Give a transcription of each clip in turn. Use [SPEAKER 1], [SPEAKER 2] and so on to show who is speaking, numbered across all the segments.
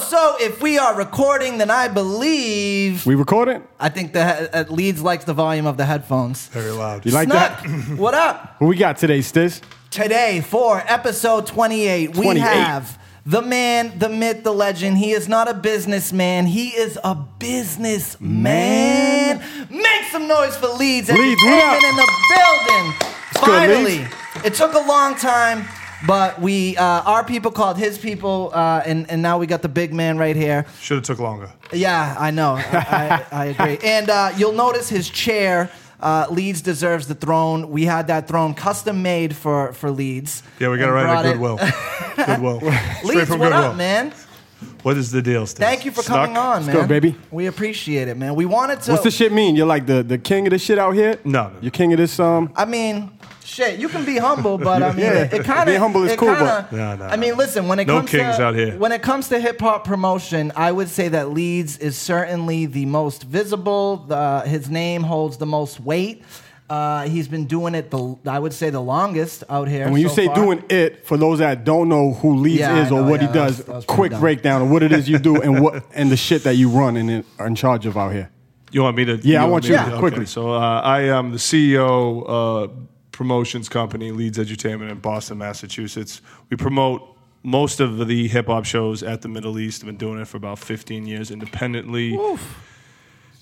[SPEAKER 1] so if we are recording, then I believe.
[SPEAKER 2] We record it?
[SPEAKER 1] I think the he- uh, Leeds likes the volume of the headphones.
[SPEAKER 3] Very loud.
[SPEAKER 2] You like
[SPEAKER 1] Snuck,
[SPEAKER 2] that?
[SPEAKER 1] what up?
[SPEAKER 2] What we got today, Stiz?
[SPEAKER 1] Today for episode 28, we
[SPEAKER 2] 28.
[SPEAKER 1] have the man, the myth, the legend. He is not a businessman, he is a businessman. Make some noise for Leeds and
[SPEAKER 2] Leeds, what up?
[SPEAKER 1] in the building.
[SPEAKER 2] go,
[SPEAKER 1] Finally,
[SPEAKER 2] Leeds.
[SPEAKER 1] it took a long time. But we, uh, our people called his people, uh, and, and now we got the big man right here.
[SPEAKER 3] Should have took longer.
[SPEAKER 1] Yeah, I know. I, I, I agree. And uh, you'll notice his chair. Uh, Leeds deserves the throne. We had that throne custom made for for Leeds.
[SPEAKER 3] Yeah, we got it
[SPEAKER 1] And
[SPEAKER 3] right
[SPEAKER 1] brought
[SPEAKER 3] at Goodwill. Goodwill. Straight
[SPEAKER 1] Leeds,
[SPEAKER 3] from
[SPEAKER 1] what
[SPEAKER 3] Goodwill.
[SPEAKER 1] up, man?
[SPEAKER 3] What is the deal, Steve?
[SPEAKER 1] Thank you for coming on, man.
[SPEAKER 2] go, baby.
[SPEAKER 1] We appreciate it, man. We wanted to.
[SPEAKER 2] What's the shit mean? You're like the, the king of this shit out here?
[SPEAKER 3] No, no.
[SPEAKER 2] You're king of this um
[SPEAKER 1] I mean, shit, you can be humble, but I mean, it, it kind of
[SPEAKER 2] Being humble is cool, but-
[SPEAKER 3] No, no,
[SPEAKER 1] I mean,
[SPEAKER 3] no.
[SPEAKER 1] listen, when it
[SPEAKER 3] No
[SPEAKER 1] comes
[SPEAKER 3] kings
[SPEAKER 1] to,
[SPEAKER 3] out here.
[SPEAKER 1] when it comes to hip hop promotion, I would say that Leeds is certainly the most visible. The, his name holds the most weight. Uh, he's been doing it the I would say the longest out here.
[SPEAKER 2] and when you
[SPEAKER 1] so
[SPEAKER 2] say
[SPEAKER 1] far.
[SPEAKER 2] doing it, for those that don't know who Leeds
[SPEAKER 1] Yeah, I
[SPEAKER 2] is or
[SPEAKER 1] know,
[SPEAKER 2] what
[SPEAKER 1] yeah,
[SPEAKER 2] he
[SPEAKER 1] that was-
[SPEAKER 2] does,
[SPEAKER 1] that was pretty
[SPEAKER 2] quick
[SPEAKER 1] dumb.
[SPEAKER 2] breakdown of what it is you do and what and the shit that you run and are in charge of out here.
[SPEAKER 3] You want me to?
[SPEAKER 2] I want you
[SPEAKER 3] me
[SPEAKER 2] to, quickly.
[SPEAKER 3] So uh, I am the CEO uh, promotions company Leeds Edutainment in Boston, Massachusetts. We promote most of the hip hop shows at the Middle East. I've been doing it for about 15 years independently.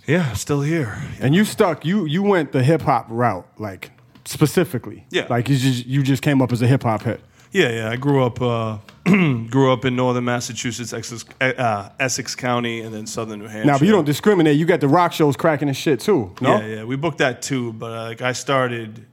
[SPEAKER 3] Yeah, I'm still here.
[SPEAKER 2] And you stuck you you went the hip hop route, like specifically.
[SPEAKER 3] Yeah.
[SPEAKER 2] Like you just you just came up as a hip hop hit.
[SPEAKER 3] Yeah, yeah. I grew up uh, grew up in northern Massachusetts, Essex, uh, Essex County, and then southern New Hampshire.
[SPEAKER 2] Now, but you don't discriminate. You got the rock shows cracking and shit too. No,
[SPEAKER 3] Yeah, yeah. We booked that too, but uh, like I started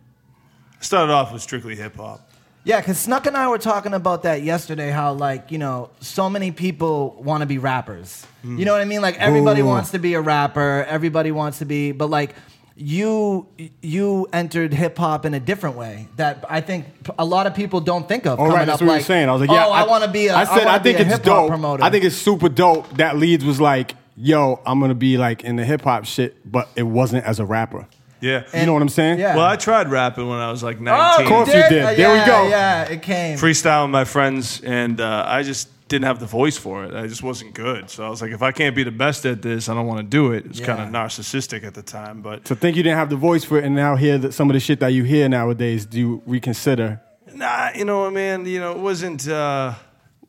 [SPEAKER 3] I started off with strictly hip hop.
[SPEAKER 1] Yeah, because Snuck and I were talking about that yesterday. How like you know, so many people want to be rappers. You know what I mean? Like everybody
[SPEAKER 2] Hmm. Ooh.
[SPEAKER 1] wants to be a rapper. Everybody wants to be, but like you you entered hip hop in a different way that I think a lot of people don't think of.
[SPEAKER 2] All
[SPEAKER 1] coming
[SPEAKER 2] Oh, right,
[SPEAKER 1] up,
[SPEAKER 2] that's what
[SPEAKER 1] like,
[SPEAKER 2] you're saying. I was like, yeah,
[SPEAKER 1] oh, I, want to be. A,
[SPEAKER 2] I said,
[SPEAKER 1] wanna
[SPEAKER 2] I,
[SPEAKER 1] be
[SPEAKER 2] think
[SPEAKER 1] a
[SPEAKER 2] it's
[SPEAKER 1] hip hop
[SPEAKER 2] dope.
[SPEAKER 1] Promoter.
[SPEAKER 2] I think it's super dope that Leeds was like, yo, I'm gonna be like in the hip hop shit, but it wasn't as a rapper.
[SPEAKER 3] Yeah.
[SPEAKER 2] you know what I'm saying?
[SPEAKER 1] yeah.
[SPEAKER 3] well, I tried rapping when I was like
[SPEAKER 1] Oh,
[SPEAKER 3] nineteen.
[SPEAKER 2] Of course you did.
[SPEAKER 1] Uh,
[SPEAKER 2] There we
[SPEAKER 1] yeah,
[SPEAKER 2] go.
[SPEAKER 1] Yeah, it came.
[SPEAKER 3] Freestyle with my friends and uh, I just didn't have the voice for it. I just wasn't good. So I was like, if I can't be the best at this, I don't want to do it. It was
[SPEAKER 1] Yeah.
[SPEAKER 3] kind of narcissistic at the time, but
[SPEAKER 2] To think you didn't have the voice for it, and now hear that some of the shit that you hear nowadays, do you reconsider?
[SPEAKER 3] Nah, you know what, man? You know, it wasn't. Uh,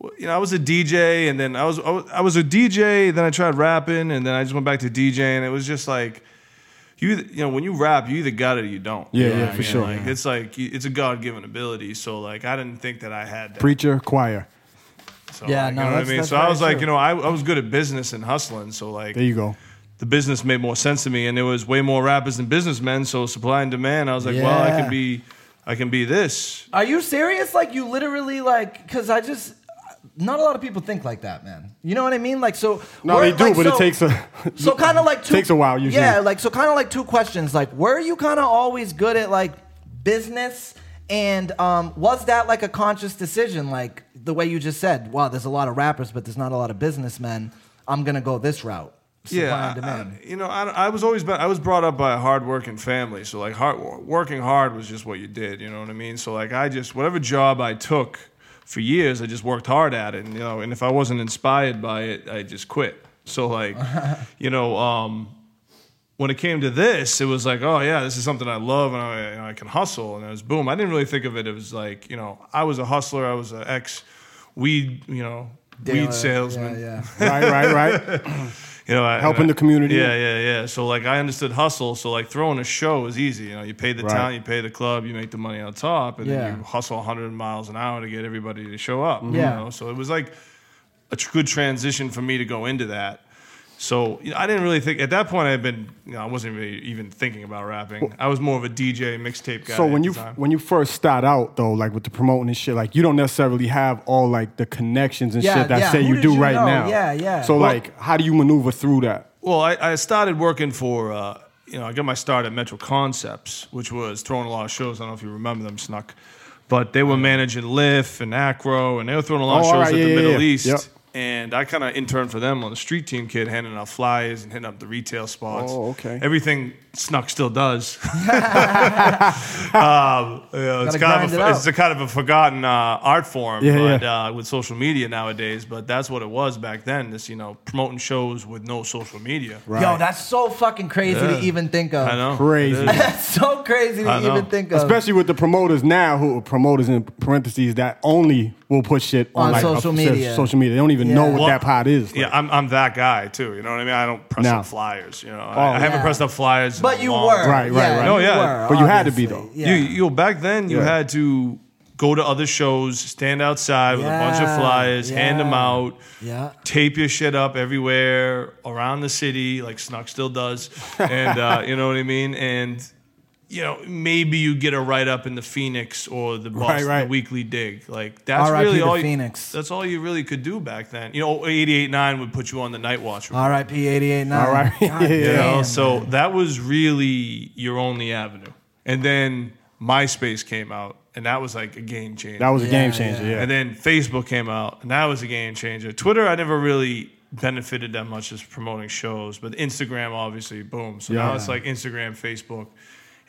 [SPEAKER 3] w- you know, I was a DJ, and then I was I was- I was a DJ. Then I tried rapping, and then I just went back to DJ, and it was just like. You, you know when you rap you either got it or you don't
[SPEAKER 2] Yeah,
[SPEAKER 3] You know
[SPEAKER 2] yeah,
[SPEAKER 3] what I
[SPEAKER 2] for sure.
[SPEAKER 3] like it's like you- it's a god-given ability so like I didn't think that I had that
[SPEAKER 2] Preacher, choir.
[SPEAKER 3] so,
[SPEAKER 1] Yeah,
[SPEAKER 3] like,
[SPEAKER 1] no,
[SPEAKER 3] you know what I
[SPEAKER 1] that's-
[SPEAKER 3] mean
[SPEAKER 1] that's
[SPEAKER 3] so I
[SPEAKER 1] very
[SPEAKER 3] was like
[SPEAKER 1] true.
[SPEAKER 3] you know I, I was good at business and hustling so like
[SPEAKER 2] There you go.
[SPEAKER 3] the business made more sense to me, and there was way more rappers than businessmen. So supply and demand, I was like, well, I
[SPEAKER 1] Yeah.
[SPEAKER 3] can be, I can be this.
[SPEAKER 1] Are you serious? Like you literally like because I just not a lot of people think like that, man. You know what I mean? Like so.
[SPEAKER 2] No,
[SPEAKER 1] were-
[SPEAKER 2] they do,
[SPEAKER 1] like,
[SPEAKER 2] but it
[SPEAKER 1] so-
[SPEAKER 2] takes a.
[SPEAKER 1] So kind of like two,
[SPEAKER 2] Takes a while usually.
[SPEAKER 1] Yeah, like so kind of like two questions. Like, were you kind of always good at like business? And um, was that like a conscious decision? Like the way you just said, wow, there's a lot of rappers, but there's not a lot of businessmen. I'm gonna go this route. Supply and
[SPEAKER 3] I- I-
[SPEAKER 1] demand.
[SPEAKER 3] you know, I, I was always been, I was brought up by a hardworking family, so like hard working hard was just what you did. You know what I mean? So like I just whatever job I took for years, I just worked hard at it. And, you know, and if I wasn't inspired by it, I just quit. So like, you know, um, when it came to this, it was like, oh yeah, this is something I love and I, and I can hustle. And it was boom. I didn't really think of it as like, you know, I was a hustler. I was an ex weed, you know,
[SPEAKER 1] Dealer.
[SPEAKER 3] weed salesman.
[SPEAKER 1] Yeah,
[SPEAKER 2] right, right, right.
[SPEAKER 3] You know, I-
[SPEAKER 2] Helping the community.
[SPEAKER 3] Yeah, yeah, yeah. So like, I understood hustle. So like, throwing a show is easy. You know, you pay the
[SPEAKER 2] Right.
[SPEAKER 3] town, you pay the club, you make the money on top, and
[SPEAKER 1] Yeah.
[SPEAKER 3] then you hustle 100 miles an hour to get everybody to show up. you
[SPEAKER 1] Yeah.
[SPEAKER 3] know? So it was like a tr- good transition for me to go into that. So you know, I didn't really think at that point. I had been, you know, I wasn't really even thinking about rapping. I was more of a DJ mixtape guy.
[SPEAKER 2] So when
[SPEAKER 3] at
[SPEAKER 2] you
[SPEAKER 3] the time.
[SPEAKER 2] when you first start out though, like with the promoting and shit, like you don't necessarily have all like the connections and
[SPEAKER 1] Yeah,
[SPEAKER 2] shit that
[SPEAKER 1] yeah.
[SPEAKER 2] say
[SPEAKER 1] Who
[SPEAKER 2] you
[SPEAKER 1] did
[SPEAKER 2] do
[SPEAKER 1] you
[SPEAKER 2] right
[SPEAKER 1] know?
[SPEAKER 2] now.
[SPEAKER 1] Yeah, yeah.
[SPEAKER 2] So
[SPEAKER 1] Well-
[SPEAKER 2] like, how do you maneuver through that?
[SPEAKER 3] Well, I, I started working for, uh, you know, I got my start at Metro Concepts, which was throwing a lot of shows. I don't know if you remember them, Snuck, but they were managing Liff and Acro, and they were throwing a lot
[SPEAKER 2] Oh,
[SPEAKER 3] of shows
[SPEAKER 2] all right,
[SPEAKER 3] at the
[SPEAKER 2] yeah, yeah,
[SPEAKER 3] Middle
[SPEAKER 2] yeah.
[SPEAKER 3] East.
[SPEAKER 2] Yep.
[SPEAKER 3] And I kind of interned for them on the street team kid, handing out flyers and hitting up the retail spots.
[SPEAKER 2] Oh, okay.
[SPEAKER 3] Everything Snuck still does. um, you know, it's,
[SPEAKER 1] Gotta
[SPEAKER 3] kind
[SPEAKER 1] grind
[SPEAKER 3] of
[SPEAKER 1] it
[SPEAKER 3] a,
[SPEAKER 1] out.
[SPEAKER 3] it's a kind of a forgotten uh, art form
[SPEAKER 2] Yeah,
[SPEAKER 3] but,
[SPEAKER 2] yeah.
[SPEAKER 3] Uh, with social media nowadays, but that's what it was back then. This, you know, promoting shows with no social media.
[SPEAKER 2] Right.
[SPEAKER 1] Yo, that's so fucking crazy
[SPEAKER 3] Yeah.
[SPEAKER 1] to even think of.
[SPEAKER 3] I know.
[SPEAKER 2] Crazy.
[SPEAKER 1] That's so crazy to
[SPEAKER 3] I know.
[SPEAKER 1] even think of.
[SPEAKER 2] Especially with the promoters now, who are promoters in parentheses that only will put shit on,
[SPEAKER 1] On
[SPEAKER 2] like,
[SPEAKER 1] social
[SPEAKER 2] a-
[SPEAKER 1] media.
[SPEAKER 2] Social media, they don't even
[SPEAKER 1] Yeah.
[SPEAKER 2] know what
[SPEAKER 3] Well,
[SPEAKER 2] that pot is.
[SPEAKER 3] yeah,
[SPEAKER 2] Like,
[SPEAKER 3] I'm, I'm that guy too. You know what I mean? I don't press
[SPEAKER 2] No.
[SPEAKER 3] up flyers. You know,
[SPEAKER 2] Oh,
[SPEAKER 3] I, I haven't
[SPEAKER 1] yeah.
[SPEAKER 3] pressed up flyers. in
[SPEAKER 1] but
[SPEAKER 3] a
[SPEAKER 1] you
[SPEAKER 3] long
[SPEAKER 1] were.
[SPEAKER 3] time.
[SPEAKER 2] Right, right,
[SPEAKER 1] yeah,
[SPEAKER 2] right.
[SPEAKER 1] you
[SPEAKER 3] No, yeah.
[SPEAKER 1] were,
[SPEAKER 2] But you had to be,
[SPEAKER 1] obviously.
[SPEAKER 2] though.
[SPEAKER 1] Yeah.
[SPEAKER 3] You, you back then you
[SPEAKER 2] Yeah.
[SPEAKER 3] had to go to other shows, stand outside with a bunch of
[SPEAKER 1] Yeah,
[SPEAKER 3] flyers, hand them
[SPEAKER 1] yeah.
[SPEAKER 3] out,
[SPEAKER 1] Yeah.
[SPEAKER 3] tape your shit up everywhere around the city, like Snuck still does, and uh, you know what I mean. And you know maybe you get a write up in the Phoenix or the
[SPEAKER 2] Right,
[SPEAKER 3] Boston
[SPEAKER 2] right.
[SPEAKER 3] Weekly Dig. Like that's
[SPEAKER 1] R.I.P.
[SPEAKER 3] really
[SPEAKER 1] the
[SPEAKER 3] all.
[SPEAKER 1] Phoenix.
[SPEAKER 3] You, that's all you really could do back then. You know, eighty eight nine would put you on the night watch. report.
[SPEAKER 1] R.I.P. 889.
[SPEAKER 2] All right.
[SPEAKER 1] God
[SPEAKER 2] Ah, Yeah.
[SPEAKER 3] You know,
[SPEAKER 1] damn.
[SPEAKER 3] so that was really your only avenue. And then MySpace came out, and that was like a game changer.
[SPEAKER 2] that was a
[SPEAKER 1] Yeah,
[SPEAKER 2] game changer.
[SPEAKER 1] yeah.
[SPEAKER 2] Yeah.
[SPEAKER 3] and then Facebook came out, and that was a game changer. Twitter, I never really benefited that much as promoting shows, but Instagram, obviously, boom. So now
[SPEAKER 2] Yeah.
[SPEAKER 3] it's like Instagram, Facebook.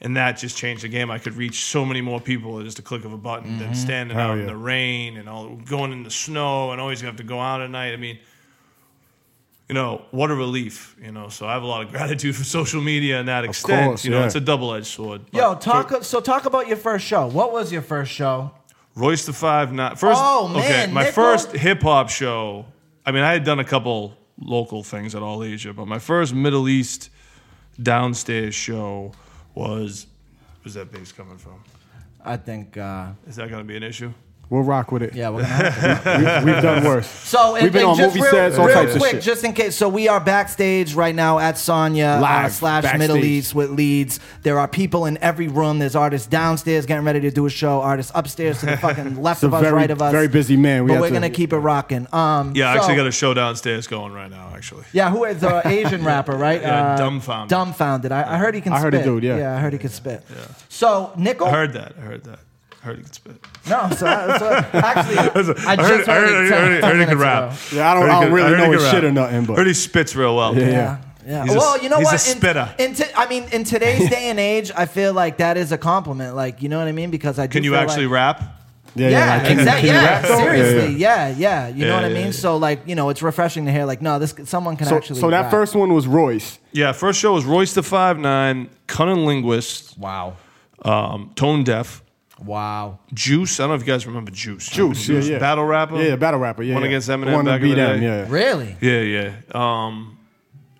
[SPEAKER 3] And that just changed the game. I could reach so many more people at just a click of a button than standing
[SPEAKER 2] Mm-hmm. Hell
[SPEAKER 3] out in
[SPEAKER 2] yeah.
[SPEAKER 3] the rain and all going in the snow and always have to go out at night. I mean, you know, what a relief, you know. So I have a lot of gratitude for social media in that extent.
[SPEAKER 2] course,
[SPEAKER 3] you know,
[SPEAKER 2] yeah.
[SPEAKER 3] it's a double edged sword. But
[SPEAKER 1] Yo, talk.
[SPEAKER 3] uh, so,
[SPEAKER 1] So, talk about your first show. What was your first show?
[SPEAKER 3] Royce the Five Nine. First,
[SPEAKER 1] Oh, man,
[SPEAKER 3] okay, my
[SPEAKER 1] Nickel.
[SPEAKER 3] first hip hop show. I mean, I had done a couple local things at All Asia, but my first Middle East downstairs show was. Where's that bass coming from?
[SPEAKER 1] I think. Uh,
[SPEAKER 3] Is that going to be an issue?
[SPEAKER 2] We'll rock with it.
[SPEAKER 1] yeah, we're gonna have to.
[SPEAKER 2] We've done worse.
[SPEAKER 1] So and,
[SPEAKER 2] We've been
[SPEAKER 1] and
[SPEAKER 2] on
[SPEAKER 1] just
[SPEAKER 2] movie
[SPEAKER 1] real,
[SPEAKER 2] sets, all
[SPEAKER 1] real
[SPEAKER 2] types of
[SPEAKER 1] quick,
[SPEAKER 2] shit.
[SPEAKER 1] just in case. So we are backstage right now at Sonya uh,
[SPEAKER 2] Live
[SPEAKER 1] slash
[SPEAKER 2] backstage.
[SPEAKER 1] Middle East with Leeds. There are people in every room. There's artists downstairs getting ready to do a show. Artists upstairs to the fucking left
[SPEAKER 2] a
[SPEAKER 1] of us,
[SPEAKER 2] very-
[SPEAKER 1] right of us.
[SPEAKER 2] very busy man. We
[SPEAKER 1] but
[SPEAKER 2] have
[SPEAKER 1] we're
[SPEAKER 2] to-
[SPEAKER 1] gonna keep it rocking. Um,
[SPEAKER 3] Yeah, I
[SPEAKER 1] so-
[SPEAKER 3] actually got a show downstairs going right now, actually.
[SPEAKER 1] Yeah, who is the Asian rapper, right? Uh,
[SPEAKER 3] Yeah, Dumbfounded.
[SPEAKER 1] Dumbfounded. I, I heard he can
[SPEAKER 2] I
[SPEAKER 1] spit.
[SPEAKER 2] heard he do, yeah.
[SPEAKER 1] I heard he could spit. So, Nickel.
[SPEAKER 3] I heard that. I heard that. I heard he could spit.
[SPEAKER 1] No, so, so actually, I
[SPEAKER 3] I
[SPEAKER 1] just
[SPEAKER 3] heard, I heard, I heard, I heard, I heard he could rap.
[SPEAKER 2] Yeah, I don't-
[SPEAKER 3] Heard he
[SPEAKER 2] I don't
[SPEAKER 3] could-
[SPEAKER 2] really
[SPEAKER 3] heard he
[SPEAKER 2] know
[SPEAKER 3] could
[SPEAKER 2] his shit
[SPEAKER 3] rap.
[SPEAKER 2] or nothing, but-
[SPEAKER 3] heard he spits real well.
[SPEAKER 2] Yeah.
[SPEAKER 1] Yeah. Yeah.
[SPEAKER 3] He's a-
[SPEAKER 1] well, you know
[SPEAKER 3] he's
[SPEAKER 1] what?
[SPEAKER 3] a spitter.
[SPEAKER 1] In, in t- I mean, in today's day and age, I feel like that is a compliment. Like, you know what I mean? Because I do
[SPEAKER 3] Can you
[SPEAKER 1] feel
[SPEAKER 3] actually
[SPEAKER 1] like,
[SPEAKER 3] rap?
[SPEAKER 2] Yeah,
[SPEAKER 1] Yeah,
[SPEAKER 2] like, can you-
[SPEAKER 1] exactly.
[SPEAKER 2] can you
[SPEAKER 1] Yeah,
[SPEAKER 2] rap though?
[SPEAKER 1] seriously. Yeah, yeah. You know
[SPEAKER 3] Yeah,
[SPEAKER 1] what I
[SPEAKER 3] yeah,
[SPEAKER 1] mean?
[SPEAKER 3] yeah.
[SPEAKER 1] So, like, you know, it's refreshing to hear. Like, no, this someone can
[SPEAKER 2] So,
[SPEAKER 1] actually.
[SPEAKER 2] so that
[SPEAKER 1] rap.
[SPEAKER 2] first one was Royce.
[SPEAKER 3] Yeah, first show was Royce the Five Nine, Cunning Linguist,
[SPEAKER 1] Wow.
[SPEAKER 3] um, Tone Deaf,
[SPEAKER 1] Wow.
[SPEAKER 3] Juice. I don't know if you guys remember Juice.
[SPEAKER 2] Juice, yeah, yeah.
[SPEAKER 3] battle rapper.
[SPEAKER 2] Yeah, battle rapper. Yeah,
[SPEAKER 3] One
[SPEAKER 2] yeah.
[SPEAKER 3] against
[SPEAKER 2] The
[SPEAKER 3] Eminem
[SPEAKER 2] one
[SPEAKER 3] back
[SPEAKER 2] to beat
[SPEAKER 3] in the
[SPEAKER 2] him.
[SPEAKER 3] day.
[SPEAKER 2] Yeah,
[SPEAKER 1] Really?
[SPEAKER 3] Yeah, yeah. Um,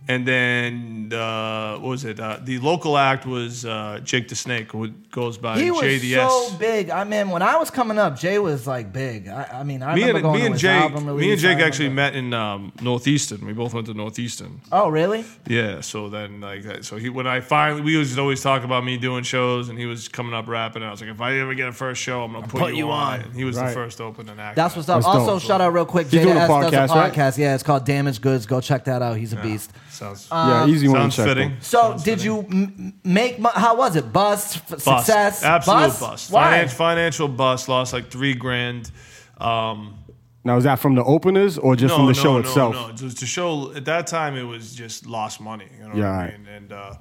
[SPEAKER 3] and then uh, what was it? Uh, the local act was uh, Jake the Snake, who goes by
[SPEAKER 1] He was
[SPEAKER 3] JDS.
[SPEAKER 1] so big. I mean, when I was coming up, Jay was like big. I, I mean, I
[SPEAKER 3] me
[SPEAKER 1] remember
[SPEAKER 3] and,
[SPEAKER 1] going
[SPEAKER 3] me
[SPEAKER 1] to
[SPEAKER 3] and
[SPEAKER 1] his
[SPEAKER 3] Jake,
[SPEAKER 1] album
[SPEAKER 3] me
[SPEAKER 1] release.
[SPEAKER 3] and Jake
[SPEAKER 1] I remember-
[SPEAKER 3] actually met in um, Northeastern. We both went to Northeastern.
[SPEAKER 1] Oh, really?
[SPEAKER 3] Yeah. So then, like, that- so he when I finally we was always talk about me doing shows, and he was coming up rapping. And I was like, if I ever get a first show, I'm gonna put,
[SPEAKER 1] put
[SPEAKER 3] you
[SPEAKER 1] you
[SPEAKER 3] on.
[SPEAKER 1] on.
[SPEAKER 3] And he was the
[SPEAKER 2] Right.
[SPEAKER 3] first opening act.
[SPEAKER 1] That's what's up.
[SPEAKER 2] That's
[SPEAKER 1] also,
[SPEAKER 2] dope.
[SPEAKER 1] shout out real quick. Jay
[SPEAKER 2] doing a
[SPEAKER 1] S does a
[SPEAKER 2] podcast, right?
[SPEAKER 1] podcast. Yeah, it's called Damaged Goods. Go check that out. He's a beast.
[SPEAKER 3] Sounds
[SPEAKER 2] yeah, easy one.
[SPEAKER 3] sounds
[SPEAKER 2] to check, though.
[SPEAKER 3] fitting.
[SPEAKER 1] Uh, So, did you m- m- make? Mo- how was it? Bust, f-
[SPEAKER 3] Bust.
[SPEAKER 1] success,
[SPEAKER 3] Absolute bust.
[SPEAKER 1] Why?
[SPEAKER 3] Finan- financial bust. Lost like three grand. Um,
[SPEAKER 2] Now is that from the openers or just
[SPEAKER 3] no,
[SPEAKER 2] from the
[SPEAKER 3] no,
[SPEAKER 2] show
[SPEAKER 3] no,
[SPEAKER 2] itself?
[SPEAKER 3] No, Just to show at that time it was just lost money. You know
[SPEAKER 2] Yeah,
[SPEAKER 3] what I
[SPEAKER 2] alright.
[SPEAKER 3] mean? And uh,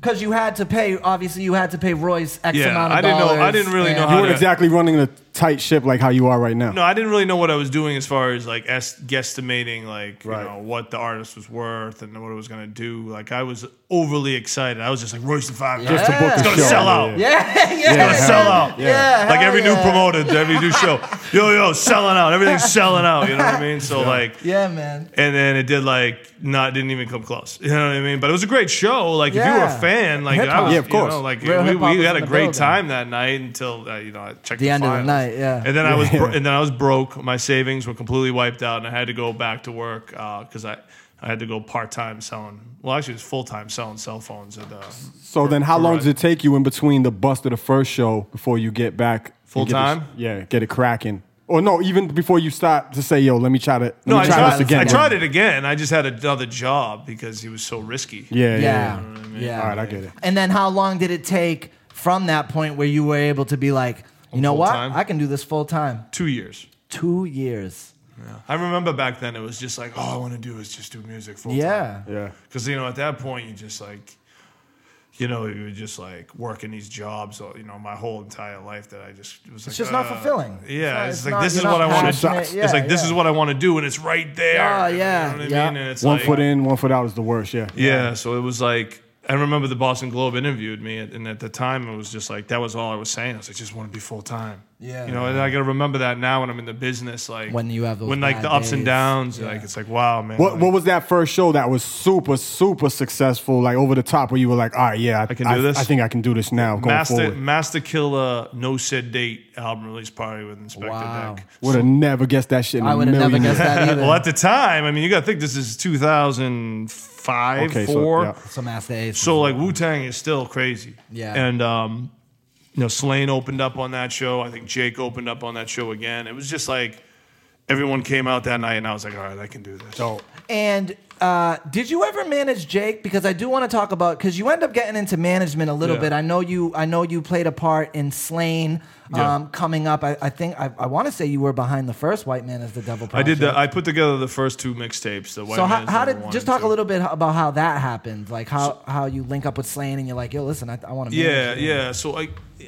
[SPEAKER 1] Because you had to pay. Obviously, you had to pay Royce X
[SPEAKER 3] Yeah,
[SPEAKER 1] amount of
[SPEAKER 3] I didn't know- I
[SPEAKER 1] dollars.
[SPEAKER 3] didn't really know
[SPEAKER 1] and-
[SPEAKER 3] how
[SPEAKER 2] You
[SPEAKER 3] to-
[SPEAKER 2] weren't exactly running a tight ship like how you are right now.
[SPEAKER 3] no, I didn't really know what I was doing as far as like es- guesstimating, like
[SPEAKER 2] Right.
[SPEAKER 3] you know what the artist was worth and what it was gonna do. Like I was overly excited. I was just like Royce the Five.
[SPEAKER 2] Just to
[SPEAKER 3] Nine.
[SPEAKER 2] book
[SPEAKER 1] It's
[SPEAKER 2] the
[SPEAKER 3] gonna
[SPEAKER 2] show.
[SPEAKER 3] sell out.
[SPEAKER 1] Yeah, yeah,
[SPEAKER 2] gonna
[SPEAKER 1] yeah.
[SPEAKER 3] sell out.
[SPEAKER 1] Yeah,
[SPEAKER 3] like
[SPEAKER 1] hell
[SPEAKER 3] every new
[SPEAKER 1] yeah.
[SPEAKER 3] promoter, every new show, yo yo, selling out. Everything's selling out. You know what I mean? So like,
[SPEAKER 1] Yeah, man.
[SPEAKER 3] and then it did like not didn't even come close. You know what I mean? But it was a great show. Like if you were
[SPEAKER 1] Yeah.
[SPEAKER 3] a fan, like I
[SPEAKER 1] Hip-hop.
[SPEAKER 3] was,
[SPEAKER 2] Yeah, of course.
[SPEAKER 3] You know, like
[SPEAKER 1] Real
[SPEAKER 3] we,
[SPEAKER 1] hip-hop
[SPEAKER 3] we
[SPEAKER 1] was
[SPEAKER 3] had
[SPEAKER 1] in
[SPEAKER 3] a
[SPEAKER 1] the
[SPEAKER 3] great
[SPEAKER 1] building.
[SPEAKER 3] time that night until uh, you know I checked the,
[SPEAKER 1] end of the
[SPEAKER 3] finals.
[SPEAKER 1] night, yeah.
[SPEAKER 3] And then I was
[SPEAKER 2] Yeah.
[SPEAKER 3] bro- and then I was broke. My savings were completely wiped out, and I had to go back to work because I. I had to go part time selling. Well, actually, it was full time selling cell phones. At, uh,
[SPEAKER 2] So then, how
[SPEAKER 3] for
[SPEAKER 2] long
[SPEAKER 3] Rise.
[SPEAKER 2] does it take you in between the bust of the first show before you get back and
[SPEAKER 3] Full
[SPEAKER 2] get the-
[SPEAKER 3] time?
[SPEAKER 2] Yeah, get it cracking. Or no, even before you start to say, "Yo, let me try to let
[SPEAKER 3] No,
[SPEAKER 2] me
[SPEAKER 3] I
[SPEAKER 2] try
[SPEAKER 3] tried,
[SPEAKER 2] this again."
[SPEAKER 3] I tried it again. I just had another job because he was so risky.
[SPEAKER 2] Yeah, yeah.
[SPEAKER 1] Yeah,
[SPEAKER 2] yeah.
[SPEAKER 1] yeah.
[SPEAKER 2] All right, I get it.
[SPEAKER 1] And then, how long did it take from that point where you were able to be like, you know
[SPEAKER 3] full
[SPEAKER 1] what,
[SPEAKER 3] time?
[SPEAKER 1] I can do this full time?
[SPEAKER 3] Two years.
[SPEAKER 1] Two years.
[SPEAKER 3] Yeah. I remember back then it was just like all I want to do is just do music full
[SPEAKER 1] Yeah.
[SPEAKER 2] Yeah.
[SPEAKER 3] Because you know, at that point, you just like, you know, you were just like working these jobs. uh, You know, my whole entire life that I just it was like,
[SPEAKER 1] It's just not
[SPEAKER 3] uh,
[SPEAKER 1] fulfilling.
[SPEAKER 3] Yeah,
[SPEAKER 1] not-
[SPEAKER 3] it's,
[SPEAKER 1] it's
[SPEAKER 3] like
[SPEAKER 1] not-
[SPEAKER 3] this
[SPEAKER 1] you're
[SPEAKER 3] is
[SPEAKER 1] not
[SPEAKER 3] what I want to.
[SPEAKER 1] passionate.
[SPEAKER 3] It's
[SPEAKER 1] Yeah,
[SPEAKER 3] like this
[SPEAKER 1] yeah.
[SPEAKER 3] is what I want to do, and it's right there.
[SPEAKER 1] Yeah,
[SPEAKER 3] You
[SPEAKER 1] yeah,
[SPEAKER 3] know what I
[SPEAKER 1] yeah.
[SPEAKER 3] mean? And it's
[SPEAKER 2] One
[SPEAKER 3] like,
[SPEAKER 2] foot in, one foot out is the worst. Yeah.
[SPEAKER 3] yeah, so it was like I remember the Boston Globe interviewed me, and- and at the time it was just like that was all I was saying. I was like, just want to be full time.
[SPEAKER 1] Yeah.
[SPEAKER 3] you know, and I got to remember that now when I'm in the business, like
[SPEAKER 1] When you have those
[SPEAKER 3] when like
[SPEAKER 1] bad
[SPEAKER 3] the ups and
[SPEAKER 1] days.
[SPEAKER 3] downs,
[SPEAKER 1] Yeah.
[SPEAKER 3] like it's like wow, man.
[SPEAKER 2] What
[SPEAKER 3] like,
[SPEAKER 2] What was that first show that was super super successful, like over the top, where you were like, all right, yeah, I,
[SPEAKER 3] can do this?
[SPEAKER 2] I think I can do this now going
[SPEAKER 3] Master
[SPEAKER 2] forward.
[SPEAKER 3] Master Killer No Said Date album release party with Inspector
[SPEAKER 1] Wow.
[SPEAKER 3] Deck.
[SPEAKER 2] Would have never guessed that shit. In
[SPEAKER 1] I
[SPEAKER 2] a
[SPEAKER 1] would have never
[SPEAKER 2] million
[SPEAKER 1] guessed
[SPEAKER 2] years.
[SPEAKER 1] that either.
[SPEAKER 3] Well, at the time, I mean, you got to think this is 2005,
[SPEAKER 2] Okay, so,
[SPEAKER 3] four.
[SPEAKER 2] yeah.
[SPEAKER 1] Some ass to ace.
[SPEAKER 3] So like Wu Tang is still crazy.
[SPEAKER 1] Yeah.
[SPEAKER 3] And um, you know, Slane opened up on that show. I think Jake opened up on that show again. It was just like everyone came out that night, and I was like, all right, I can do this.
[SPEAKER 2] So,
[SPEAKER 1] And uh, did you ever manage Jake? Because I do want to talk about because you end up getting into management a little
[SPEAKER 3] Yeah.
[SPEAKER 1] bit. I know you. I know you played a part in Slain um,
[SPEAKER 3] Yeah.
[SPEAKER 1] coming up. I, I think I, I want to say you were behind the first White Man as the Devil.
[SPEAKER 3] I
[SPEAKER 1] Project.
[SPEAKER 3] did that. I put together the first two mixtapes. The White
[SPEAKER 1] so how,
[SPEAKER 3] Man's
[SPEAKER 1] how
[SPEAKER 3] Number
[SPEAKER 1] did
[SPEAKER 3] One
[SPEAKER 1] just
[SPEAKER 3] and
[SPEAKER 1] talk a
[SPEAKER 3] Two.
[SPEAKER 1] little bit about how that happened? Like how how you link up with Slain and you're like, yo, listen, I, I want to.
[SPEAKER 3] Yeah, yeah. So I,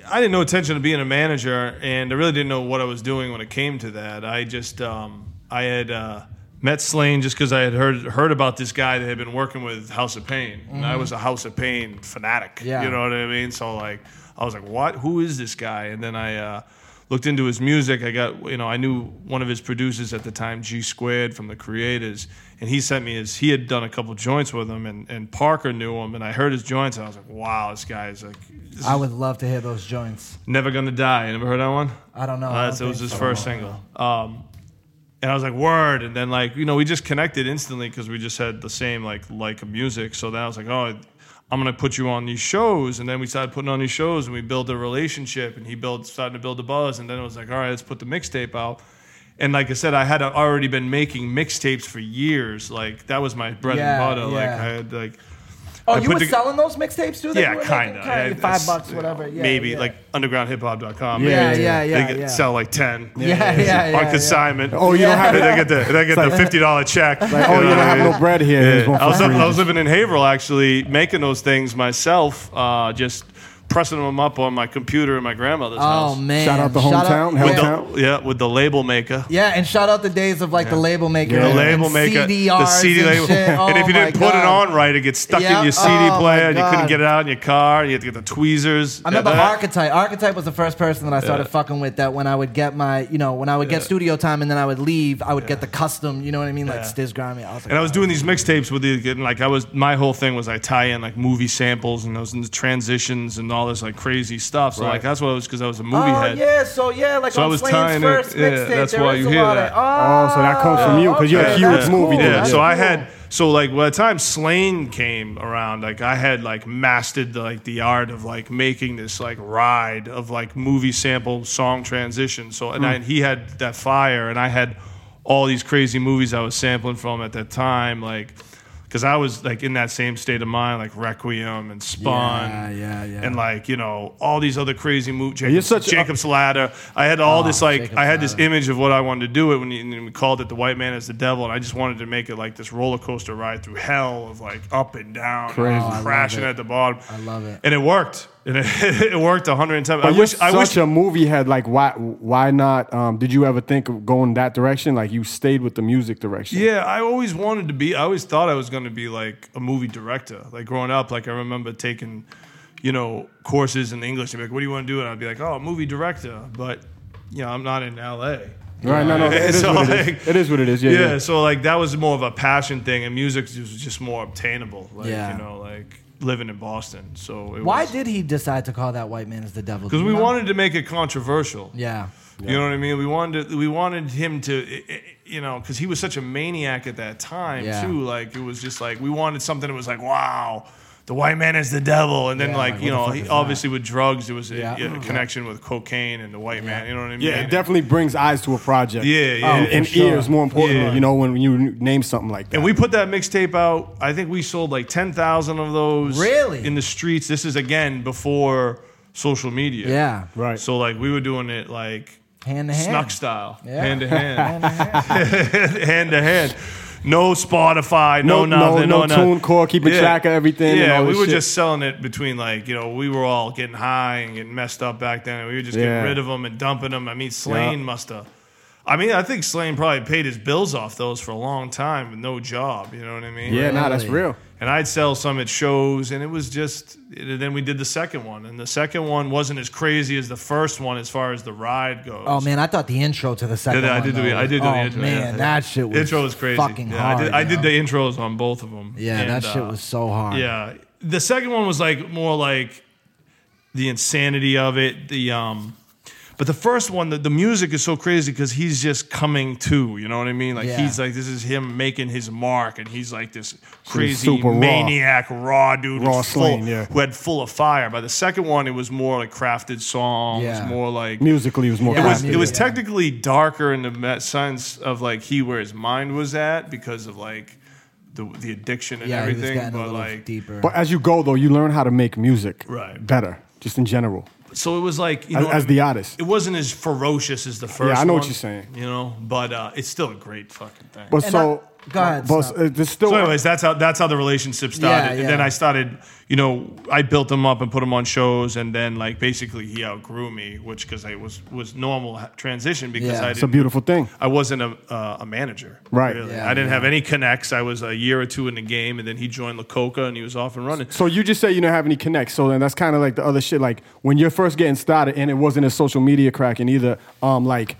[SPEAKER 3] I didn't know attention to being a manager, and I really didn't know what I was doing when it came to that. I just, um, I had uh, met Slane just because I had heard heard about this guy that had been working with House of Pain, and I was a House of Pain fanatic.
[SPEAKER 1] Mm-hmm. Yeah.
[SPEAKER 3] you know what I mean. So like, I was like, what? Who is this guy? And then I. Uh, Looked into his music. I got, you know, I knew one of his producers at the time, G Squared from the Creators, and he sent me his. He had done a couple joints with him, and, and Parker knew him, and I heard his joints, and I was like, wow, this guy is like, this
[SPEAKER 1] I would love to hear those joints.
[SPEAKER 3] Never Gonna Die. You never heard that one?
[SPEAKER 1] I don't know. I
[SPEAKER 3] Uh,
[SPEAKER 1] don't
[SPEAKER 3] so it was
[SPEAKER 1] think
[SPEAKER 3] his
[SPEAKER 1] so.
[SPEAKER 3] first single. Um, and I was like, word. And then, like, you know, we just connected instantly because we just had the same, like, like of music. So then I was like, oh, I'm going to put you on these shows. And then we started putting on these shows and we built a relationship and he built, started to build a buzz. And then it was like, all right, let's put the mixtape out. And like I said, I had already been making mixtapes for years. Like, that was my bread
[SPEAKER 1] Yeah,
[SPEAKER 3] and butter. Like,
[SPEAKER 1] yeah.
[SPEAKER 3] I had, like,
[SPEAKER 1] Oh,
[SPEAKER 3] I
[SPEAKER 1] you
[SPEAKER 3] put
[SPEAKER 1] were
[SPEAKER 3] the-
[SPEAKER 1] selling those mixtapes too? that
[SPEAKER 3] yeah,
[SPEAKER 1] you were making?
[SPEAKER 3] kind of.
[SPEAKER 1] Kinda, Five bucks, whatever. Yeah,
[SPEAKER 3] maybe
[SPEAKER 1] yeah.
[SPEAKER 3] like undergroundhiphop.com.
[SPEAKER 1] Yeah,
[SPEAKER 3] maybe
[SPEAKER 1] yeah, yeah,
[SPEAKER 3] They could
[SPEAKER 1] yeah.
[SPEAKER 3] sell like ten.
[SPEAKER 1] Yeah, yeah, yeah,
[SPEAKER 3] On
[SPEAKER 1] yeah.
[SPEAKER 3] consignment.
[SPEAKER 2] oh, you don't have
[SPEAKER 3] They
[SPEAKER 2] it.
[SPEAKER 3] get the they get the fifty dollar check.
[SPEAKER 2] Like, oh, you don't have no bread here. Here's one for
[SPEAKER 3] I was, up,
[SPEAKER 2] free.
[SPEAKER 3] I was living in Haverhill actually, making those things myself, uh, just pressing them up on my computer in my grandmother's
[SPEAKER 1] Oh
[SPEAKER 3] house.
[SPEAKER 1] man!
[SPEAKER 2] Shout out the hometown,
[SPEAKER 1] yeah.
[SPEAKER 2] hometown.
[SPEAKER 3] The- yeah, with the label maker.
[SPEAKER 1] Yeah, and shout out the days of like the label maker,
[SPEAKER 2] The
[SPEAKER 3] The
[SPEAKER 1] and
[SPEAKER 3] label maker,
[SPEAKER 1] CDRs
[SPEAKER 3] the CD
[SPEAKER 1] and
[SPEAKER 3] label,
[SPEAKER 1] shit.
[SPEAKER 3] and if
[SPEAKER 1] Oh,
[SPEAKER 3] you
[SPEAKER 1] my
[SPEAKER 3] didn't put it
[SPEAKER 1] God.
[SPEAKER 3] on right, it gets stuck
[SPEAKER 1] Yep.
[SPEAKER 3] in your CD
[SPEAKER 1] Oh, my
[SPEAKER 3] player, and you couldn't
[SPEAKER 1] God.
[SPEAKER 3] get it out in your car. You had to get the tweezers.
[SPEAKER 1] I remember
[SPEAKER 3] Yeah, that-
[SPEAKER 1] Archetype. Archetype was the first person that I started fucking with. That when I would get my, you know, when I would get studio time and then I would leave, I would get the custom. You know what I mean? Like
[SPEAKER 3] Yeah.
[SPEAKER 1] Stiz Grimy. I was like,
[SPEAKER 3] And I was doing these mixtapes with the and like I was my whole thing was I tie in like movie samples and those and the transitions and all this like crazy stuff. So like that's what it was because I was a movie
[SPEAKER 1] oh
[SPEAKER 3] head.
[SPEAKER 1] yeah, so yeah, like
[SPEAKER 3] So I
[SPEAKER 1] on
[SPEAKER 3] was
[SPEAKER 1] Slane's
[SPEAKER 3] tying it-
[SPEAKER 1] first
[SPEAKER 3] yeah,
[SPEAKER 1] mixtape,
[SPEAKER 3] that's
[SPEAKER 1] there
[SPEAKER 3] why
[SPEAKER 1] is
[SPEAKER 3] you
[SPEAKER 1] a
[SPEAKER 3] hear
[SPEAKER 1] lot
[SPEAKER 3] that.
[SPEAKER 1] Of, oh,
[SPEAKER 2] Oh, so that comes from you, 'cause you're a
[SPEAKER 1] okay,
[SPEAKER 2] huge
[SPEAKER 1] that's
[SPEAKER 2] movie
[SPEAKER 1] cool,
[SPEAKER 2] dude.
[SPEAKER 3] Yeah,
[SPEAKER 1] that's
[SPEAKER 3] so I
[SPEAKER 1] cool.
[SPEAKER 3] had so like by the time Slane came around, like I had like mastered the, like the art of like making this like ride of like movie sample song transition. So
[SPEAKER 2] Hmm.
[SPEAKER 3] and, I, he had that fire, and I had all these crazy movies I was sampling from at that time, like because I was like in that same state of mind, like Requiem and Spawn,
[SPEAKER 1] Yeah, yeah, yeah.
[SPEAKER 3] and like you know all these other crazy movies.
[SPEAKER 2] you're
[SPEAKER 3] Jacob's,
[SPEAKER 2] such a-
[SPEAKER 3] Jacob's Ladder. I had all this like
[SPEAKER 1] Oh, Jacob's
[SPEAKER 3] I had this
[SPEAKER 1] Ladder.
[SPEAKER 3] image image of what I wanted to do it when you, and we called it the white man is the devil, and I just wanted to make it like this roller coaster ride through hell of like up and down,
[SPEAKER 2] Crazy. Oh, I
[SPEAKER 1] love
[SPEAKER 3] crashing
[SPEAKER 1] it.
[SPEAKER 3] at the bottom.
[SPEAKER 1] I love it.
[SPEAKER 3] and it worked. And it, it worked 110. I
[SPEAKER 2] But
[SPEAKER 3] wish.
[SPEAKER 2] you're
[SPEAKER 3] I
[SPEAKER 2] such
[SPEAKER 3] wish.
[SPEAKER 2] a movie head. Like, why? Why not? Um, did you ever think of going that direction? Like, you stayed with the music direction.
[SPEAKER 3] yeah, I always wanted to be. I always thought I was going to be like a movie director. Like growing up, like I remember taking, you know, courses in English. I'd be like, "What do you want to do?" And I'd be like, "Oh, movie director." But you know, I'm not in L.A.
[SPEAKER 2] Right? No, no. It is
[SPEAKER 3] So,
[SPEAKER 2] what it
[SPEAKER 3] like-
[SPEAKER 2] is. It is what it is. Yeah.
[SPEAKER 3] yeah,
[SPEAKER 2] yeah.
[SPEAKER 3] so like that was more of a passion thing, and music was just more obtainable. Like,
[SPEAKER 1] Yeah.
[SPEAKER 3] you know, like living in Boston. So it
[SPEAKER 1] Why did he decide to call that white man as the devil? Do
[SPEAKER 3] because
[SPEAKER 1] you
[SPEAKER 3] we
[SPEAKER 1] know?
[SPEAKER 3] wanted to make it controversial.
[SPEAKER 1] Yeah.
[SPEAKER 3] You know what I mean? We wanted to, we wanted him to, i- i- you know, because he was such a maniac at that time
[SPEAKER 1] Yeah.
[SPEAKER 3] too. Like it was just like we wanted something that was like, wow, the white man is the devil, and then
[SPEAKER 1] Yeah,
[SPEAKER 3] like,
[SPEAKER 1] like,
[SPEAKER 3] you
[SPEAKER 1] what the
[SPEAKER 3] know,
[SPEAKER 1] fuck
[SPEAKER 3] he
[SPEAKER 1] is
[SPEAKER 3] obviously with drugs, there was a,
[SPEAKER 1] Yeah.
[SPEAKER 3] a connection with cocaine and the white man. You know what I mean?
[SPEAKER 2] Yeah, it definitely brings eyes to a project.
[SPEAKER 3] Yeah, yeah.
[SPEAKER 2] And,
[SPEAKER 3] Oh,
[SPEAKER 2] and
[SPEAKER 1] for sure.
[SPEAKER 2] ears, more importantly,
[SPEAKER 3] Yeah.
[SPEAKER 2] you know, when you name something like that.
[SPEAKER 3] And we put that mixtape out. I think we sold like 10,000 of those.
[SPEAKER 1] Really?
[SPEAKER 3] In the streets. This is, again, before social media.
[SPEAKER 1] Yeah.
[SPEAKER 2] Right.
[SPEAKER 3] So, like, we were doing it like
[SPEAKER 1] Hand to hand.
[SPEAKER 3] Snuck style.
[SPEAKER 1] Yeah.
[SPEAKER 3] Hand to hand. hand to hand. No Spotify, no,
[SPEAKER 2] No- no-
[SPEAKER 3] nothing,
[SPEAKER 2] no
[SPEAKER 3] nothing.
[SPEAKER 2] TuneCore, keeping track of everything and
[SPEAKER 3] Yeah,
[SPEAKER 2] all
[SPEAKER 3] we
[SPEAKER 2] this
[SPEAKER 3] were
[SPEAKER 2] shit.
[SPEAKER 3] just selling it between like you know we were all getting high and getting messed up back then, and we were just
[SPEAKER 2] Yeah.
[SPEAKER 3] getting rid of them and dumping them. I mean, Slane
[SPEAKER 2] Yeah.
[SPEAKER 3] must have. I mean, I think Slane probably paid his bills off those for a long time with no job. You know what I mean?
[SPEAKER 2] Yeah, nah, that's
[SPEAKER 1] Really?
[SPEAKER 2] real.
[SPEAKER 3] and I'd sell some at shows, and it was just. And then we did the second one, and the second one wasn't as crazy as the first one as far as the ride goes.
[SPEAKER 1] Oh man, I thought the intro to the second
[SPEAKER 3] Yeah, I
[SPEAKER 1] one,
[SPEAKER 3] did do
[SPEAKER 1] though,
[SPEAKER 3] I did do
[SPEAKER 1] oh,
[SPEAKER 3] the intro.
[SPEAKER 1] Man,
[SPEAKER 3] yeah.
[SPEAKER 1] that shit was
[SPEAKER 3] intro was crazy.
[SPEAKER 1] fucking
[SPEAKER 3] yeah,
[SPEAKER 1] hard.
[SPEAKER 3] I did, I did
[SPEAKER 1] yo.
[SPEAKER 3] the intros on both of them.
[SPEAKER 1] Yeah,
[SPEAKER 3] And,
[SPEAKER 1] that shit
[SPEAKER 3] uh,
[SPEAKER 1] was so hard.
[SPEAKER 3] Yeah, the second one was like more like the insanity of it. The um, but the first one, the, the music is so crazy because he's just coming to. You know what I mean? Like
[SPEAKER 1] Yeah.
[SPEAKER 3] he's like this is him making his mark, and he's like this crazy
[SPEAKER 2] super raw.
[SPEAKER 3] maniac, raw, dude,
[SPEAKER 2] Raw
[SPEAKER 3] who's full-
[SPEAKER 2] sling, yeah.
[SPEAKER 3] who had full of fire. By the second one, it was more like crafted songs,
[SPEAKER 1] Yeah.
[SPEAKER 3] more like
[SPEAKER 2] Musically, it was more.
[SPEAKER 1] Yeah,
[SPEAKER 3] it was
[SPEAKER 2] complicated.
[SPEAKER 3] it was
[SPEAKER 1] yeah.
[SPEAKER 3] technically darker in the ma- sense of like he where his mind was at because of like the the addiction and
[SPEAKER 1] yeah, he was
[SPEAKER 3] everything,
[SPEAKER 1] getting a
[SPEAKER 3] but
[SPEAKER 1] little
[SPEAKER 3] like
[SPEAKER 1] deeper.
[SPEAKER 2] But as you go though, you learn how to make music
[SPEAKER 3] Right.
[SPEAKER 2] better, just in general.
[SPEAKER 3] so it was like you
[SPEAKER 2] As-
[SPEAKER 3] know what
[SPEAKER 2] as
[SPEAKER 3] I
[SPEAKER 2] the
[SPEAKER 3] mean?
[SPEAKER 2] artist.
[SPEAKER 3] It wasn't as ferocious as the first.
[SPEAKER 2] I know what
[SPEAKER 3] one,
[SPEAKER 2] you're saying.
[SPEAKER 3] You know, but uh, it's still a great fucking thing.
[SPEAKER 2] But
[SPEAKER 1] And
[SPEAKER 2] so,
[SPEAKER 1] I- go ahead,
[SPEAKER 2] But
[SPEAKER 1] Snow.
[SPEAKER 2] uh, there's still.
[SPEAKER 3] so, anyways, that's how that's how the relationship started.
[SPEAKER 1] yeah.
[SPEAKER 3] And then I started, you know, I built him up and put him on shows, and then like basically he outgrew me, which because I was was normal ha- transition because
[SPEAKER 1] Yeah.
[SPEAKER 3] I
[SPEAKER 2] it's a
[SPEAKER 3] didn't
[SPEAKER 2] beautiful thing.
[SPEAKER 3] I wasn't a, uh, a manager.
[SPEAKER 2] Right.
[SPEAKER 3] really.
[SPEAKER 1] Yeah,
[SPEAKER 3] I didn't
[SPEAKER 1] yeah.
[SPEAKER 3] have any connects. I was a year or two in the game, and then he joined La Coca, and he was off and running.
[SPEAKER 2] So you just say you don't have any connects. So then that's kind of like the other shit. Like when you're first getting started, and it wasn't a social media cracking either. Um, like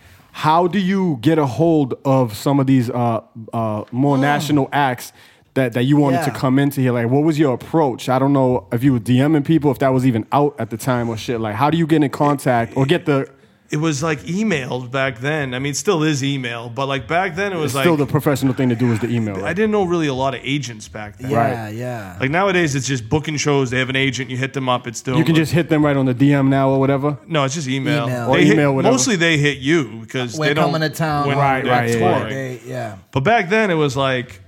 [SPEAKER 2] how do you get a hold of some of these uh, uh, more national acts that that you wanted to
[SPEAKER 1] Yeah.
[SPEAKER 2] come into here? Like what was your approach? I don't know if you were DMing people, if that was even out at the time or shit. Like how do you get in contact or get the?
[SPEAKER 3] It was like emailed back then. I mean, it still is email, but like back then it was like
[SPEAKER 2] still the professional thing to do is the email.
[SPEAKER 3] I
[SPEAKER 2] Right?
[SPEAKER 3] didn't know really a lot of agents back then.
[SPEAKER 1] yeah,
[SPEAKER 2] Right.
[SPEAKER 1] yeah.
[SPEAKER 3] Like nowadays, it's just booking shows. They have an agent. You hit them up. It's still
[SPEAKER 2] You can just hit them right on the DM now or whatever.
[SPEAKER 3] no. It's just email.
[SPEAKER 1] Email.
[SPEAKER 2] Or
[SPEAKER 3] They hit-
[SPEAKER 2] email, whatever.
[SPEAKER 3] Mostly they hit you because
[SPEAKER 1] We're
[SPEAKER 3] they don't
[SPEAKER 1] coming to town.
[SPEAKER 3] when
[SPEAKER 2] Right,
[SPEAKER 3] they're
[SPEAKER 2] right, yeah, yeah.
[SPEAKER 3] touring.
[SPEAKER 1] They- yeah.
[SPEAKER 3] But back then it was like,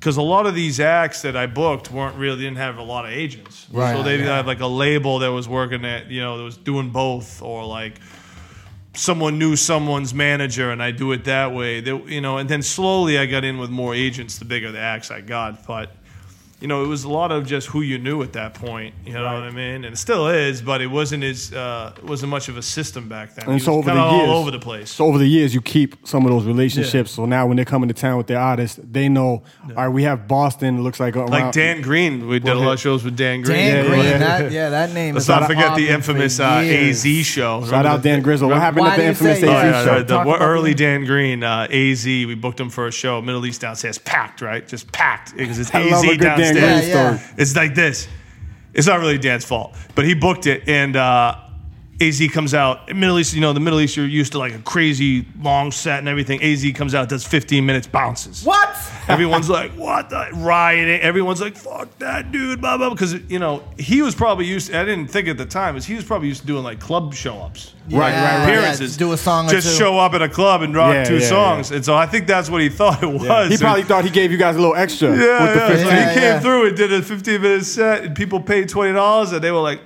[SPEAKER 3] because a lot of these acts that I booked weren't really didn't have a lot of agents,
[SPEAKER 2] Right.
[SPEAKER 3] so they didn't
[SPEAKER 1] Yeah.
[SPEAKER 3] have like a label that was working at you know that was doing both or like someone knew someone's manager and I do it that way. They, you know, and then slowly I got in with more agents the bigger the acts I got, but. You know, it was a lot of just who you knew at that point. You know what I mean, and it still is, but it wasn't as uh, wasn't much of a system back then.
[SPEAKER 2] And
[SPEAKER 3] It
[SPEAKER 2] so
[SPEAKER 3] was
[SPEAKER 2] over the
[SPEAKER 3] kinda all
[SPEAKER 2] years,
[SPEAKER 3] over the place.
[SPEAKER 2] So over the years, you keep some of those relationships. So now when they're coming to town with their artists, they know. All right, we have Boston. Looks like around,
[SPEAKER 3] like Dan Green, we did a
[SPEAKER 2] Well,
[SPEAKER 3] lot of shows with Dan Green.
[SPEAKER 1] Dan
[SPEAKER 2] yeah,
[SPEAKER 1] Green,
[SPEAKER 2] yeah.
[SPEAKER 1] that yeah, that name.
[SPEAKER 3] Let's
[SPEAKER 1] is on
[SPEAKER 3] not forget the
[SPEAKER 1] Auburn
[SPEAKER 3] infamous
[SPEAKER 1] for
[SPEAKER 3] uh,
[SPEAKER 1] years.
[SPEAKER 3] AZ show.
[SPEAKER 2] Shout out Dan Grizzle. What happened
[SPEAKER 1] Why
[SPEAKER 2] at the
[SPEAKER 1] do you
[SPEAKER 2] infamous
[SPEAKER 1] say
[SPEAKER 2] AZ
[SPEAKER 1] that?
[SPEAKER 3] Oh, yeah,
[SPEAKER 2] show?
[SPEAKER 3] the- the
[SPEAKER 1] Talk about
[SPEAKER 3] early
[SPEAKER 1] the-
[SPEAKER 3] Dan Green, uh, AZ. We booked him for a show, Middle East downstairs, packed, right? Just packed because it's
[SPEAKER 2] I love
[SPEAKER 3] AZ
[SPEAKER 2] a good Dan
[SPEAKER 3] downstairs.
[SPEAKER 2] Green
[SPEAKER 1] Yeah, yeah.
[SPEAKER 2] story.
[SPEAKER 3] It's like this. It's not really Dan's fault, but he booked it, and uh, AZ comes out. Middle East, you know, the Middle East, you're used to like a crazy long set and everything. AZ comes out, does 15 minutes, bounces.
[SPEAKER 1] What?
[SPEAKER 3] Everyone's like, what the rioting? Everyone's like, fuck that dude, blah blah. Because you know he was probably used. I didn't think at the time, is he was probably used to doing like club show ups,
[SPEAKER 2] Right, right, right.
[SPEAKER 3] appearances,
[SPEAKER 1] Yeah, do a song or
[SPEAKER 3] just
[SPEAKER 1] two.
[SPEAKER 3] show up at a club and rock
[SPEAKER 2] Yeah,
[SPEAKER 3] two
[SPEAKER 2] yeah, yeah.
[SPEAKER 3] songs. And so I think that's what he thought it was.
[SPEAKER 2] He probably thought he gave you guys a little extra.
[SPEAKER 3] yeah,
[SPEAKER 2] with the
[SPEAKER 3] Oh, yeah.
[SPEAKER 2] 15.
[SPEAKER 3] So he
[SPEAKER 1] Yeah,
[SPEAKER 3] came
[SPEAKER 1] yeah.
[SPEAKER 3] through and did a 15 minute set, and people paid twenty dollars, and they were like,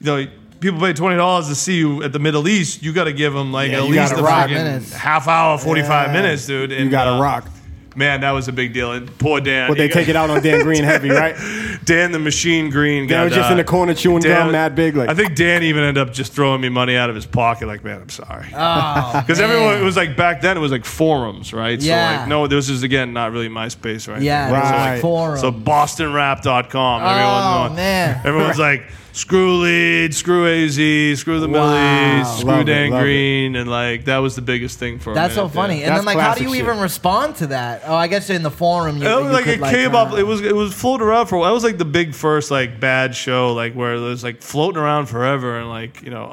[SPEAKER 3] you know. People pay twenty dollars to see you at the Middle East. You got to give them like
[SPEAKER 2] Yeah,
[SPEAKER 3] at
[SPEAKER 2] you
[SPEAKER 3] least a
[SPEAKER 2] gotta rock.
[SPEAKER 3] freaking
[SPEAKER 1] Minutes.
[SPEAKER 3] half hour, forty five
[SPEAKER 1] Yeah.
[SPEAKER 3] minutes, dude.
[SPEAKER 2] You
[SPEAKER 3] And,
[SPEAKER 2] got to
[SPEAKER 3] uh,
[SPEAKER 2] rock.
[SPEAKER 3] Man, that was a big deal. And poor Dan.
[SPEAKER 2] But they
[SPEAKER 3] he got-
[SPEAKER 2] take it out on Dan Green heavy, right?
[SPEAKER 3] Dan the Machine Green.
[SPEAKER 2] Dan
[SPEAKER 3] got,
[SPEAKER 2] was just
[SPEAKER 3] uh,
[SPEAKER 2] in the corner chewing gum, mad big. Like,
[SPEAKER 3] I think Dan even ended up just throwing me money out of his pocket. Like, man, I'm sorry.
[SPEAKER 1] Oh,
[SPEAKER 3] Because everyone, it was like back then, it was like forums, right? So,
[SPEAKER 1] Yeah.
[SPEAKER 3] like, no, this is again not really MySpace, right?
[SPEAKER 1] Yeah,
[SPEAKER 2] Right.
[SPEAKER 1] there's like forum.
[SPEAKER 3] So, BostonRap.com. Everyone's
[SPEAKER 1] oh
[SPEAKER 3] going-
[SPEAKER 1] man.
[SPEAKER 3] Everyone's like, screw lead, screw AZ, screw the
[SPEAKER 1] Wow.
[SPEAKER 3] Middle East, screw
[SPEAKER 2] Love it,
[SPEAKER 3] Dan
[SPEAKER 2] love it.
[SPEAKER 3] Green. And like, that was the biggest thing for
[SPEAKER 1] That's
[SPEAKER 3] a
[SPEAKER 1] so
[SPEAKER 3] minute there.
[SPEAKER 1] funny. And then
[SPEAKER 2] That's
[SPEAKER 1] like, how do
[SPEAKER 2] classic
[SPEAKER 1] you
[SPEAKER 2] shit.
[SPEAKER 1] even respond to that? Oh, I guess in the forum. You,
[SPEAKER 3] It
[SPEAKER 1] you
[SPEAKER 3] was like
[SPEAKER 1] could,
[SPEAKER 3] it came
[SPEAKER 1] uh,
[SPEAKER 3] up. It was it was floating around for. a while. That was like the big first like bad show like where it was like floating around forever and like you know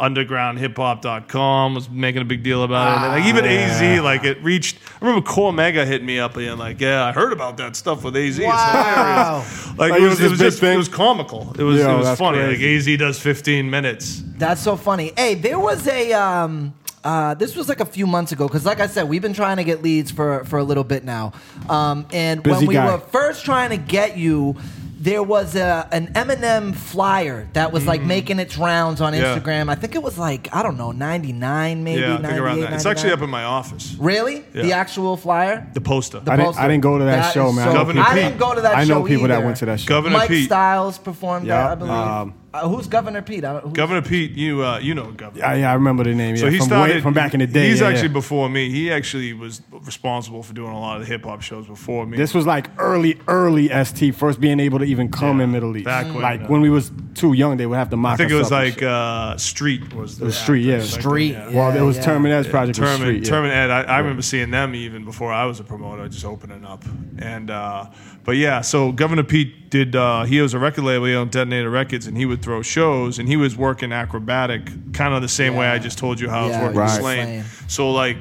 [SPEAKER 3] undergroundhiphop.com was making a big deal about it. And like even AZ like it reached. I remember Core Mega hit me up and like yeah I heard about that stuff with AZ. It's
[SPEAKER 1] Wow.
[SPEAKER 3] hilarious.
[SPEAKER 2] Like,
[SPEAKER 3] Like, it
[SPEAKER 2] it
[SPEAKER 3] was,
[SPEAKER 2] was
[SPEAKER 3] it
[SPEAKER 2] this
[SPEAKER 3] was
[SPEAKER 2] big
[SPEAKER 3] just it
[SPEAKER 2] thing?
[SPEAKER 3] was comical. It was
[SPEAKER 2] Yo,
[SPEAKER 3] it was
[SPEAKER 2] that's
[SPEAKER 3] funny.
[SPEAKER 2] crazy.
[SPEAKER 3] Like AZ does 15 minutes.
[SPEAKER 1] That's so funny. Hey, there was a um uh, this was like a few months ago because, like I said, we've been trying to get leads for for a little bit now. Um, and
[SPEAKER 2] Busy
[SPEAKER 1] when we
[SPEAKER 2] guy.
[SPEAKER 1] were first trying to get you, there was a, an Eminem flyer that was
[SPEAKER 2] Mm-hmm.
[SPEAKER 1] like making its rounds on
[SPEAKER 3] Yeah.
[SPEAKER 1] Instagram. I think it was like, I don't know, 99 maybe.
[SPEAKER 3] yeah, I think around
[SPEAKER 1] 98,
[SPEAKER 3] that. It's actually
[SPEAKER 1] 99.
[SPEAKER 3] up in my office.
[SPEAKER 1] Really?
[SPEAKER 3] Yeah.
[SPEAKER 1] The actual flyer?
[SPEAKER 3] The poster.
[SPEAKER 1] The
[SPEAKER 2] I didn't-
[SPEAKER 1] poster.
[SPEAKER 2] I didn't go to that show,
[SPEAKER 1] is
[SPEAKER 2] man.
[SPEAKER 1] so-
[SPEAKER 3] Governor
[SPEAKER 1] I
[SPEAKER 3] Pete.
[SPEAKER 1] didn't go to that
[SPEAKER 2] I
[SPEAKER 1] show
[SPEAKER 2] know people that
[SPEAKER 1] either.
[SPEAKER 2] went to that show.
[SPEAKER 3] Governor
[SPEAKER 1] Mike
[SPEAKER 3] Pete.
[SPEAKER 1] Styles performed that,
[SPEAKER 2] Yeah,
[SPEAKER 1] I believe.
[SPEAKER 2] um,
[SPEAKER 1] Uh, who's Governor Pete? I, who's,
[SPEAKER 3] Governor Pete, you uh, you know Governor.
[SPEAKER 2] I, yeah, I remember the name. Yeah,
[SPEAKER 3] So he
[SPEAKER 2] from, way-
[SPEAKER 3] started
[SPEAKER 2] from back in the day.
[SPEAKER 3] He's
[SPEAKER 2] yeah,
[SPEAKER 3] actually
[SPEAKER 2] yeah.
[SPEAKER 3] before me. He actually was responsible for doing a lot of the hip hop shows before me.
[SPEAKER 2] This was like early, early ST first being able to even come
[SPEAKER 3] Yeah,
[SPEAKER 2] in Middle East.
[SPEAKER 3] back when,
[SPEAKER 2] like
[SPEAKER 3] uh,
[SPEAKER 2] when we was too young, they would have to mock.
[SPEAKER 3] I think it
[SPEAKER 2] us
[SPEAKER 3] was
[SPEAKER 2] up and
[SPEAKER 3] like
[SPEAKER 2] shit.
[SPEAKER 3] uh, Street was the,
[SPEAKER 2] the street, yeah,
[SPEAKER 3] actor, something,
[SPEAKER 1] Street,
[SPEAKER 3] yeah.
[SPEAKER 1] yeah.
[SPEAKER 2] Well, it was
[SPEAKER 1] yeah.
[SPEAKER 2] Termin Ed's project. was
[SPEAKER 3] Term and,
[SPEAKER 2] street, yeah.
[SPEAKER 3] Term and Ed, I, I remember seeing them even before I was a promoter, just opening up. And uh, but yeah, so Governor Pete did. Uh, he was a record label, he owned Detonator Records, and he would throw shows, and he was working acrobatic, kind of the same way
[SPEAKER 1] Yeah.
[SPEAKER 3] I just told you
[SPEAKER 1] Yeah,
[SPEAKER 3] how I was working with
[SPEAKER 2] Right.
[SPEAKER 3] Slane.
[SPEAKER 1] Slane.
[SPEAKER 3] So like,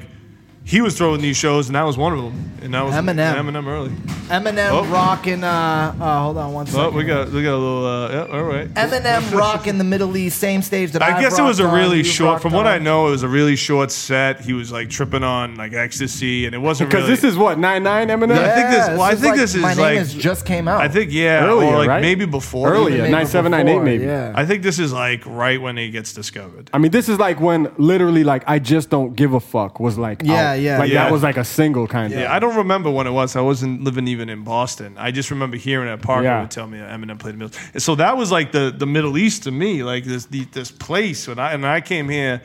[SPEAKER 3] he was throwing these shows, and that was one of them. And that was
[SPEAKER 1] Eminem.
[SPEAKER 3] Eminem early.
[SPEAKER 1] Eminem
[SPEAKER 3] Oh.
[SPEAKER 1] rocking. Uh, uh, hold on one second.
[SPEAKER 3] Oh, we got we got a little. Uh, yeah, all right.
[SPEAKER 1] Eminem rocking the Middle East, same stage that I
[SPEAKER 3] I guess it was a
[SPEAKER 1] rocked on,
[SPEAKER 3] really
[SPEAKER 1] you've
[SPEAKER 3] short.
[SPEAKER 1] rocked
[SPEAKER 3] From what
[SPEAKER 1] on.
[SPEAKER 3] I know, it was a really short set. He was like tripping on like ecstasy, and it wasn't
[SPEAKER 2] because
[SPEAKER 3] really-
[SPEAKER 2] this is what nine nine Eminem.
[SPEAKER 3] I think this-
[SPEAKER 1] Yeah,
[SPEAKER 3] well, I think
[SPEAKER 1] like-
[SPEAKER 3] this is
[SPEAKER 1] my
[SPEAKER 3] like-
[SPEAKER 1] name is just came out.
[SPEAKER 3] I think yeah,
[SPEAKER 2] Earlier,
[SPEAKER 3] or like
[SPEAKER 2] right?
[SPEAKER 3] maybe before
[SPEAKER 2] Earlier.
[SPEAKER 1] Maybe
[SPEAKER 2] 97, 98
[SPEAKER 1] before,
[SPEAKER 2] maybe.
[SPEAKER 1] Yeah.
[SPEAKER 3] I think this is like right when he gets discovered.
[SPEAKER 2] I mean, this is like when literally like I just don't give a fuck was like
[SPEAKER 1] Yeah,
[SPEAKER 2] out.
[SPEAKER 1] yeah,
[SPEAKER 2] like
[SPEAKER 3] yeah.
[SPEAKER 2] that was like a single kind of.
[SPEAKER 3] Yeah, I don't remember when it was. I wasn't living even in Boston. I just remember hearing at Parker
[SPEAKER 2] Yeah.
[SPEAKER 3] would tell me that Eminem played the Middle. And so that was like the the Middle East to me, like this the, this place. When I and I came here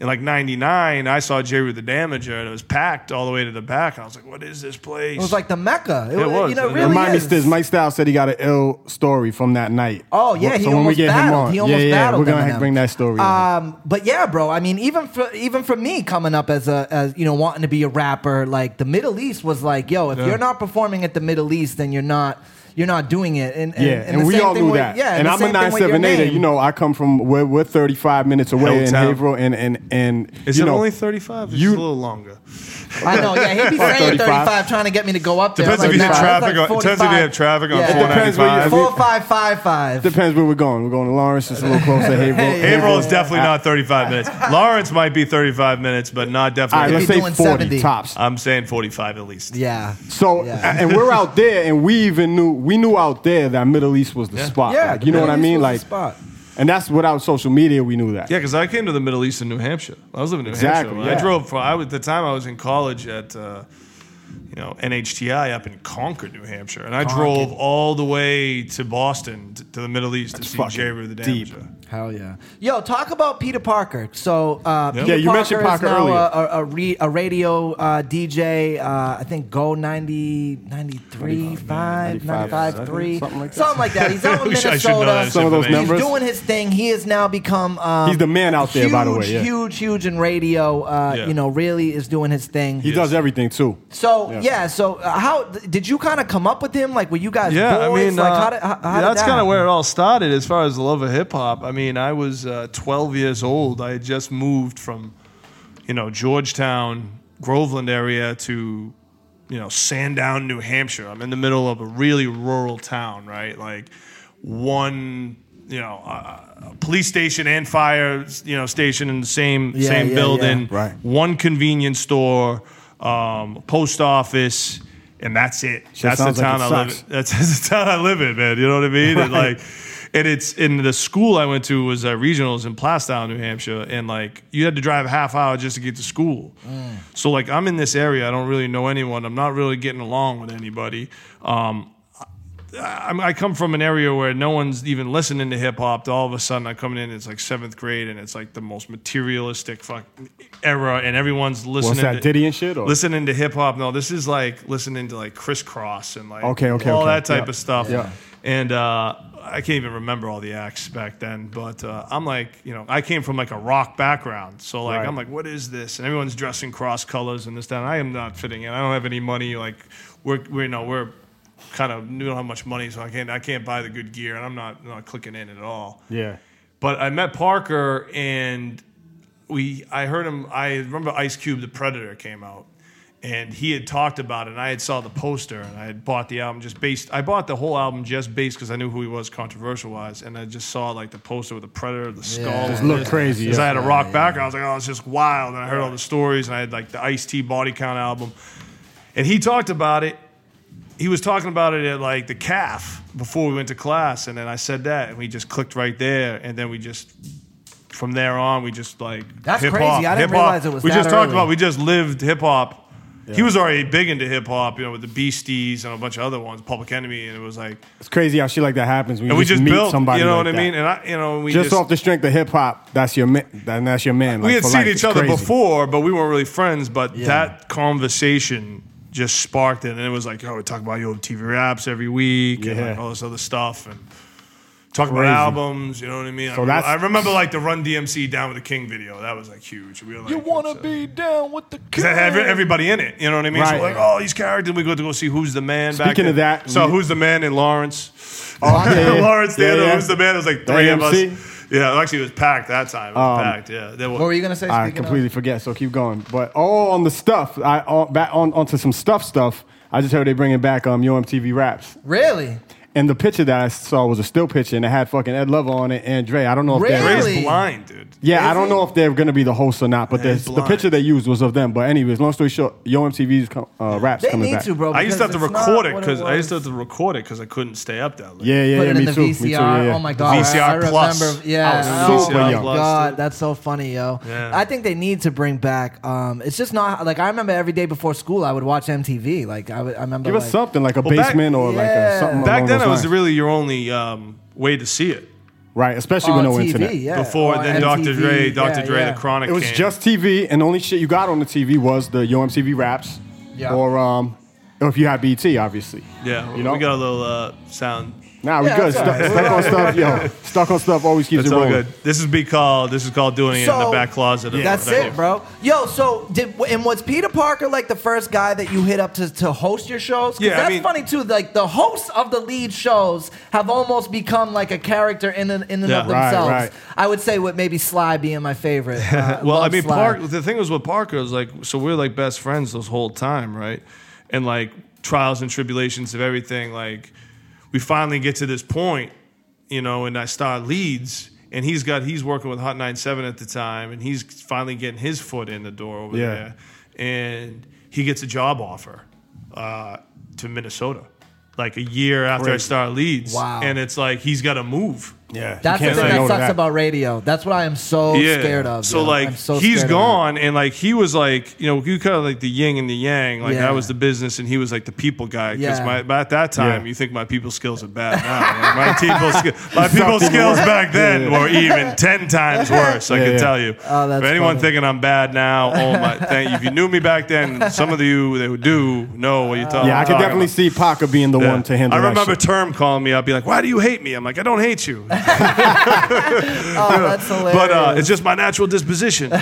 [SPEAKER 3] in like '99, I saw Jerry with the Damager, and it was packed all the way to the back. I was like, "What is this place?"
[SPEAKER 1] It was like the Mecca. It,
[SPEAKER 3] It
[SPEAKER 1] was.
[SPEAKER 3] was.
[SPEAKER 1] You know,
[SPEAKER 3] It
[SPEAKER 1] really
[SPEAKER 2] Remind
[SPEAKER 1] is.
[SPEAKER 2] me, Stiz. Mike Styles said he got an ill story from that night.
[SPEAKER 1] Oh yeah,
[SPEAKER 2] so
[SPEAKER 1] he
[SPEAKER 2] when
[SPEAKER 1] almost
[SPEAKER 2] we get
[SPEAKER 1] battled.
[SPEAKER 2] him on,
[SPEAKER 1] He almost
[SPEAKER 2] yeah, yeah,
[SPEAKER 1] battled.
[SPEAKER 2] we're gonna
[SPEAKER 1] Eminem.
[SPEAKER 2] bring that story. in.
[SPEAKER 1] Um, but yeah, bro. I mean, even for even for me coming up as a as you know wanting to be a rapper, like the Middle East was like, yo, if you're not performing at the Middle East, then you're not you're not doing it. And, and
[SPEAKER 2] Yeah,
[SPEAKER 1] and
[SPEAKER 2] and,
[SPEAKER 1] the
[SPEAKER 2] we
[SPEAKER 1] same
[SPEAKER 2] all
[SPEAKER 1] thing
[SPEAKER 2] knew
[SPEAKER 1] with-
[SPEAKER 2] that.
[SPEAKER 1] Yeah,
[SPEAKER 2] and
[SPEAKER 1] the
[SPEAKER 2] I'm
[SPEAKER 1] same
[SPEAKER 2] a
[SPEAKER 1] thing with your
[SPEAKER 2] 978er.
[SPEAKER 1] name.
[SPEAKER 2] You know, I come from we're, we're 35 minutes away in
[SPEAKER 3] Hilltown.
[SPEAKER 2] Haverhill, and and and
[SPEAKER 3] is
[SPEAKER 2] you
[SPEAKER 3] it
[SPEAKER 2] know,
[SPEAKER 3] only 35? It's
[SPEAKER 2] you-
[SPEAKER 3] just a little longer.
[SPEAKER 1] I know. Yeah, he'd be saying 35.
[SPEAKER 2] 35.
[SPEAKER 1] trying to get me to go up there.
[SPEAKER 3] Depends
[SPEAKER 1] I'm
[SPEAKER 3] if you
[SPEAKER 1] like,
[SPEAKER 3] hit
[SPEAKER 1] nah, that's
[SPEAKER 3] traffic.
[SPEAKER 1] like
[SPEAKER 3] on, depends if you
[SPEAKER 1] 45.
[SPEAKER 3] hit traffic on
[SPEAKER 1] Yeah. It
[SPEAKER 2] depends where you-
[SPEAKER 3] 495.
[SPEAKER 1] Four five five five.
[SPEAKER 2] depends where we're going. We're going to Lawrence. It's a little closer. Haverhill.
[SPEAKER 1] Hey,
[SPEAKER 3] Haverhill is definitely not 35 minutes. Lawrence might be 35 minutes, but not
[SPEAKER 2] All right,
[SPEAKER 3] definitely.
[SPEAKER 2] let's
[SPEAKER 1] If
[SPEAKER 2] say
[SPEAKER 1] you're doing
[SPEAKER 2] 40
[SPEAKER 1] 70.
[SPEAKER 2] tops.
[SPEAKER 3] I'm saying 45 at least.
[SPEAKER 1] yeah.
[SPEAKER 2] So
[SPEAKER 1] Yeah.
[SPEAKER 2] and we're out there, and we even knew we knew out there that Middle East was the spot.
[SPEAKER 1] Yeah.
[SPEAKER 2] Like,
[SPEAKER 1] the
[SPEAKER 2] you know
[SPEAKER 1] Middle
[SPEAKER 2] what I
[SPEAKER 1] East
[SPEAKER 2] mean?
[SPEAKER 1] was the
[SPEAKER 2] Like,
[SPEAKER 1] spot.
[SPEAKER 2] and that's without social media. We knew that.
[SPEAKER 3] Yeah, because I came to the Middle East in New Hampshire. I was living in New
[SPEAKER 2] Exactly,
[SPEAKER 3] Hampshire. I
[SPEAKER 2] yeah.
[SPEAKER 3] drove for I was the time I was in college at uh, you know NHTI up in Concord, New Hampshire, and I drove all the way to Boston t- to the Middle East to see
[SPEAKER 2] fucking
[SPEAKER 3] Jerry with the
[SPEAKER 2] deep.
[SPEAKER 3] Damager.
[SPEAKER 1] Hell yeah. Yo, talk about Peter Parker. So, uh, Peter
[SPEAKER 2] Yeah, you
[SPEAKER 1] Parker
[SPEAKER 2] mentioned Parker
[SPEAKER 1] is now
[SPEAKER 2] earlier.
[SPEAKER 1] A, a, a, re, a radio uh, DJ, uh, I think Go 90, 93, 5, 95, 3.
[SPEAKER 2] Something like that.
[SPEAKER 1] Something like that. He's out in
[SPEAKER 3] I wish I should know
[SPEAKER 1] Minnesota.
[SPEAKER 3] that
[SPEAKER 2] Some of those
[SPEAKER 3] information.
[SPEAKER 1] He's
[SPEAKER 2] numbers.
[SPEAKER 1] doing his thing. He has now become. Um,
[SPEAKER 2] He's the man out there,
[SPEAKER 1] huge,
[SPEAKER 2] by the way, yeah.
[SPEAKER 1] Huge, huge in radio. Uh,
[SPEAKER 3] Yeah.
[SPEAKER 1] You know, really is doing his thing.
[SPEAKER 2] He does everything too.
[SPEAKER 1] So yeah,
[SPEAKER 2] Yeah.
[SPEAKER 1] so uh, how th- did you kind of come up with him? Like, were you guys
[SPEAKER 3] Yeah,
[SPEAKER 1] boys?
[SPEAKER 3] I mean,
[SPEAKER 1] like,
[SPEAKER 3] uh,
[SPEAKER 1] how did, how, how did that
[SPEAKER 3] that's kind of
[SPEAKER 1] happen?
[SPEAKER 3] where it all started as far as the love of hip hop. I mean, I was uh, 12 years old. I had just moved from, you know, Georgetown, Groveland area to, you know, Sandown, New Hampshire. I'm in the middle of a really rural town, right? Like one, you know, uh, police station and fire, you know, station in the same
[SPEAKER 1] Yeah,
[SPEAKER 3] same
[SPEAKER 1] yeah,
[SPEAKER 3] building
[SPEAKER 2] yeah. Right.
[SPEAKER 3] one convenience store, um, post office, and that's it. that's the
[SPEAKER 2] sounds like
[SPEAKER 3] town
[SPEAKER 2] it
[SPEAKER 3] I live.
[SPEAKER 2] sucks.
[SPEAKER 3] In. That's, the town I live in, man. You know what I mean? And like, and it's and the school I went to was uh, regionals in Plastown, New Hampshire, and like you had to drive a half hour just to get to school.
[SPEAKER 2] Mm.
[SPEAKER 3] So like I'm in this area, I don't really know anyone. I'm not really getting along with anybody. Um, I'm, I come from an area where no one's even listening to hip hop. All of a sudden, I'm coming in. It's like seventh grade, and it's like the most materialistic fuck era, and everyone's listening.
[SPEAKER 2] What's that
[SPEAKER 3] to,
[SPEAKER 2] Diddy and shit? Or?
[SPEAKER 3] Listening to hip hop. No, this is like listening to like crisscross and like
[SPEAKER 2] Okay, okay,
[SPEAKER 3] all
[SPEAKER 2] okay.
[SPEAKER 3] that type
[SPEAKER 2] Yeah.
[SPEAKER 3] of stuff.
[SPEAKER 2] Yeah.
[SPEAKER 3] And uh, I can't even remember all the acts back then, but uh, I'm like, you know, I came from like a rock background, so like
[SPEAKER 2] Right.
[SPEAKER 3] I'm like, what is this? And everyone's dressing cross colors and this that. And I am not fitting in. I don't have any money. Like we're, we're you know we're kind of we don't have much money, so I can't I can't buy the good gear, and I'm not not clicking in at all.
[SPEAKER 2] Yeah.
[SPEAKER 3] But I met Parker and we I heard him I remember Ice Cube the Predator came out and he had talked about it and I had saw the poster and I had bought the album just based I bought the whole album just based because I knew who he was controversial wise and I just saw like the poster with the predator, the skull.
[SPEAKER 1] Just
[SPEAKER 3] and
[SPEAKER 2] looked
[SPEAKER 3] this.
[SPEAKER 2] crazy,
[SPEAKER 3] 'Cause
[SPEAKER 2] yeah.
[SPEAKER 3] I had a rock background. I was like, oh it's just wild and I heard all the stories and I had like the Ice T body count album. And he talked about it he was talking about it at like the calf before we went to class, and then I said that, and we just clicked right there, and then we just from there on we just like
[SPEAKER 1] That's
[SPEAKER 3] hip-hop,
[SPEAKER 1] crazy. I didn't
[SPEAKER 3] hip-hop.
[SPEAKER 1] realize it was
[SPEAKER 3] We
[SPEAKER 1] that
[SPEAKER 3] just talked
[SPEAKER 1] early.
[SPEAKER 3] about we just lived hip hop. He was already big into hip hop, you know, with the Beasties and a bunch of other ones, Public Enemy, and it was like,
[SPEAKER 2] It's crazy how shit like that happens when you
[SPEAKER 3] and we just
[SPEAKER 2] meet
[SPEAKER 3] built,
[SPEAKER 2] somebody.
[SPEAKER 3] you know
[SPEAKER 2] like
[SPEAKER 3] what I
[SPEAKER 2] that.
[SPEAKER 3] mean? And I, you know, we
[SPEAKER 2] just,
[SPEAKER 3] just,
[SPEAKER 2] off the strength of hip hop, that's your man. Then that's your man.
[SPEAKER 3] we
[SPEAKER 2] like,
[SPEAKER 3] had
[SPEAKER 2] for
[SPEAKER 3] seen
[SPEAKER 2] life.
[SPEAKER 3] each
[SPEAKER 2] It's
[SPEAKER 3] other
[SPEAKER 2] crazy.
[SPEAKER 3] before, but we weren't really friends. But that conversation just sparked it, and it was like, oh, we talk about your TV raps every week, and like
[SPEAKER 2] Yeah.
[SPEAKER 3] all this other stuff, and talk about
[SPEAKER 2] Crazy.
[SPEAKER 3] albums. You know what I mean? I,
[SPEAKER 2] that's-
[SPEAKER 3] I remember like the Run DMC "Down with the King" video. That was like huge. We were like,
[SPEAKER 1] You wanna
[SPEAKER 3] upset.
[SPEAKER 1] be down with the king?
[SPEAKER 3] 'Cause That had everybody in it, you know what I mean? So
[SPEAKER 2] Right.
[SPEAKER 3] like, oh, these characters. We go to go see who's the man. back
[SPEAKER 2] Speaking of
[SPEAKER 3] then.
[SPEAKER 2] that,
[SPEAKER 3] so
[SPEAKER 2] we-
[SPEAKER 3] who's the man in Lawrence? Oh,
[SPEAKER 2] yeah, yeah.
[SPEAKER 3] Lawrence
[SPEAKER 2] Yeah,
[SPEAKER 3] Theater.
[SPEAKER 2] yeah.
[SPEAKER 3] Who's the man? It was like
[SPEAKER 2] The
[SPEAKER 3] three of
[SPEAKER 2] AMC?
[SPEAKER 3] us. Yeah, actually, it was packed that time. It was
[SPEAKER 2] Um,
[SPEAKER 3] packed. Yeah, there
[SPEAKER 1] What were you gonna say?
[SPEAKER 2] I
[SPEAKER 1] speaking of?
[SPEAKER 2] completely forget, so keep going. But oh, on the stuff, I on, back on onto some stuff stuff. I just heard they bringing back um Yo MTV Raps,
[SPEAKER 1] Really?
[SPEAKER 2] and the picture that I saw was a still picture, and it had fucking Ed Lover on it and Dre. I don't know if they're
[SPEAKER 1] Really?
[SPEAKER 3] Dre's blind, dude.
[SPEAKER 2] yeah, I
[SPEAKER 1] Is
[SPEAKER 2] don't
[SPEAKER 1] he?
[SPEAKER 2] know if they're gonna be the host or not, but
[SPEAKER 3] Yeah,
[SPEAKER 2] the
[SPEAKER 3] he's
[SPEAKER 2] the
[SPEAKER 3] blind.
[SPEAKER 2] picture they used was of them. But anyways, long story short, Yo MTV's com- uh, Raps
[SPEAKER 1] They
[SPEAKER 2] coming
[SPEAKER 1] need
[SPEAKER 2] back.
[SPEAKER 1] to, bro.
[SPEAKER 3] I used to have
[SPEAKER 1] because
[SPEAKER 3] to
[SPEAKER 1] it's not
[SPEAKER 3] record it
[SPEAKER 1] what
[SPEAKER 3] because I
[SPEAKER 1] was.
[SPEAKER 3] used to have to record it because I couldn't stay up that late.
[SPEAKER 2] Yeah, yeah,
[SPEAKER 1] put it
[SPEAKER 2] yeah,
[SPEAKER 1] in
[SPEAKER 2] me
[SPEAKER 1] the
[SPEAKER 2] too.
[SPEAKER 1] VCR.
[SPEAKER 2] Me too, yeah, yeah.
[SPEAKER 1] Oh my god,
[SPEAKER 3] VCR
[SPEAKER 1] I remember.
[SPEAKER 3] plus.
[SPEAKER 2] I
[SPEAKER 1] Yeah,
[SPEAKER 2] was
[SPEAKER 1] oh
[SPEAKER 2] super
[SPEAKER 1] my
[SPEAKER 2] young.
[SPEAKER 1] god, that's so funny, yo.
[SPEAKER 3] Yeah.
[SPEAKER 1] I think they need to bring back. Um, it's just not like I remember every day before school I would watch MTV. Like I, would, I remember.
[SPEAKER 2] Give
[SPEAKER 1] like,
[SPEAKER 2] us something like a
[SPEAKER 3] Well, back-
[SPEAKER 2] basement or like
[SPEAKER 1] Yeah.
[SPEAKER 2] a, something.
[SPEAKER 3] Back
[SPEAKER 2] along
[SPEAKER 3] then,
[SPEAKER 2] those
[SPEAKER 3] it was
[SPEAKER 2] lines.
[SPEAKER 3] really your only um, way to see it.
[SPEAKER 2] right, especially
[SPEAKER 1] on
[SPEAKER 2] with no
[SPEAKER 1] TV,
[SPEAKER 2] internet.
[SPEAKER 1] Oh, yeah.
[SPEAKER 3] Before
[SPEAKER 1] on
[SPEAKER 3] then, Dr.
[SPEAKER 1] MTV,
[SPEAKER 3] Dre, Dr.
[SPEAKER 1] yeah,
[SPEAKER 3] Dre,
[SPEAKER 1] yeah.
[SPEAKER 3] the Chronic.
[SPEAKER 2] It was
[SPEAKER 3] came.
[SPEAKER 2] just TV, and the only shit you got on the TV was the Yo MTV Raps,
[SPEAKER 1] Yeah.
[SPEAKER 2] or um, or if you had BT, obviously.
[SPEAKER 3] yeah.
[SPEAKER 2] you know?
[SPEAKER 3] we got a little uh, sound.
[SPEAKER 2] Nah, we
[SPEAKER 1] Yeah,
[SPEAKER 2] good.
[SPEAKER 1] it's all
[SPEAKER 2] Stuck,
[SPEAKER 1] right.
[SPEAKER 2] stuck on stuff, yo. Stuck on stuff always keeps
[SPEAKER 3] It's
[SPEAKER 2] it
[SPEAKER 3] all
[SPEAKER 2] rolling.
[SPEAKER 3] good. This is be called. This is called doing it in the back closet. Of
[SPEAKER 1] That's
[SPEAKER 3] the venue.
[SPEAKER 1] it, bro. Yo, so did and was Peter Parker like the first guy that you hit up to, to host your shows? 'Cause
[SPEAKER 3] Yeah, I
[SPEAKER 1] that's
[SPEAKER 3] mean-
[SPEAKER 1] funny too. Like the hosts of the lead shows have almost become like a character in and, in and
[SPEAKER 3] Yeah.
[SPEAKER 1] of
[SPEAKER 2] Right,
[SPEAKER 1] themselves.
[SPEAKER 2] right.
[SPEAKER 1] I would say with maybe Sly being my favorite. Uh,
[SPEAKER 3] well, I
[SPEAKER 1] love
[SPEAKER 3] mean,
[SPEAKER 1] Sly.
[SPEAKER 3] Park, the thing was with Parker was like, so we're like best friends this whole time, right? And like trials and tribulations of everything, like we finally get to this point, you know, and I start leads. And he's got he's working with Hot 97 at the time, and he's finally getting his foot in the door over
[SPEAKER 2] Yeah.
[SPEAKER 3] there. And he gets a job offer uh, to Minnesota, like a year after I
[SPEAKER 2] Crazy.
[SPEAKER 3] start leads.
[SPEAKER 1] Wow.
[SPEAKER 3] And it's like he's got to move.
[SPEAKER 2] Yeah, you
[SPEAKER 1] That's the
[SPEAKER 2] can't
[SPEAKER 1] thing
[SPEAKER 3] say
[SPEAKER 2] no
[SPEAKER 1] that
[SPEAKER 2] to
[SPEAKER 1] sucks about radio. That's what I am so scared of.
[SPEAKER 3] So
[SPEAKER 1] yo.
[SPEAKER 3] like
[SPEAKER 1] I'm so
[SPEAKER 3] he's
[SPEAKER 1] scared of
[SPEAKER 3] gone, and like he was like you know you kind of like the yin and the yang. Like
[SPEAKER 1] Yeah.
[SPEAKER 3] I was the business, and he was like the people guy. Because
[SPEAKER 1] Yeah.
[SPEAKER 3] my by at that time,
[SPEAKER 2] Yeah.
[SPEAKER 3] you think my people skills are bad now. Like, my people ski- my
[SPEAKER 2] You
[SPEAKER 3] people
[SPEAKER 2] sucked even
[SPEAKER 3] skills
[SPEAKER 2] worse.
[SPEAKER 3] back then
[SPEAKER 2] Yeah, yeah.
[SPEAKER 3] were even ten times worse. I
[SPEAKER 2] Yeah,
[SPEAKER 3] can
[SPEAKER 2] yeah.
[SPEAKER 3] tell you.
[SPEAKER 1] Oh, that's
[SPEAKER 3] For anyone
[SPEAKER 1] funny.
[SPEAKER 3] thinking I'm bad now, oh my! Thank you. If you knew me back then, some of you that do know
[SPEAKER 1] Oh.
[SPEAKER 3] what you're talking.
[SPEAKER 2] Yeah, I could
[SPEAKER 3] talking
[SPEAKER 2] definitely
[SPEAKER 3] about.
[SPEAKER 2] see Parker being the
[SPEAKER 3] Yeah.
[SPEAKER 2] one to handle
[SPEAKER 3] I remember
[SPEAKER 2] that shit.
[SPEAKER 3] Term calling me up, be like, "Why do you hate me?" I'm like, "I don't hate you."
[SPEAKER 1] Oh, that's hilarious.
[SPEAKER 3] But uh, it's just my natural disposition. I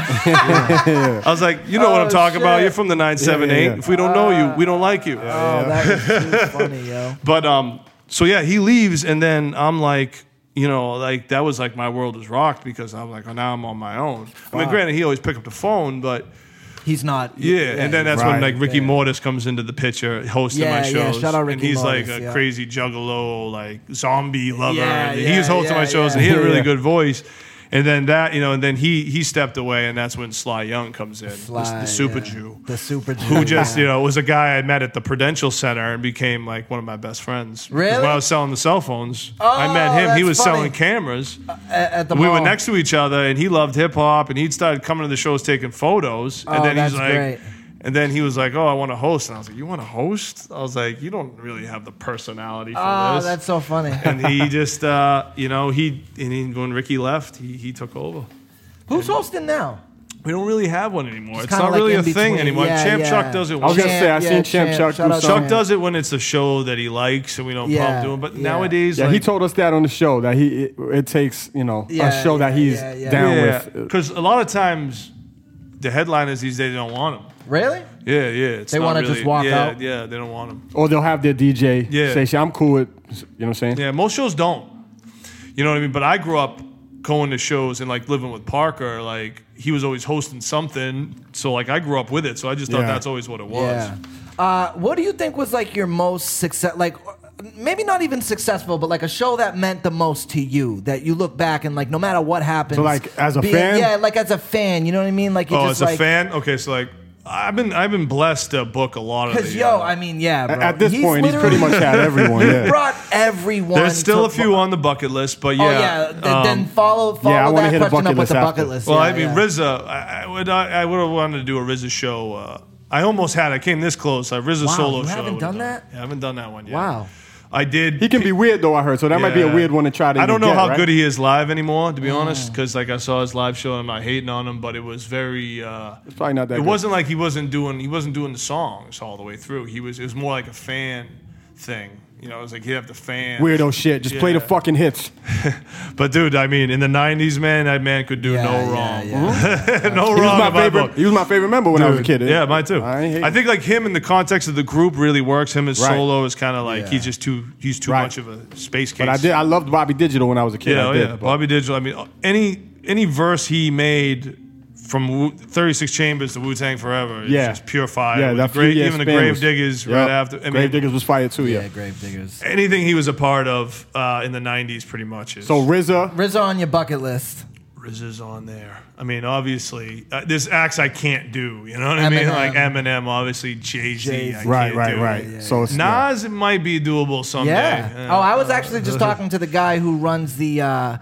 [SPEAKER 3] was like, you know what
[SPEAKER 1] Oh,
[SPEAKER 3] I'm talking about.
[SPEAKER 1] shit.
[SPEAKER 3] You're from the 978.
[SPEAKER 2] Yeah, yeah, yeah.
[SPEAKER 3] If we don't know you, we don't like you.
[SPEAKER 1] oh, that was too funny, yo.
[SPEAKER 3] But um, so yeah, he leaves, and then I'm like, you know, like that was like my world was rocked because I'm like, oh, now I'm on my own. I mean, granted, he always picked up the phone, but
[SPEAKER 1] He's not.
[SPEAKER 3] yeah, and then that's when
[SPEAKER 2] Right.
[SPEAKER 3] like Ricky Mortis comes into the picture hosting
[SPEAKER 1] Yeah,
[SPEAKER 3] my
[SPEAKER 1] yeah,
[SPEAKER 3] shows,
[SPEAKER 1] shout out
[SPEAKER 3] and
[SPEAKER 1] Ricky
[SPEAKER 3] he's
[SPEAKER 1] Mortis,
[SPEAKER 3] like a
[SPEAKER 1] yeah.
[SPEAKER 3] crazy juggalo, like zombie lover.
[SPEAKER 1] Yeah,
[SPEAKER 3] and he was
[SPEAKER 1] yeah,
[SPEAKER 3] hosting my
[SPEAKER 1] yeah,
[SPEAKER 3] shows,
[SPEAKER 1] yeah.
[SPEAKER 3] and he had a really
[SPEAKER 2] Yeah.
[SPEAKER 3] good voice. And then that, you know, and then he he stepped away, and that's when Sly Young comes in, the- the,
[SPEAKER 1] Sly,
[SPEAKER 3] super
[SPEAKER 1] yeah.
[SPEAKER 3] Jew,
[SPEAKER 1] The super Jew.
[SPEAKER 3] who just
[SPEAKER 1] yeah.
[SPEAKER 3] you know was a guy I met at the Prudential Center and became like one of my best friends. 'Cause
[SPEAKER 1] Really? Oh,
[SPEAKER 3] When I was selling the cell phones, I met him. He
[SPEAKER 1] that's
[SPEAKER 3] was
[SPEAKER 1] funny.
[SPEAKER 3] selling cameras
[SPEAKER 1] at, at the
[SPEAKER 3] we were
[SPEAKER 1] mall.
[SPEAKER 3] next to each other and he loved hip hop and he'd started coming to the shows taking photos and
[SPEAKER 1] Oh,
[SPEAKER 3] then
[SPEAKER 1] that's
[SPEAKER 3] he's like
[SPEAKER 1] great.
[SPEAKER 3] and then he was like oh i want to host and i was like you want to host i was like you don't really have the personality for
[SPEAKER 1] Oh,
[SPEAKER 3] this
[SPEAKER 1] that's so funny.
[SPEAKER 3] and he just uh, you know he and he, when ricky left he, he took over
[SPEAKER 1] Who's hosting now?
[SPEAKER 3] we don't really have one anymore it's,
[SPEAKER 1] kinda
[SPEAKER 3] not
[SPEAKER 1] like
[SPEAKER 3] really
[SPEAKER 1] in
[SPEAKER 3] a thing
[SPEAKER 1] between.
[SPEAKER 3] anymore
[SPEAKER 1] Yeah,
[SPEAKER 3] champ
[SPEAKER 1] yeah.
[SPEAKER 3] chuck does it
[SPEAKER 2] I was gonna say, I seen Champ Chuck
[SPEAKER 1] Shout
[SPEAKER 2] do
[SPEAKER 1] out
[SPEAKER 2] something.
[SPEAKER 3] chuck
[SPEAKER 1] Champ.
[SPEAKER 3] does it when it's a show that he likes and we don't
[SPEAKER 1] Yeah,
[SPEAKER 3] problem doing but
[SPEAKER 1] yeah.
[SPEAKER 3] nowadays
[SPEAKER 2] Yeah,
[SPEAKER 3] like,
[SPEAKER 2] he told us that on the show that he it, it takes you know
[SPEAKER 1] Yeah,
[SPEAKER 2] a show
[SPEAKER 1] yeah,
[SPEAKER 2] that he's
[SPEAKER 1] yeah, yeah.
[SPEAKER 2] down with. uh,
[SPEAKER 3] because a lot of times the headliners these days don't want him
[SPEAKER 1] Really?
[SPEAKER 3] Yeah, yeah. It's
[SPEAKER 1] They
[SPEAKER 3] not
[SPEAKER 1] wanna
[SPEAKER 3] really,
[SPEAKER 1] just walk
[SPEAKER 3] yeah,
[SPEAKER 1] out?
[SPEAKER 3] Yeah, they don't want them.
[SPEAKER 2] Or they'll have their DJ
[SPEAKER 3] Yeah.
[SPEAKER 2] say, shit, "I'm cool with," you know what I'm saying?
[SPEAKER 3] Yeah, most shows don't. You know what I mean? But I grew up going to shows and like living with Parker. Like he was always hosting something, so like I grew up with it. So I just thought
[SPEAKER 2] Yeah.
[SPEAKER 3] that's always what it was.
[SPEAKER 1] Yeah. Uh, what do you think was like your most success? Like, uh, maybe not even successful, but like a show that meant the most to you that you look back and like, no matter what happens.
[SPEAKER 2] So, like, as a fan?
[SPEAKER 1] Yeah, like as a fan. You know what I mean? Like, you
[SPEAKER 3] Oh,
[SPEAKER 1] just
[SPEAKER 3] as a
[SPEAKER 1] like,
[SPEAKER 3] fan, okay, so like I've been I've been blessed to book a lot of uh,
[SPEAKER 1] Because
[SPEAKER 3] these.
[SPEAKER 1] yo, I mean, yeah, bro.
[SPEAKER 2] At this point, he's pretty much
[SPEAKER 1] literally-
[SPEAKER 2] had everyone.
[SPEAKER 1] he
[SPEAKER 2] Yeah.
[SPEAKER 1] brought everyone.
[SPEAKER 3] there's still
[SPEAKER 1] to-
[SPEAKER 3] a few on the bucket list, but yeah.
[SPEAKER 1] Oh yeah, th-
[SPEAKER 3] um,
[SPEAKER 1] then follow follow
[SPEAKER 2] yeah, I wanna
[SPEAKER 1] that
[SPEAKER 2] hit a
[SPEAKER 1] question
[SPEAKER 2] bucket
[SPEAKER 1] up with
[SPEAKER 2] list
[SPEAKER 1] the
[SPEAKER 2] after.
[SPEAKER 1] bucket list.
[SPEAKER 3] Well,
[SPEAKER 1] yeah,
[SPEAKER 3] I mean,
[SPEAKER 1] yeah.
[SPEAKER 3] RZA, I, I would I, I would have wanted to do a RZA show. Uh, I almost had. I came this close. A RZA
[SPEAKER 1] Wow,
[SPEAKER 3] solo
[SPEAKER 1] you
[SPEAKER 3] show. I
[SPEAKER 1] haven't
[SPEAKER 3] would've
[SPEAKER 1] done that?
[SPEAKER 3] Yeah, I haven't done that one yet.
[SPEAKER 1] Wow.
[SPEAKER 3] I did.
[SPEAKER 2] He can be weird though. I heard, so that might be a
[SPEAKER 3] Yeah.
[SPEAKER 2] weird one to try to.
[SPEAKER 3] I don't know
[SPEAKER 2] get,
[SPEAKER 3] how
[SPEAKER 2] right?
[SPEAKER 3] good he is live anymore, to be
[SPEAKER 1] Mm.
[SPEAKER 3] honest, because like I saw his live show, and I'm not hating on him, but it was very. Uh,
[SPEAKER 2] It's probably not that.
[SPEAKER 3] it
[SPEAKER 2] good.
[SPEAKER 3] wasn't like he wasn't doing he wasn't doing the songs all the way through. He was it was more like a fan thing. You know, it was like he'd have the fan
[SPEAKER 2] weirdo shit. Just play the
[SPEAKER 3] Yeah.
[SPEAKER 2] fucking hits.
[SPEAKER 3] But dude, I mean, in the '90s, man, that man could do
[SPEAKER 1] Yeah,
[SPEAKER 3] no
[SPEAKER 1] yeah,
[SPEAKER 3] wrong,
[SPEAKER 1] yeah.
[SPEAKER 3] no
[SPEAKER 2] He was
[SPEAKER 3] wrong.
[SPEAKER 2] my
[SPEAKER 3] in my
[SPEAKER 2] favorite.
[SPEAKER 3] book.
[SPEAKER 2] He was my favorite member when I was a kid.
[SPEAKER 3] Yeah, mine too.
[SPEAKER 2] I ain't hating.
[SPEAKER 3] I, think like him in the context of the group really works. Him as
[SPEAKER 2] Right.
[SPEAKER 3] solo is kind of like
[SPEAKER 1] Yeah.
[SPEAKER 3] he's just too he's too
[SPEAKER 2] Right.
[SPEAKER 3] much of a space case.
[SPEAKER 2] But I did. I loved Bobby Digital when I was a kid.
[SPEAKER 3] Yeah, oh,
[SPEAKER 2] I did.
[SPEAKER 3] yeah.
[SPEAKER 2] but-
[SPEAKER 3] Bobby Digital. I mean, any any verse he made from Wu- 36 Chambers to Wu Tang Forever is
[SPEAKER 2] Yeah.
[SPEAKER 3] just pure fire.
[SPEAKER 2] yeah,
[SPEAKER 3] With
[SPEAKER 2] that
[SPEAKER 3] the gra-
[SPEAKER 2] few year
[SPEAKER 3] even the
[SPEAKER 2] span
[SPEAKER 3] Grave
[SPEAKER 2] was-
[SPEAKER 3] Diggers
[SPEAKER 2] Yep.
[SPEAKER 3] right after. I mean,
[SPEAKER 2] Grave Diggers was fire too. Yeah.
[SPEAKER 1] yeah, grave diggers.
[SPEAKER 3] anything he was a part of uh, in the 90s, pretty much. Is,
[SPEAKER 2] So RZA,
[SPEAKER 1] RZA on your bucket list.
[SPEAKER 3] RZA's on there. I mean, obviously, uh, there's acts I can't do. You know what I mean?
[SPEAKER 1] Eminem.
[SPEAKER 3] Like Eminem, obviously, Jay Z.
[SPEAKER 1] Jay-Z.
[SPEAKER 2] right, right, right. So it's, yeah.
[SPEAKER 3] Nas, it might be doable someday.
[SPEAKER 1] Yeah.
[SPEAKER 3] Uh,
[SPEAKER 1] oh, I was actually just talking to the guy who runs the uh,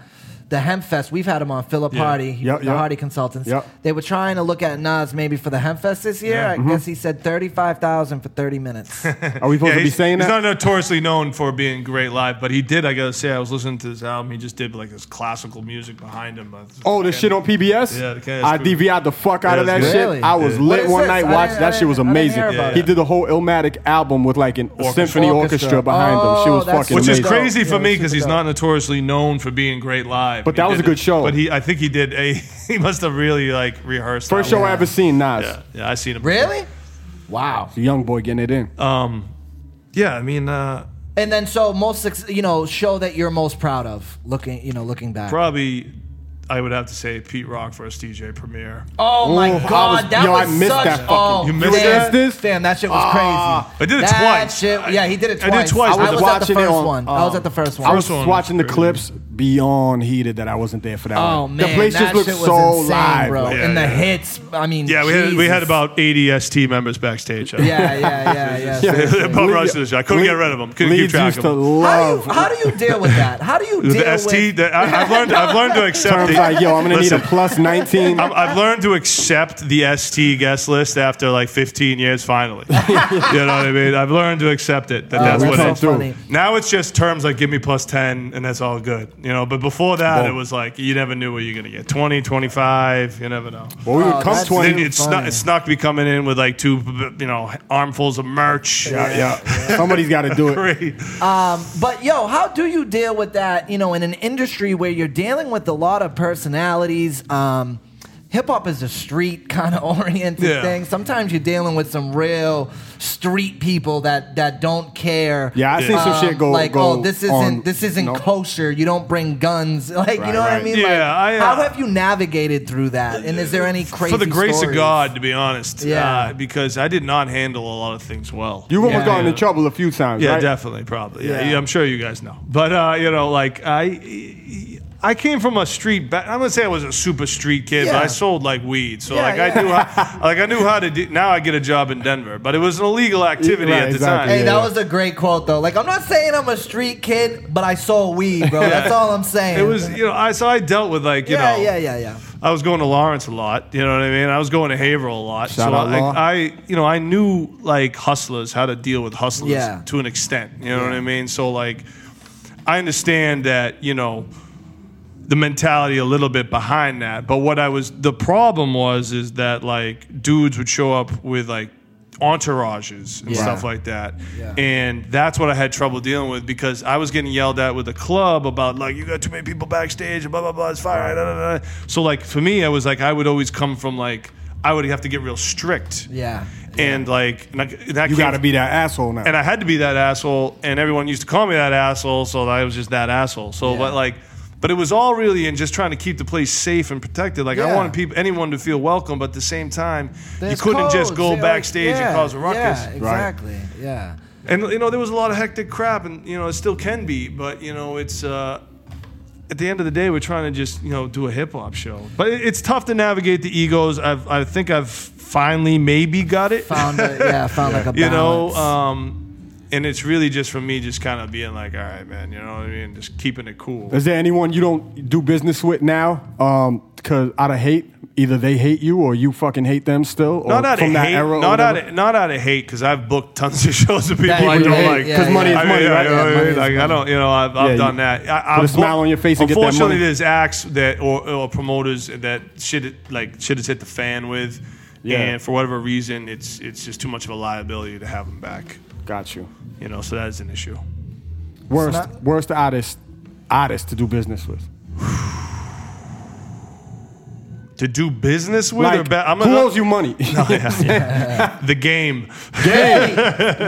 [SPEAKER 1] the Hemp Fest. We've had him on Philip
[SPEAKER 3] Yeah.
[SPEAKER 1] Hardy,
[SPEAKER 2] Yep,
[SPEAKER 1] the
[SPEAKER 2] yep.
[SPEAKER 1] Hardy Consultants.
[SPEAKER 2] Yep.
[SPEAKER 1] They were trying to look at Nas maybe for the Hemp Fest this year. I guess he said thirty five thousand for thirty minutes.
[SPEAKER 2] are we supposed
[SPEAKER 3] Yeah,
[SPEAKER 2] to be
[SPEAKER 3] he's,
[SPEAKER 2] saying
[SPEAKER 3] he's
[SPEAKER 2] that?
[SPEAKER 3] not notoriously known for being great live, but he did. I gotta say, I was listening to this album. He just did like this classical music behind him.
[SPEAKER 2] Oh, this shit on PBS.
[SPEAKER 3] Yeah, the Chaos
[SPEAKER 2] I
[SPEAKER 3] Crew.
[SPEAKER 2] DVR'd the fuck out of
[SPEAKER 3] Yeah,
[SPEAKER 2] that
[SPEAKER 3] it's
[SPEAKER 1] good. Really?
[SPEAKER 2] shit. I was
[SPEAKER 1] Yeah. What
[SPEAKER 2] lit
[SPEAKER 1] is
[SPEAKER 2] one
[SPEAKER 1] this?
[SPEAKER 2] night.
[SPEAKER 1] I
[SPEAKER 2] watched
[SPEAKER 1] didn't- I
[SPEAKER 2] that shit was
[SPEAKER 1] didn't- I didn't
[SPEAKER 2] amazing.
[SPEAKER 1] hear about
[SPEAKER 2] He
[SPEAKER 1] it.
[SPEAKER 2] did the whole Illmatic album with like an, a
[SPEAKER 3] Orchestra.
[SPEAKER 2] symphony orchestra,
[SPEAKER 1] Orchestra.
[SPEAKER 2] behind him. Shit
[SPEAKER 1] Oh,
[SPEAKER 2] was
[SPEAKER 1] that's
[SPEAKER 2] fucking
[SPEAKER 1] Which
[SPEAKER 3] which
[SPEAKER 1] is
[SPEAKER 3] is
[SPEAKER 2] amazing.
[SPEAKER 1] dope.
[SPEAKER 3] crazy
[SPEAKER 1] Yeah,
[SPEAKER 3] for me
[SPEAKER 1] it's
[SPEAKER 3] because
[SPEAKER 1] super
[SPEAKER 3] he's
[SPEAKER 1] dope.
[SPEAKER 3] not notoriously known for being great live.
[SPEAKER 2] But
[SPEAKER 3] He
[SPEAKER 2] that was a
[SPEAKER 3] did
[SPEAKER 2] good
[SPEAKER 3] it-
[SPEAKER 2] show.
[SPEAKER 3] But he, I think he did a. He must have really like rehearsed.
[SPEAKER 2] First
[SPEAKER 3] that
[SPEAKER 2] show
[SPEAKER 3] one.
[SPEAKER 2] I ever seen Nas.
[SPEAKER 3] Yeah, yeah, I seen him.
[SPEAKER 1] really? Wow.
[SPEAKER 2] The young boy getting it in.
[SPEAKER 3] Yeah, I mean, uh,
[SPEAKER 1] And then so most suc- you know show that you're most proud of looking you know looking back.
[SPEAKER 3] probably. I would have to say Pete Rock first DJ premiere.
[SPEAKER 1] Oh my
[SPEAKER 2] Ooh, I
[SPEAKER 1] god,
[SPEAKER 2] was-
[SPEAKER 1] that
[SPEAKER 2] yo, I
[SPEAKER 1] was
[SPEAKER 2] missed
[SPEAKER 1] such.
[SPEAKER 2] that fucking- Ah.
[SPEAKER 1] oh,
[SPEAKER 3] You missed
[SPEAKER 1] damn,
[SPEAKER 2] that? This-
[SPEAKER 1] Damn, that shit was crazy.
[SPEAKER 3] I did it
[SPEAKER 1] That
[SPEAKER 3] twice.
[SPEAKER 1] shit- yeah, he did it
[SPEAKER 3] I
[SPEAKER 1] twice.
[SPEAKER 3] did twice,
[SPEAKER 1] I
[SPEAKER 3] but
[SPEAKER 1] was
[SPEAKER 2] the-
[SPEAKER 1] at the
[SPEAKER 2] watching it
[SPEAKER 1] first
[SPEAKER 2] on,
[SPEAKER 1] one. I was
[SPEAKER 2] um,
[SPEAKER 1] at the first one.
[SPEAKER 2] I was
[SPEAKER 3] one was
[SPEAKER 2] watching the
[SPEAKER 3] crazy.
[SPEAKER 2] clips beyond heated that I wasn't there for that
[SPEAKER 1] Oh
[SPEAKER 2] one.
[SPEAKER 1] man,
[SPEAKER 2] the place
[SPEAKER 1] that
[SPEAKER 2] just looked
[SPEAKER 1] shit was
[SPEAKER 2] so
[SPEAKER 1] insane,
[SPEAKER 2] live.
[SPEAKER 1] bro.
[SPEAKER 2] like,
[SPEAKER 3] Yeah,
[SPEAKER 1] and the
[SPEAKER 3] yeah.
[SPEAKER 1] hits, I mean,
[SPEAKER 3] Yeah, we had, we
[SPEAKER 1] Jesus.
[SPEAKER 3] had about 80 ST members backstage.
[SPEAKER 1] Yeah, yeah, yeah, yeah. seriously.
[SPEAKER 3] Bob Ross is- I couldn't
[SPEAKER 2] Le-
[SPEAKER 3] get rid of him. Couldn't
[SPEAKER 2] Leeds
[SPEAKER 3] keep track
[SPEAKER 2] used
[SPEAKER 3] of
[SPEAKER 2] to
[SPEAKER 3] him.
[SPEAKER 1] How do,
[SPEAKER 2] love
[SPEAKER 1] you, how do you deal with that? How do you deal
[SPEAKER 3] The ST,
[SPEAKER 1] with?
[SPEAKER 3] that I, I've learned. I've learned to accept.
[SPEAKER 2] terms
[SPEAKER 3] it.
[SPEAKER 2] like, yo, I'm gonna need
[SPEAKER 3] Listen,
[SPEAKER 2] a plus 19.
[SPEAKER 3] I'm- I've learned to accept the ST guest list after like 15 years. Finally, you know what I mean. I've learned to accept it. That
[SPEAKER 1] Oh,
[SPEAKER 3] that's,
[SPEAKER 1] that's
[SPEAKER 3] what
[SPEAKER 1] so
[SPEAKER 3] it
[SPEAKER 1] funny.
[SPEAKER 3] is. Now it's just terms like give me plus 10, and that's all good. You know. But before that,
[SPEAKER 2] Boom.
[SPEAKER 3] it was like you never knew what you're gonna get. 20, 25. You never know.
[SPEAKER 2] well, we
[SPEAKER 1] Oh,
[SPEAKER 2] would come
[SPEAKER 1] that's-
[SPEAKER 3] Then
[SPEAKER 2] 20.
[SPEAKER 3] it's snuck,
[SPEAKER 1] funny.
[SPEAKER 3] it's snuck be coming in with like two, you know, armfuls of merch.
[SPEAKER 2] Yeah, yeah. Somebody's got to do it.
[SPEAKER 3] Great.
[SPEAKER 1] But yo, how do you deal with that? You know, in an industry where you're dealing with a lot of personalities. Um, Hip hop is a street kind of oriented
[SPEAKER 3] Yeah.
[SPEAKER 1] thing. Sometimes you're dealing with some real street people that that don't care.
[SPEAKER 2] Yeah, I seen some
[SPEAKER 1] um,
[SPEAKER 2] shit go
[SPEAKER 1] like,
[SPEAKER 2] go
[SPEAKER 1] oh, this isn't
[SPEAKER 2] on-
[SPEAKER 1] this isn't
[SPEAKER 2] no.
[SPEAKER 1] kosher. You don't bring guns. Like, you
[SPEAKER 2] Right,
[SPEAKER 1] know what I
[SPEAKER 2] right.
[SPEAKER 1] mean?
[SPEAKER 3] Yeah,
[SPEAKER 1] like,
[SPEAKER 3] I, uh,
[SPEAKER 1] how have you navigated through that? And is there any crazy
[SPEAKER 3] for the grace of
[SPEAKER 1] stories?
[SPEAKER 3] God, to be honest.
[SPEAKER 1] Yeah.
[SPEAKER 3] uh, because I did not handle a lot of things well.
[SPEAKER 2] You almost
[SPEAKER 1] Yeah.
[SPEAKER 2] got into trouble a few times,
[SPEAKER 3] yeah,
[SPEAKER 2] right?
[SPEAKER 3] definitely, probably. Yeah,
[SPEAKER 1] Yeah.
[SPEAKER 3] yeah, I'm sure you guys know. But uh, you know, like I, I came from a street. Ba- I'm gonna say I was a super street kid, but
[SPEAKER 1] Yeah.
[SPEAKER 3] I sold like weed. So
[SPEAKER 1] Yeah,
[SPEAKER 3] like
[SPEAKER 1] yeah.
[SPEAKER 3] I knew how, like I knew how to do. Now I get a job in Denver, but it was an illegal activity
[SPEAKER 2] Right,
[SPEAKER 3] at the
[SPEAKER 2] exactly.
[SPEAKER 1] Hey,
[SPEAKER 3] time.
[SPEAKER 2] Yeah,
[SPEAKER 1] that
[SPEAKER 2] yeah.
[SPEAKER 1] was a great quote though. Like, I'm not saying I'm a street kid, but I sold weed, bro. That's all I'm saying.
[SPEAKER 3] It was, you know, I so I dealt with like you
[SPEAKER 1] yeah,
[SPEAKER 3] know,
[SPEAKER 1] yeah, yeah, yeah.
[SPEAKER 3] I was going to Lawrence a lot. You know what I mean? I was going to Haverhill a lot.
[SPEAKER 2] Shout
[SPEAKER 3] so
[SPEAKER 2] out, Law.
[SPEAKER 3] I, I, you know, I knew like hustlers how to deal with hustlers
[SPEAKER 1] Yeah.
[SPEAKER 3] to an extent. You know what I mean? So like, I understand that you know the mentality a little bit behind that. But what I was the problem was is that like dudes would show up with like entourages and
[SPEAKER 1] Yeah.
[SPEAKER 3] stuff like that.
[SPEAKER 1] Yeah.
[SPEAKER 3] And that's what I had trouble dealing with because I was getting yelled at with the club about like you got too many people backstage and blah blah blah it's fire. Da, da, da. So like for me I was like I would always come from like I would have to get real strict.
[SPEAKER 1] Yeah.
[SPEAKER 3] And like and I, and that
[SPEAKER 2] You
[SPEAKER 3] came
[SPEAKER 2] got to be that asshole now.
[SPEAKER 3] and I had to be that asshole, and everyone used to call me that asshole, so I was just that asshole. So,
[SPEAKER 1] Yeah.
[SPEAKER 3] but like, but it was all really in just trying to keep the place safe and protected. Like,
[SPEAKER 1] Yeah.
[SPEAKER 3] I wanted people, anyone to feel welcome, but at the same time, you
[SPEAKER 1] There's
[SPEAKER 3] couldn't just
[SPEAKER 1] codes,
[SPEAKER 3] go
[SPEAKER 1] yeah, like,
[SPEAKER 3] backstage
[SPEAKER 1] yeah,
[SPEAKER 3] and cause a ruckus.
[SPEAKER 1] Yeah, exactly. Yeah.
[SPEAKER 3] And you know, there was a lot of hectic crap, and you know, it still can be, but you know, it's. uh at the end of the day, we're trying to just you know do a hip hop show, but it- it's tough to navigate the egos. I've, I think I've finally maybe got it.
[SPEAKER 1] found a, yeah, found like a balance.
[SPEAKER 3] you know um, and it's really just for me just kind of being like all right man you know what i mean just keeping it cool
[SPEAKER 2] Is there anyone you don't do business with now? Um, cause out of hate, either they hate you or you fucking hate them still. Or
[SPEAKER 3] Oh, not out of
[SPEAKER 2] from that
[SPEAKER 3] hate,
[SPEAKER 2] era. or
[SPEAKER 3] not out
[SPEAKER 2] whatever?
[SPEAKER 3] of, not out of hate, because I've booked tons of shows of people
[SPEAKER 1] Yeah,
[SPEAKER 3] I
[SPEAKER 1] you
[SPEAKER 3] don't
[SPEAKER 1] hate,
[SPEAKER 3] like.
[SPEAKER 1] yeah, 'Cause
[SPEAKER 2] money yeah. is
[SPEAKER 3] I
[SPEAKER 2] money,
[SPEAKER 3] mean, I-
[SPEAKER 2] right?
[SPEAKER 3] I-
[SPEAKER 1] Yeah, money is
[SPEAKER 3] like, I
[SPEAKER 1] money.
[SPEAKER 3] don't, you know, I've,
[SPEAKER 2] Yeah,
[SPEAKER 3] I've
[SPEAKER 2] you-
[SPEAKER 3] done that. I,
[SPEAKER 2] put a
[SPEAKER 3] I've
[SPEAKER 2] smile
[SPEAKER 3] booked-
[SPEAKER 2] on your face and get that money.
[SPEAKER 3] unfortunately, there's acts that or, or promoters that shit it- like shit has hit the fan with,
[SPEAKER 2] Yeah.
[SPEAKER 3] and for whatever reason, it's it's just too much of a liability to have them back.
[SPEAKER 2] Got you.
[SPEAKER 3] You know, so that is an issue.
[SPEAKER 2] Worst,
[SPEAKER 1] not-
[SPEAKER 2] worst artist, artist to do business with.
[SPEAKER 3] To do business with, or
[SPEAKER 2] Like,
[SPEAKER 3] be- I'm
[SPEAKER 2] who
[SPEAKER 3] gonna,
[SPEAKER 2] owes you money?
[SPEAKER 3] the game.
[SPEAKER 1] really?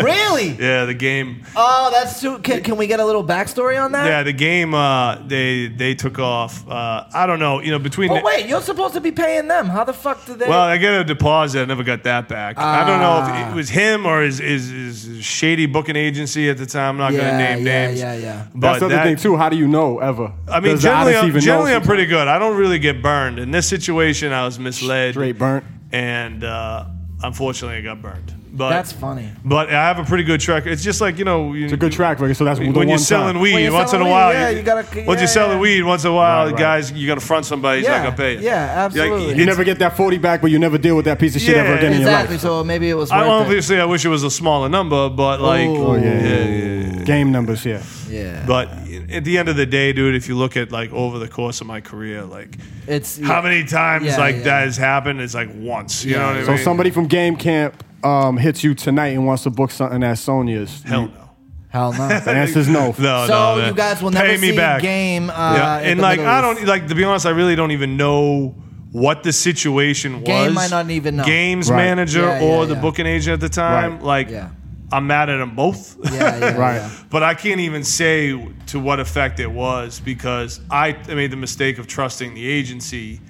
[SPEAKER 1] really?
[SPEAKER 3] uh, Yeah, the game.
[SPEAKER 1] Oh, that's too. Can, can we get a little backstory on that?
[SPEAKER 3] Yeah, the game. Uh, they they took off. Uh, I don't know. You know, between.
[SPEAKER 1] But
[SPEAKER 3] the-
[SPEAKER 1] Oh, wait, you're supposed to be paying them. How the fuck do they?
[SPEAKER 3] well, I got a deposit. I never got that back. I don't know
[SPEAKER 1] Ah.
[SPEAKER 3] if it was him or his, his, his shady booking agency at the time. I'm not
[SPEAKER 1] Yeah,
[SPEAKER 3] gonna name
[SPEAKER 1] yeah,
[SPEAKER 3] names.
[SPEAKER 1] yeah, yeah.
[SPEAKER 3] But
[SPEAKER 2] That's the other
[SPEAKER 3] that-
[SPEAKER 2] thing too. How do you know ever?
[SPEAKER 3] I mean,
[SPEAKER 2] Does the
[SPEAKER 3] generally,
[SPEAKER 2] artist
[SPEAKER 3] I'm,
[SPEAKER 2] even know
[SPEAKER 3] generally I'm
[SPEAKER 2] sometimes?
[SPEAKER 3] pretty good. I don't really get burned. In this situation, I was misled.
[SPEAKER 2] straight burnt.
[SPEAKER 3] And uh, unfortunately, I got burned. But
[SPEAKER 1] that's funny.
[SPEAKER 3] But I have a pretty good track. It's just like you know, you,
[SPEAKER 2] It's a good track record. So that's the
[SPEAKER 3] when
[SPEAKER 2] one
[SPEAKER 3] you're selling
[SPEAKER 2] time.
[SPEAKER 3] weed
[SPEAKER 1] When you're
[SPEAKER 3] once
[SPEAKER 1] selling
[SPEAKER 3] in a
[SPEAKER 1] weed,
[SPEAKER 3] while,
[SPEAKER 1] yeah, you gotta-
[SPEAKER 3] once
[SPEAKER 1] yeah,
[SPEAKER 3] you're selling
[SPEAKER 1] yeah.
[SPEAKER 3] weed once in a while,
[SPEAKER 2] right.
[SPEAKER 3] guys, you got to front somebody. He's
[SPEAKER 1] Yeah,
[SPEAKER 3] not gonna pay you.
[SPEAKER 1] yeah, absolutely.
[SPEAKER 3] Like,
[SPEAKER 2] You
[SPEAKER 3] it's-
[SPEAKER 2] never get that forty back, but you never deal with that piece of shit
[SPEAKER 3] Yeah,
[SPEAKER 2] ever again in your
[SPEAKER 1] Exactly.
[SPEAKER 2] life.
[SPEAKER 1] So maybe it was. Worth
[SPEAKER 3] I
[SPEAKER 1] it.
[SPEAKER 3] obviously I wish it was a smaller number, but like,
[SPEAKER 1] Oh,
[SPEAKER 2] Yeah,
[SPEAKER 3] yeah,
[SPEAKER 2] yeah,
[SPEAKER 3] yeah, yeah.
[SPEAKER 2] yeah. Game numbers, yeah.
[SPEAKER 1] Yeah.
[SPEAKER 3] But at the end of the day, dude, if you look at like over the course of my career, like
[SPEAKER 1] it's
[SPEAKER 3] how many times
[SPEAKER 1] Yeah,
[SPEAKER 3] like
[SPEAKER 1] yeah.
[SPEAKER 3] that has happened? It's like once. You
[SPEAKER 1] Yeah.
[SPEAKER 3] know what I mean?
[SPEAKER 2] So somebody from Game Camp um, hits you tonight and wants to book something at Sonia's.
[SPEAKER 3] Hell no.
[SPEAKER 1] Hell no.
[SPEAKER 2] The answer's no.
[SPEAKER 1] so
[SPEAKER 3] No, no, man.
[SPEAKER 1] you guys will
[SPEAKER 3] uh, Pay
[SPEAKER 1] never
[SPEAKER 3] me
[SPEAKER 1] see
[SPEAKER 3] back.
[SPEAKER 1] game. Uh,
[SPEAKER 3] yeah,
[SPEAKER 1] at
[SPEAKER 3] and
[SPEAKER 1] the
[SPEAKER 3] like
[SPEAKER 1] Middle
[SPEAKER 3] I
[SPEAKER 1] East.
[SPEAKER 3] don't like to be honest. I really don't even know what the situation was.
[SPEAKER 1] Game might not even know.
[SPEAKER 3] Games
[SPEAKER 2] Right.
[SPEAKER 3] manager
[SPEAKER 1] Yeah,
[SPEAKER 3] or
[SPEAKER 1] yeah,
[SPEAKER 3] the
[SPEAKER 1] yeah.
[SPEAKER 3] booking agent at the time.
[SPEAKER 2] Right.
[SPEAKER 3] Like
[SPEAKER 1] Yeah.
[SPEAKER 3] I'm mad at them both.
[SPEAKER 1] Yeah, yeah,
[SPEAKER 2] Right.
[SPEAKER 1] yeah.
[SPEAKER 3] But I can't even say to what effect it was because I I made the mistake of trusting the agency,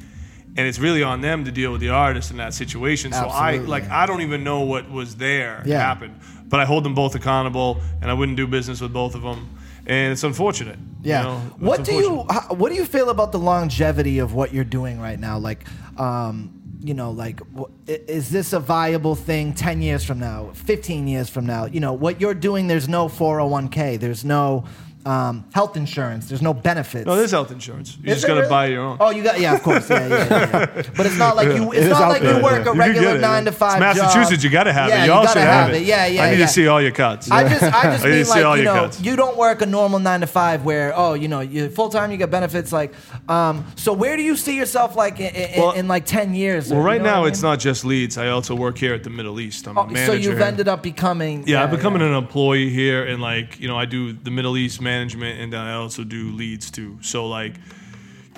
[SPEAKER 3] and it's really on them to deal with the artist in that situation. So I
[SPEAKER 1] Absolutely.
[SPEAKER 3] like I don't even know what was there
[SPEAKER 1] Yeah.
[SPEAKER 3] happened, but I hold them both accountable, and I wouldn't do business with both of them, and it's unfortunate. you
[SPEAKER 1] Yeah.
[SPEAKER 3] know? It's
[SPEAKER 1] what do you
[SPEAKER 3] unfortunate.
[SPEAKER 1] how, what do you feel about the longevity of what you're doing right now? Like, um, you know, like wh- i- is this a viable thing ten years from now, fifteen years from now? You know, what you're doing, there's no 401k, there's no um, health insurance, there's no benefits.
[SPEAKER 3] No, there's health insurance. You
[SPEAKER 1] Is
[SPEAKER 3] just
[SPEAKER 1] there
[SPEAKER 3] gotta
[SPEAKER 1] really?
[SPEAKER 3] buy your own.
[SPEAKER 1] Oh, you got yeah, of course, yeah, yeah, yeah. yeah. But it's not like you. It's
[SPEAKER 2] is
[SPEAKER 1] not
[SPEAKER 2] out
[SPEAKER 1] like
[SPEAKER 2] there,
[SPEAKER 1] you work
[SPEAKER 2] yeah.
[SPEAKER 1] a
[SPEAKER 3] You could get
[SPEAKER 1] regular
[SPEAKER 3] it,
[SPEAKER 1] nine
[SPEAKER 3] yeah.
[SPEAKER 1] to five.
[SPEAKER 3] It's
[SPEAKER 1] job.
[SPEAKER 3] Massachusetts, you gotta have
[SPEAKER 1] Yeah,
[SPEAKER 3] it. Y'all
[SPEAKER 1] gotta
[SPEAKER 3] should have,
[SPEAKER 1] it. Yeah, yeah.
[SPEAKER 3] I need
[SPEAKER 1] yeah.
[SPEAKER 3] to see all your cuts.
[SPEAKER 1] I just, I just
[SPEAKER 3] I need
[SPEAKER 1] mean
[SPEAKER 3] to see all
[SPEAKER 1] like you
[SPEAKER 3] your
[SPEAKER 1] know,
[SPEAKER 3] cuts.
[SPEAKER 1] you don't work a normal nine to five where oh, you know, you full time, you get benefits. Like, um, so where do you see yourself like in, in,
[SPEAKER 3] Well-
[SPEAKER 1] in like ten years?
[SPEAKER 3] well, right now it's not just Leeds. I also work here at the Middle East. I'm a manager.
[SPEAKER 1] Oh, So you've
[SPEAKER 3] here.
[SPEAKER 1] ended up becoming.
[SPEAKER 3] yeah, I'm becoming an employee here, and like you know, I do the Middle East management, and then I also do leads too. So like,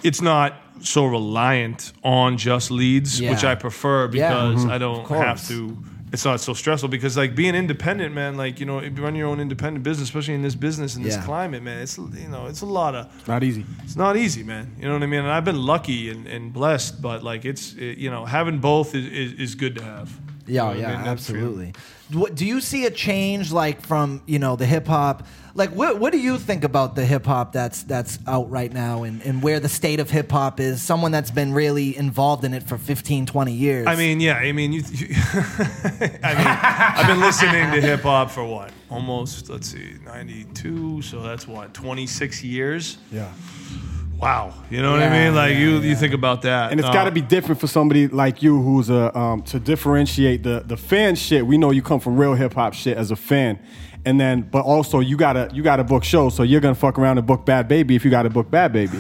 [SPEAKER 3] it's not so reliant on just leads,
[SPEAKER 1] Yeah. mm-hmm.
[SPEAKER 3] which I prefer because I don't
[SPEAKER 1] course.
[SPEAKER 3] have to. It's not so stressful because like being independent, man. Like you know, if you run your own independent business, especially in this business in this
[SPEAKER 1] Yeah.
[SPEAKER 3] climate, man. It's you know, it's a lot of
[SPEAKER 2] Not easy.
[SPEAKER 3] it's not easy, man. You know what I mean? And I've been lucky and, and blessed, but like it's it, you know having both is, is, is good to have. You know
[SPEAKER 1] Yeah,
[SPEAKER 3] what I
[SPEAKER 1] yeah,
[SPEAKER 3] mean? That's for you.
[SPEAKER 1] absolutely. What, do you see a change like from you know the hip hop? Like, what what do you think about the hip hop that's that's out right now and, and where the state of hip hop is? Someone that's been really involved in it for 15, 20 years.
[SPEAKER 3] I mean, yeah. I mean, you, you I mean, I've been listening to hip hop for what almost let's see, ninety two. So that's what twenty six years.
[SPEAKER 2] Yeah.
[SPEAKER 3] Wow. You know what I
[SPEAKER 1] Yeah,
[SPEAKER 3] mean? Like
[SPEAKER 1] yeah,
[SPEAKER 3] you,
[SPEAKER 1] yeah.
[SPEAKER 3] you think about that,
[SPEAKER 2] And it's
[SPEAKER 3] Uh,
[SPEAKER 2] got to be different for somebody like you who's a um, to differentiate the the fan shit. We know you come from real hip hop shit as a fan, and then but also you gotta you gotta book shows. So you're gonna fuck around and book Bad Baby if you gotta book Bad Baby.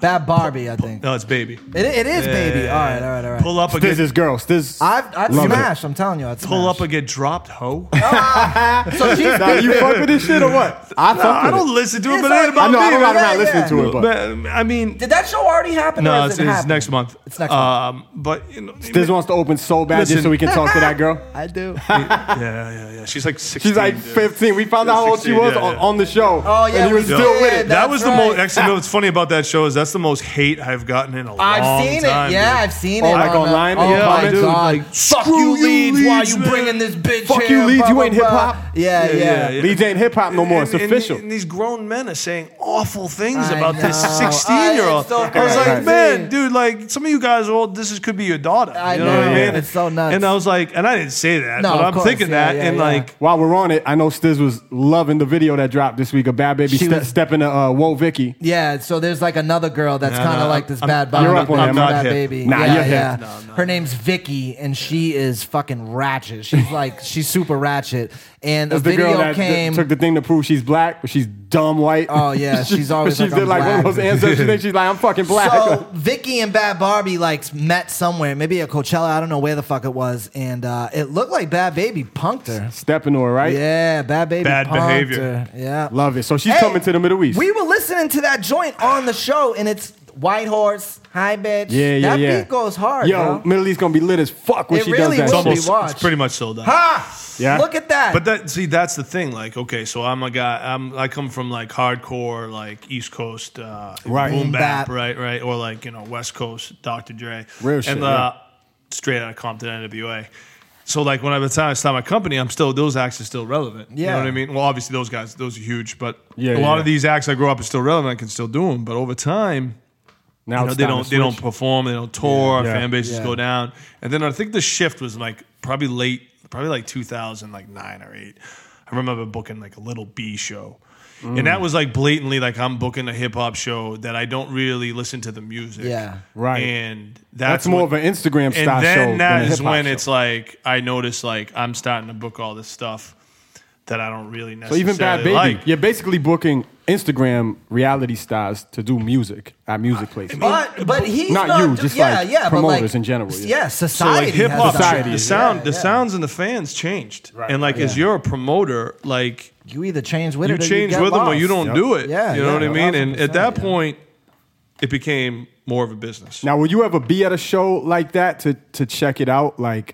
[SPEAKER 1] Bad Barbie, I think.
[SPEAKER 3] No, it's baby.
[SPEAKER 1] It, it is, baby.
[SPEAKER 3] Yeah.
[SPEAKER 1] All right, all right, all right.
[SPEAKER 3] Pull up
[SPEAKER 2] Stiz
[SPEAKER 3] again.
[SPEAKER 2] is girl. Stiz.
[SPEAKER 1] I've, I'd
[SPEAKER 2] Love it.
[SPEAKER 1] smash. I'm telling you, I'd smash.
[SPEAKER 3] Pull up and get dropped, hoe.
[SPEAKER 1] So she's
[SPEAKER 2] Now, you fuck with this shit or what? I
[SPEAKER 3] No,
[SPEAKER 2] fuck
[SPEAKER 3] I
[SPEAKER 2] with it.
[SPEAKER 3] don't listen to it,
[SPEAKER 1] It's
[SPEAKER 3] but it ain't
[SPEAKER 1] like-
[SPEAKER 2] I
[SPEAKER 3] about
[SPEAKER 2] know
[SPEAKER 3] me.
[SPEAKER 2] I'm not, I'm
[SPEAKER 1] Yeah,
[SPEAKER 2] not
[SPEAKER 1] yeah.
[SPEAKER 2] listening to it, but
[SPEAKER 3] But, I mean,
[SPEAKER 1] Did that show already happen?
[SPEAKER 3] no,
[SPEAKER 1] or
[SPEAKER 3] it's,
[SPEAKER 1] is it
[SPEAKER 3] it's
[SPEAKER 1] happening?
[SPEAKER 3] next month.
[SPEAKER 1] It's next month.
[SPEAKER 3] Um, but you know,
[SPEAKER 2] Stiz wants to open so bad
[SPEAKER 3] Listen.
[SPEAKER 2] just so we can talk to that girl.
[SPEAKER 1] I do.
[SPEAKER 3] yeah, yeah, yeah. She's like sixteen.
[SPEAKER 2] She's like
[SPEAKER 3] dude.
[SPEAKER 2] 15. 15. We found out how old she
[SPEAKER 3] 16,
[SPEAKER 2] was
[SPEAKER 3] yeah,
[SPEAKER 2] on,
[SPEAKER 3] yeah.
[SPEAKER 2] on the show.
[SPEAKER 1] Oh, yeah,
[SPEAKER 2] and he
[SPEAKER 1] we
[SPEAKER 2] was
[SPEAKER 1] did.
[SPEAKER 2] still with it.
[SPEAKER 1] That's
[SPEAKER 3] that was the
[SPEAKER 1] right.
[SPEAKER 3] most. Actually, no, what's funny about that show is that's the most hate I've gotten in a long
[SPEAKER 1] I've
[SPEAKER 3] time.
[SPEAKER 1] seen it. Yeah,
[SPEAKER 3] dude.
[SPEAKER 1] I've seen
[SPEAKER 2] Oh,
[SPEAKER 1] it.
[SPEAKER 2] like
[SPEAKER 1] on the-
[SPEAKER 2] online?
[SPEAKER 1] Oh
[SPEAKER 2] Yeah,
[SPEAKER 1] my
[SPEAKER 2] like, dude,
[SPEAKER 1] god!
[SPEAKER 2] like,
[SPEAKER 1] fuck
[SPEAKER 3] screw
[SPEAKER 1] you,
[SPEAKER 3] you,
[SPEAKER 1] Leeds. Why
[SPEAKER 3] Leeds,
[SPEAKER 1] you
[SPEAKER 3] man.
[SPEAKER 1] bringing this bitch?
[SPEAKER 2] Fuck
[SPEAKER 1] here,
[SPEAKER 2] you, Leeds.
[SPEAKER 1] blah,
[SPEAKER 2] You
[SPEAKER 1] blah,
[SPEAKER 2] ain't hip
[SPEAKER 1] blah.
[SPEAKER 2] hop.
[SPEAKER 1] Yeah, yeah.
[SPEAKER 3] yeah.
[SPEAKER 2] Leeds ain't hip hop no more. It's
[SPEAKER 3] And- and-
[SPEAKER 2] official.
[SPEAKER 3] and these grown men are saying awful things
[SPEAKER 1] I
[SPEAKER 3] about this
[SPEAKER 1] know.
[SPEAKER 3] 16 year
[SPEAKER 1] I-
[SPEAKER 3] old.
[SPEAKER 1] it's so
[SPEAKER 3] I was like,
[SPEAKER 2] crazy.
[SPEAKER 3] man, dude, like some of you guys are old. This is, could be your daughter.
[SPEAKER 1] I
[SPEAKER 3] you know, what I
[SPEAKER 2] know.
[SPEAKER 3] mean?
[SPEAKER 1] It's so nuts.
[SPEAKER 3] And I was like, and I didn't say that,
[SPEAKER 1] No,
[SPEAKER 3] but
[SPEAKER 1] of
[SPEAKER 3] I'm
[SPEAKER 1] course.
[SPEAKER 3] thinking
[SPEAKER 1] Yeah,
[SPEAKER 3] that.
[SPEAKER 1] yeah,
[SPEAKER 3] and
[SPEAKER 1] yeah.
[SPEAKER 3] like,
[SPEAKER 2] While we're on it, I know Stiz was loving the video that dropped this week of Bad Baby
[SPEAKER 1] She
[SPEAKER 2] ste-
[SPEAKER 1] was-
[SPEAKER 2] stepping to uh, Whoa Vicky.
[SPEAKER 1] Yeah, so there's like another girl that's
[SPEAKER 3] No,
[SPEAKER 1] kind of
[SPEAKER 3] no,
[SPEAKER 1] like this
[SPEAKER 3] I'm-
[SPEAKER 1] bad
[SPEAKER 3] I'm-
[SPEAKER 2] you're
[SPEAKER 1] body
[SPEAKER 2] up on
[SPEAKER 1] thing
[SPEAKER 2] him.
[SPEAKER 1] for
[SPEAKER 2] I'm
[SPEAKER 1] that
[SPEAKER 3] not hip.
[SPEAKER 1] baby.
[SPEAKER 2] Nah,
[SPEAKER 1] yeah,
[SPEAKER 2] you're hip.
[SPEAKER 1] yeah.
[SPEAKER 3] No, no,
[SPEAKER 1] Her name's Vicky, and she is fucking ratchet. She's like she's super ratchet. And a
[SPEAKER 2] That's the
[SPEAKER 1] video
[SPEAKER 2] girl that th-
[SPEAKER 1] came.
[SPEAKER 2] took the thing to prove she's black, but she's dumb white.
[SPEAKER 1] Oh, yeah, she's always
[SPEAKER 2] she
[SPEAKER 1] like,
[SPEAKER 2] did
[SPEAKER 1] "I'm
[SPEAKER 2] like one
[SPEAKER 1] black."
[SPEAKER 2] of those answers. She thinks she's like, I'm fucking black.
[SPEAKER 1] So Vicky and Bad Barbie like met somewhere, maybe at Coachella. I don't know where the fuck it was, and uh, it looked like Bad Baby punked her.
[SPEAKER 2] Stepping to her, right?
[SPEAKER 1] Yeah, Bad Baby.
[SPEAKER 3] Bad
[SPEAKER 1] punked
[SPEAKER 3] behavior.
[SPEAKER 1] her. Yeah.
[SPEAKER 2] Love it. So she's
[SPEAKER 1] Hey,
[SPEAKER 2] coming to the Middle East.
[SPEAKER 1] We were listening to that joint on the show, and it's White Horse, Hi Bitch.
[SPEAKER 2] yeah, yeah,
[SPEAKER 1] that
[SPEAKER 2] yeah.
[SPEAKER 1] beat goes hard,
[SPEAKER 2] Yo,
[SPEAKER 1] bro.
[SPEAKER 2] Middle East gonna be lit as fuck when
[SPEAKER 1] It
[SPEAKER 2] she
[SPEAKER 1] really
[SPEAKER 2] does
[SPEAKER 3] it's
[SPEAKER 1] will
[SPEAKER 2] that.
[SPEAKER 1] be.
[SPEAKER 2] shit.
[SPEAKER 3] almost,
[SPEAKER 1] watched.
[SPEAKER 3] it's pretty much sold out.
[SPEAKER 1] Ha!
[SPEAKER 2] Yeah.
[SPEAKER 1] Look at that.
[SPEAKER 3] Ah! But that see, that's the thing. Like, okay, so I'm a guy. I'm I come from like hardcore, like East Coast, uh,
[SPEAKER 2] Right.
[SPEAKER 3] boom
[SPEAKER 1] Boom
[SPEAKER 3] bap,
[SPEAKER 1] bap.
[SPEAKER 3] right, right, or like you know West Coast, Dr. Dre,
[SPEAKER 2] Real
[SPEAKER 3] and,
[SPEAKER 2] shit,
[SPEAKER 3] Uh, straight out of Compton, NWA. So like when I by the time I start my company, I'm still those acts are still relevant. you
[SPEAKER 1] Yeah.
[SPEAKER 3] know what I mean. Well, obviously those guys, those are huge, but
[SPEAKER 2] Yeah,
[SPEAKER 3] a
[SPEAKER 2] yeah,
[SPEAKER 3] lot
[SPEAKER 2] yeah.
[SPEAKER 3] of these acts I grew up are still relevant. I can still do them, but over time,
[SPEAKER 2] Now
[SPEAKER 3] you know,
[SPEAKER 2] it's
[SPEAKER 3] they
[SPEAKER 2] time to
[SPEAKER 3] don't they don't
[SPEAKER 2] switch.
[SPEAKER 3] perform, they don't tour,
[SPEAKER 2] Yeah.
[SPEAKER 3] fan bases
[SPEAKER 1] Yeah.
[SPEAKER 3] go down. And then I think the shift was like probably late, probably like 2000, like nine or eight. I remember booking like a little B show. And
[SPEAKER 2] Mm.
[SPEAKER 3] that was like blatantly like I'm booking a hip hop show that I don't really listen to the music.
[SPEAKER 1] Yeah.
[SPEAKER 2] Right.
[SPEAKER 3] And that's,
[SPEAKER 2] That's more
[SPEAKER 3] what-
[SPEAKER 2] of an Instagram
[SPEAKER 3] and
[SPEAKER 2] style show.
[SPEAKER 3] then
[SPEAKER 2] than
[SPEAKER 3] that
[SPEAKER 2] a
[SPEAKER 3] is
[SPEAKER 2] hip-hop
[SPEAKER 3] when
[SPEAKER 2] show.
[SPEAKER 3] it's like I notice like I'm starting to book all this stuff that I don't really
[SPEAKER 2] So
[SPEAKER 3] necessarily
[SPEAKER 2] even Bad Baby,
[SPEAKER 3] like.
[SPEAKER 2] you're basically booking Instagram reality stars to do music at music places.
[SPEAKER 3] Oh,
[SPEAKER 1] But but he's
[SPEAKER 2] Not
[SPEAKER 1] not,
[SPEAKER 2] you,
[SPEAKER 1] do-
[SPEAKER 2] just,
[SPEAKER 1] yeah,
[SPEAKER 2] like,
[SPEAKER 1] yeah, but,
[SPEAKER 2] promoters
[SPEAKER 1] like,
[SPEAKER 2] in general,
[SPEAKER 1] s-
[SPEAKER 2] yeah.
[SPEAKER 1] Yeah,
[SPEAKER 3] So
[SPEAKER 1] society.
[SPEAKER 3] like hip
[SPEAKER 1] has
[SPEAKER 3] hop,
[SPEAKER 1] done
[SPEAKER 2] Society,
[SPEAKER 1] that.
[SPEAKER 3] the
[SPEAKER 2] yeah,
[SPEAKER 3] sound, the
[SPEAKER 1] yeah.
[SPEAKER 3] sounds, and the fans changed.
[SPEAKER 2] Right,
[SPEAKER 3] and like,
[SPEAKER 2] right.
[SPEAKER 3] as you're a promoter, like
[SPEAKER 1] You either change with
[SPEAKER 3] you
[SPEAKER 1] it, or
[SPEAKER 3] change
[SPEAKER 1] get
[SPEAKER 3] with them or
[SPEAKER 1] lost.
[SPEAKER 3] you don't
[SPEAKER 2] Yep.
[SPEAKER 3] do it.
[SPEAKER 1] Yeah,
[SPEAKER 3] you know
[SPEAKER 1] yeah,
[SPEAKER 3] what I mean. And at that
[SPEAKER 1] 1000%, yeah.
[SPEAKER 3] point, it became more of a business.
[SPEAKER 2] Now, will you ever be at a show like that to to check it out, like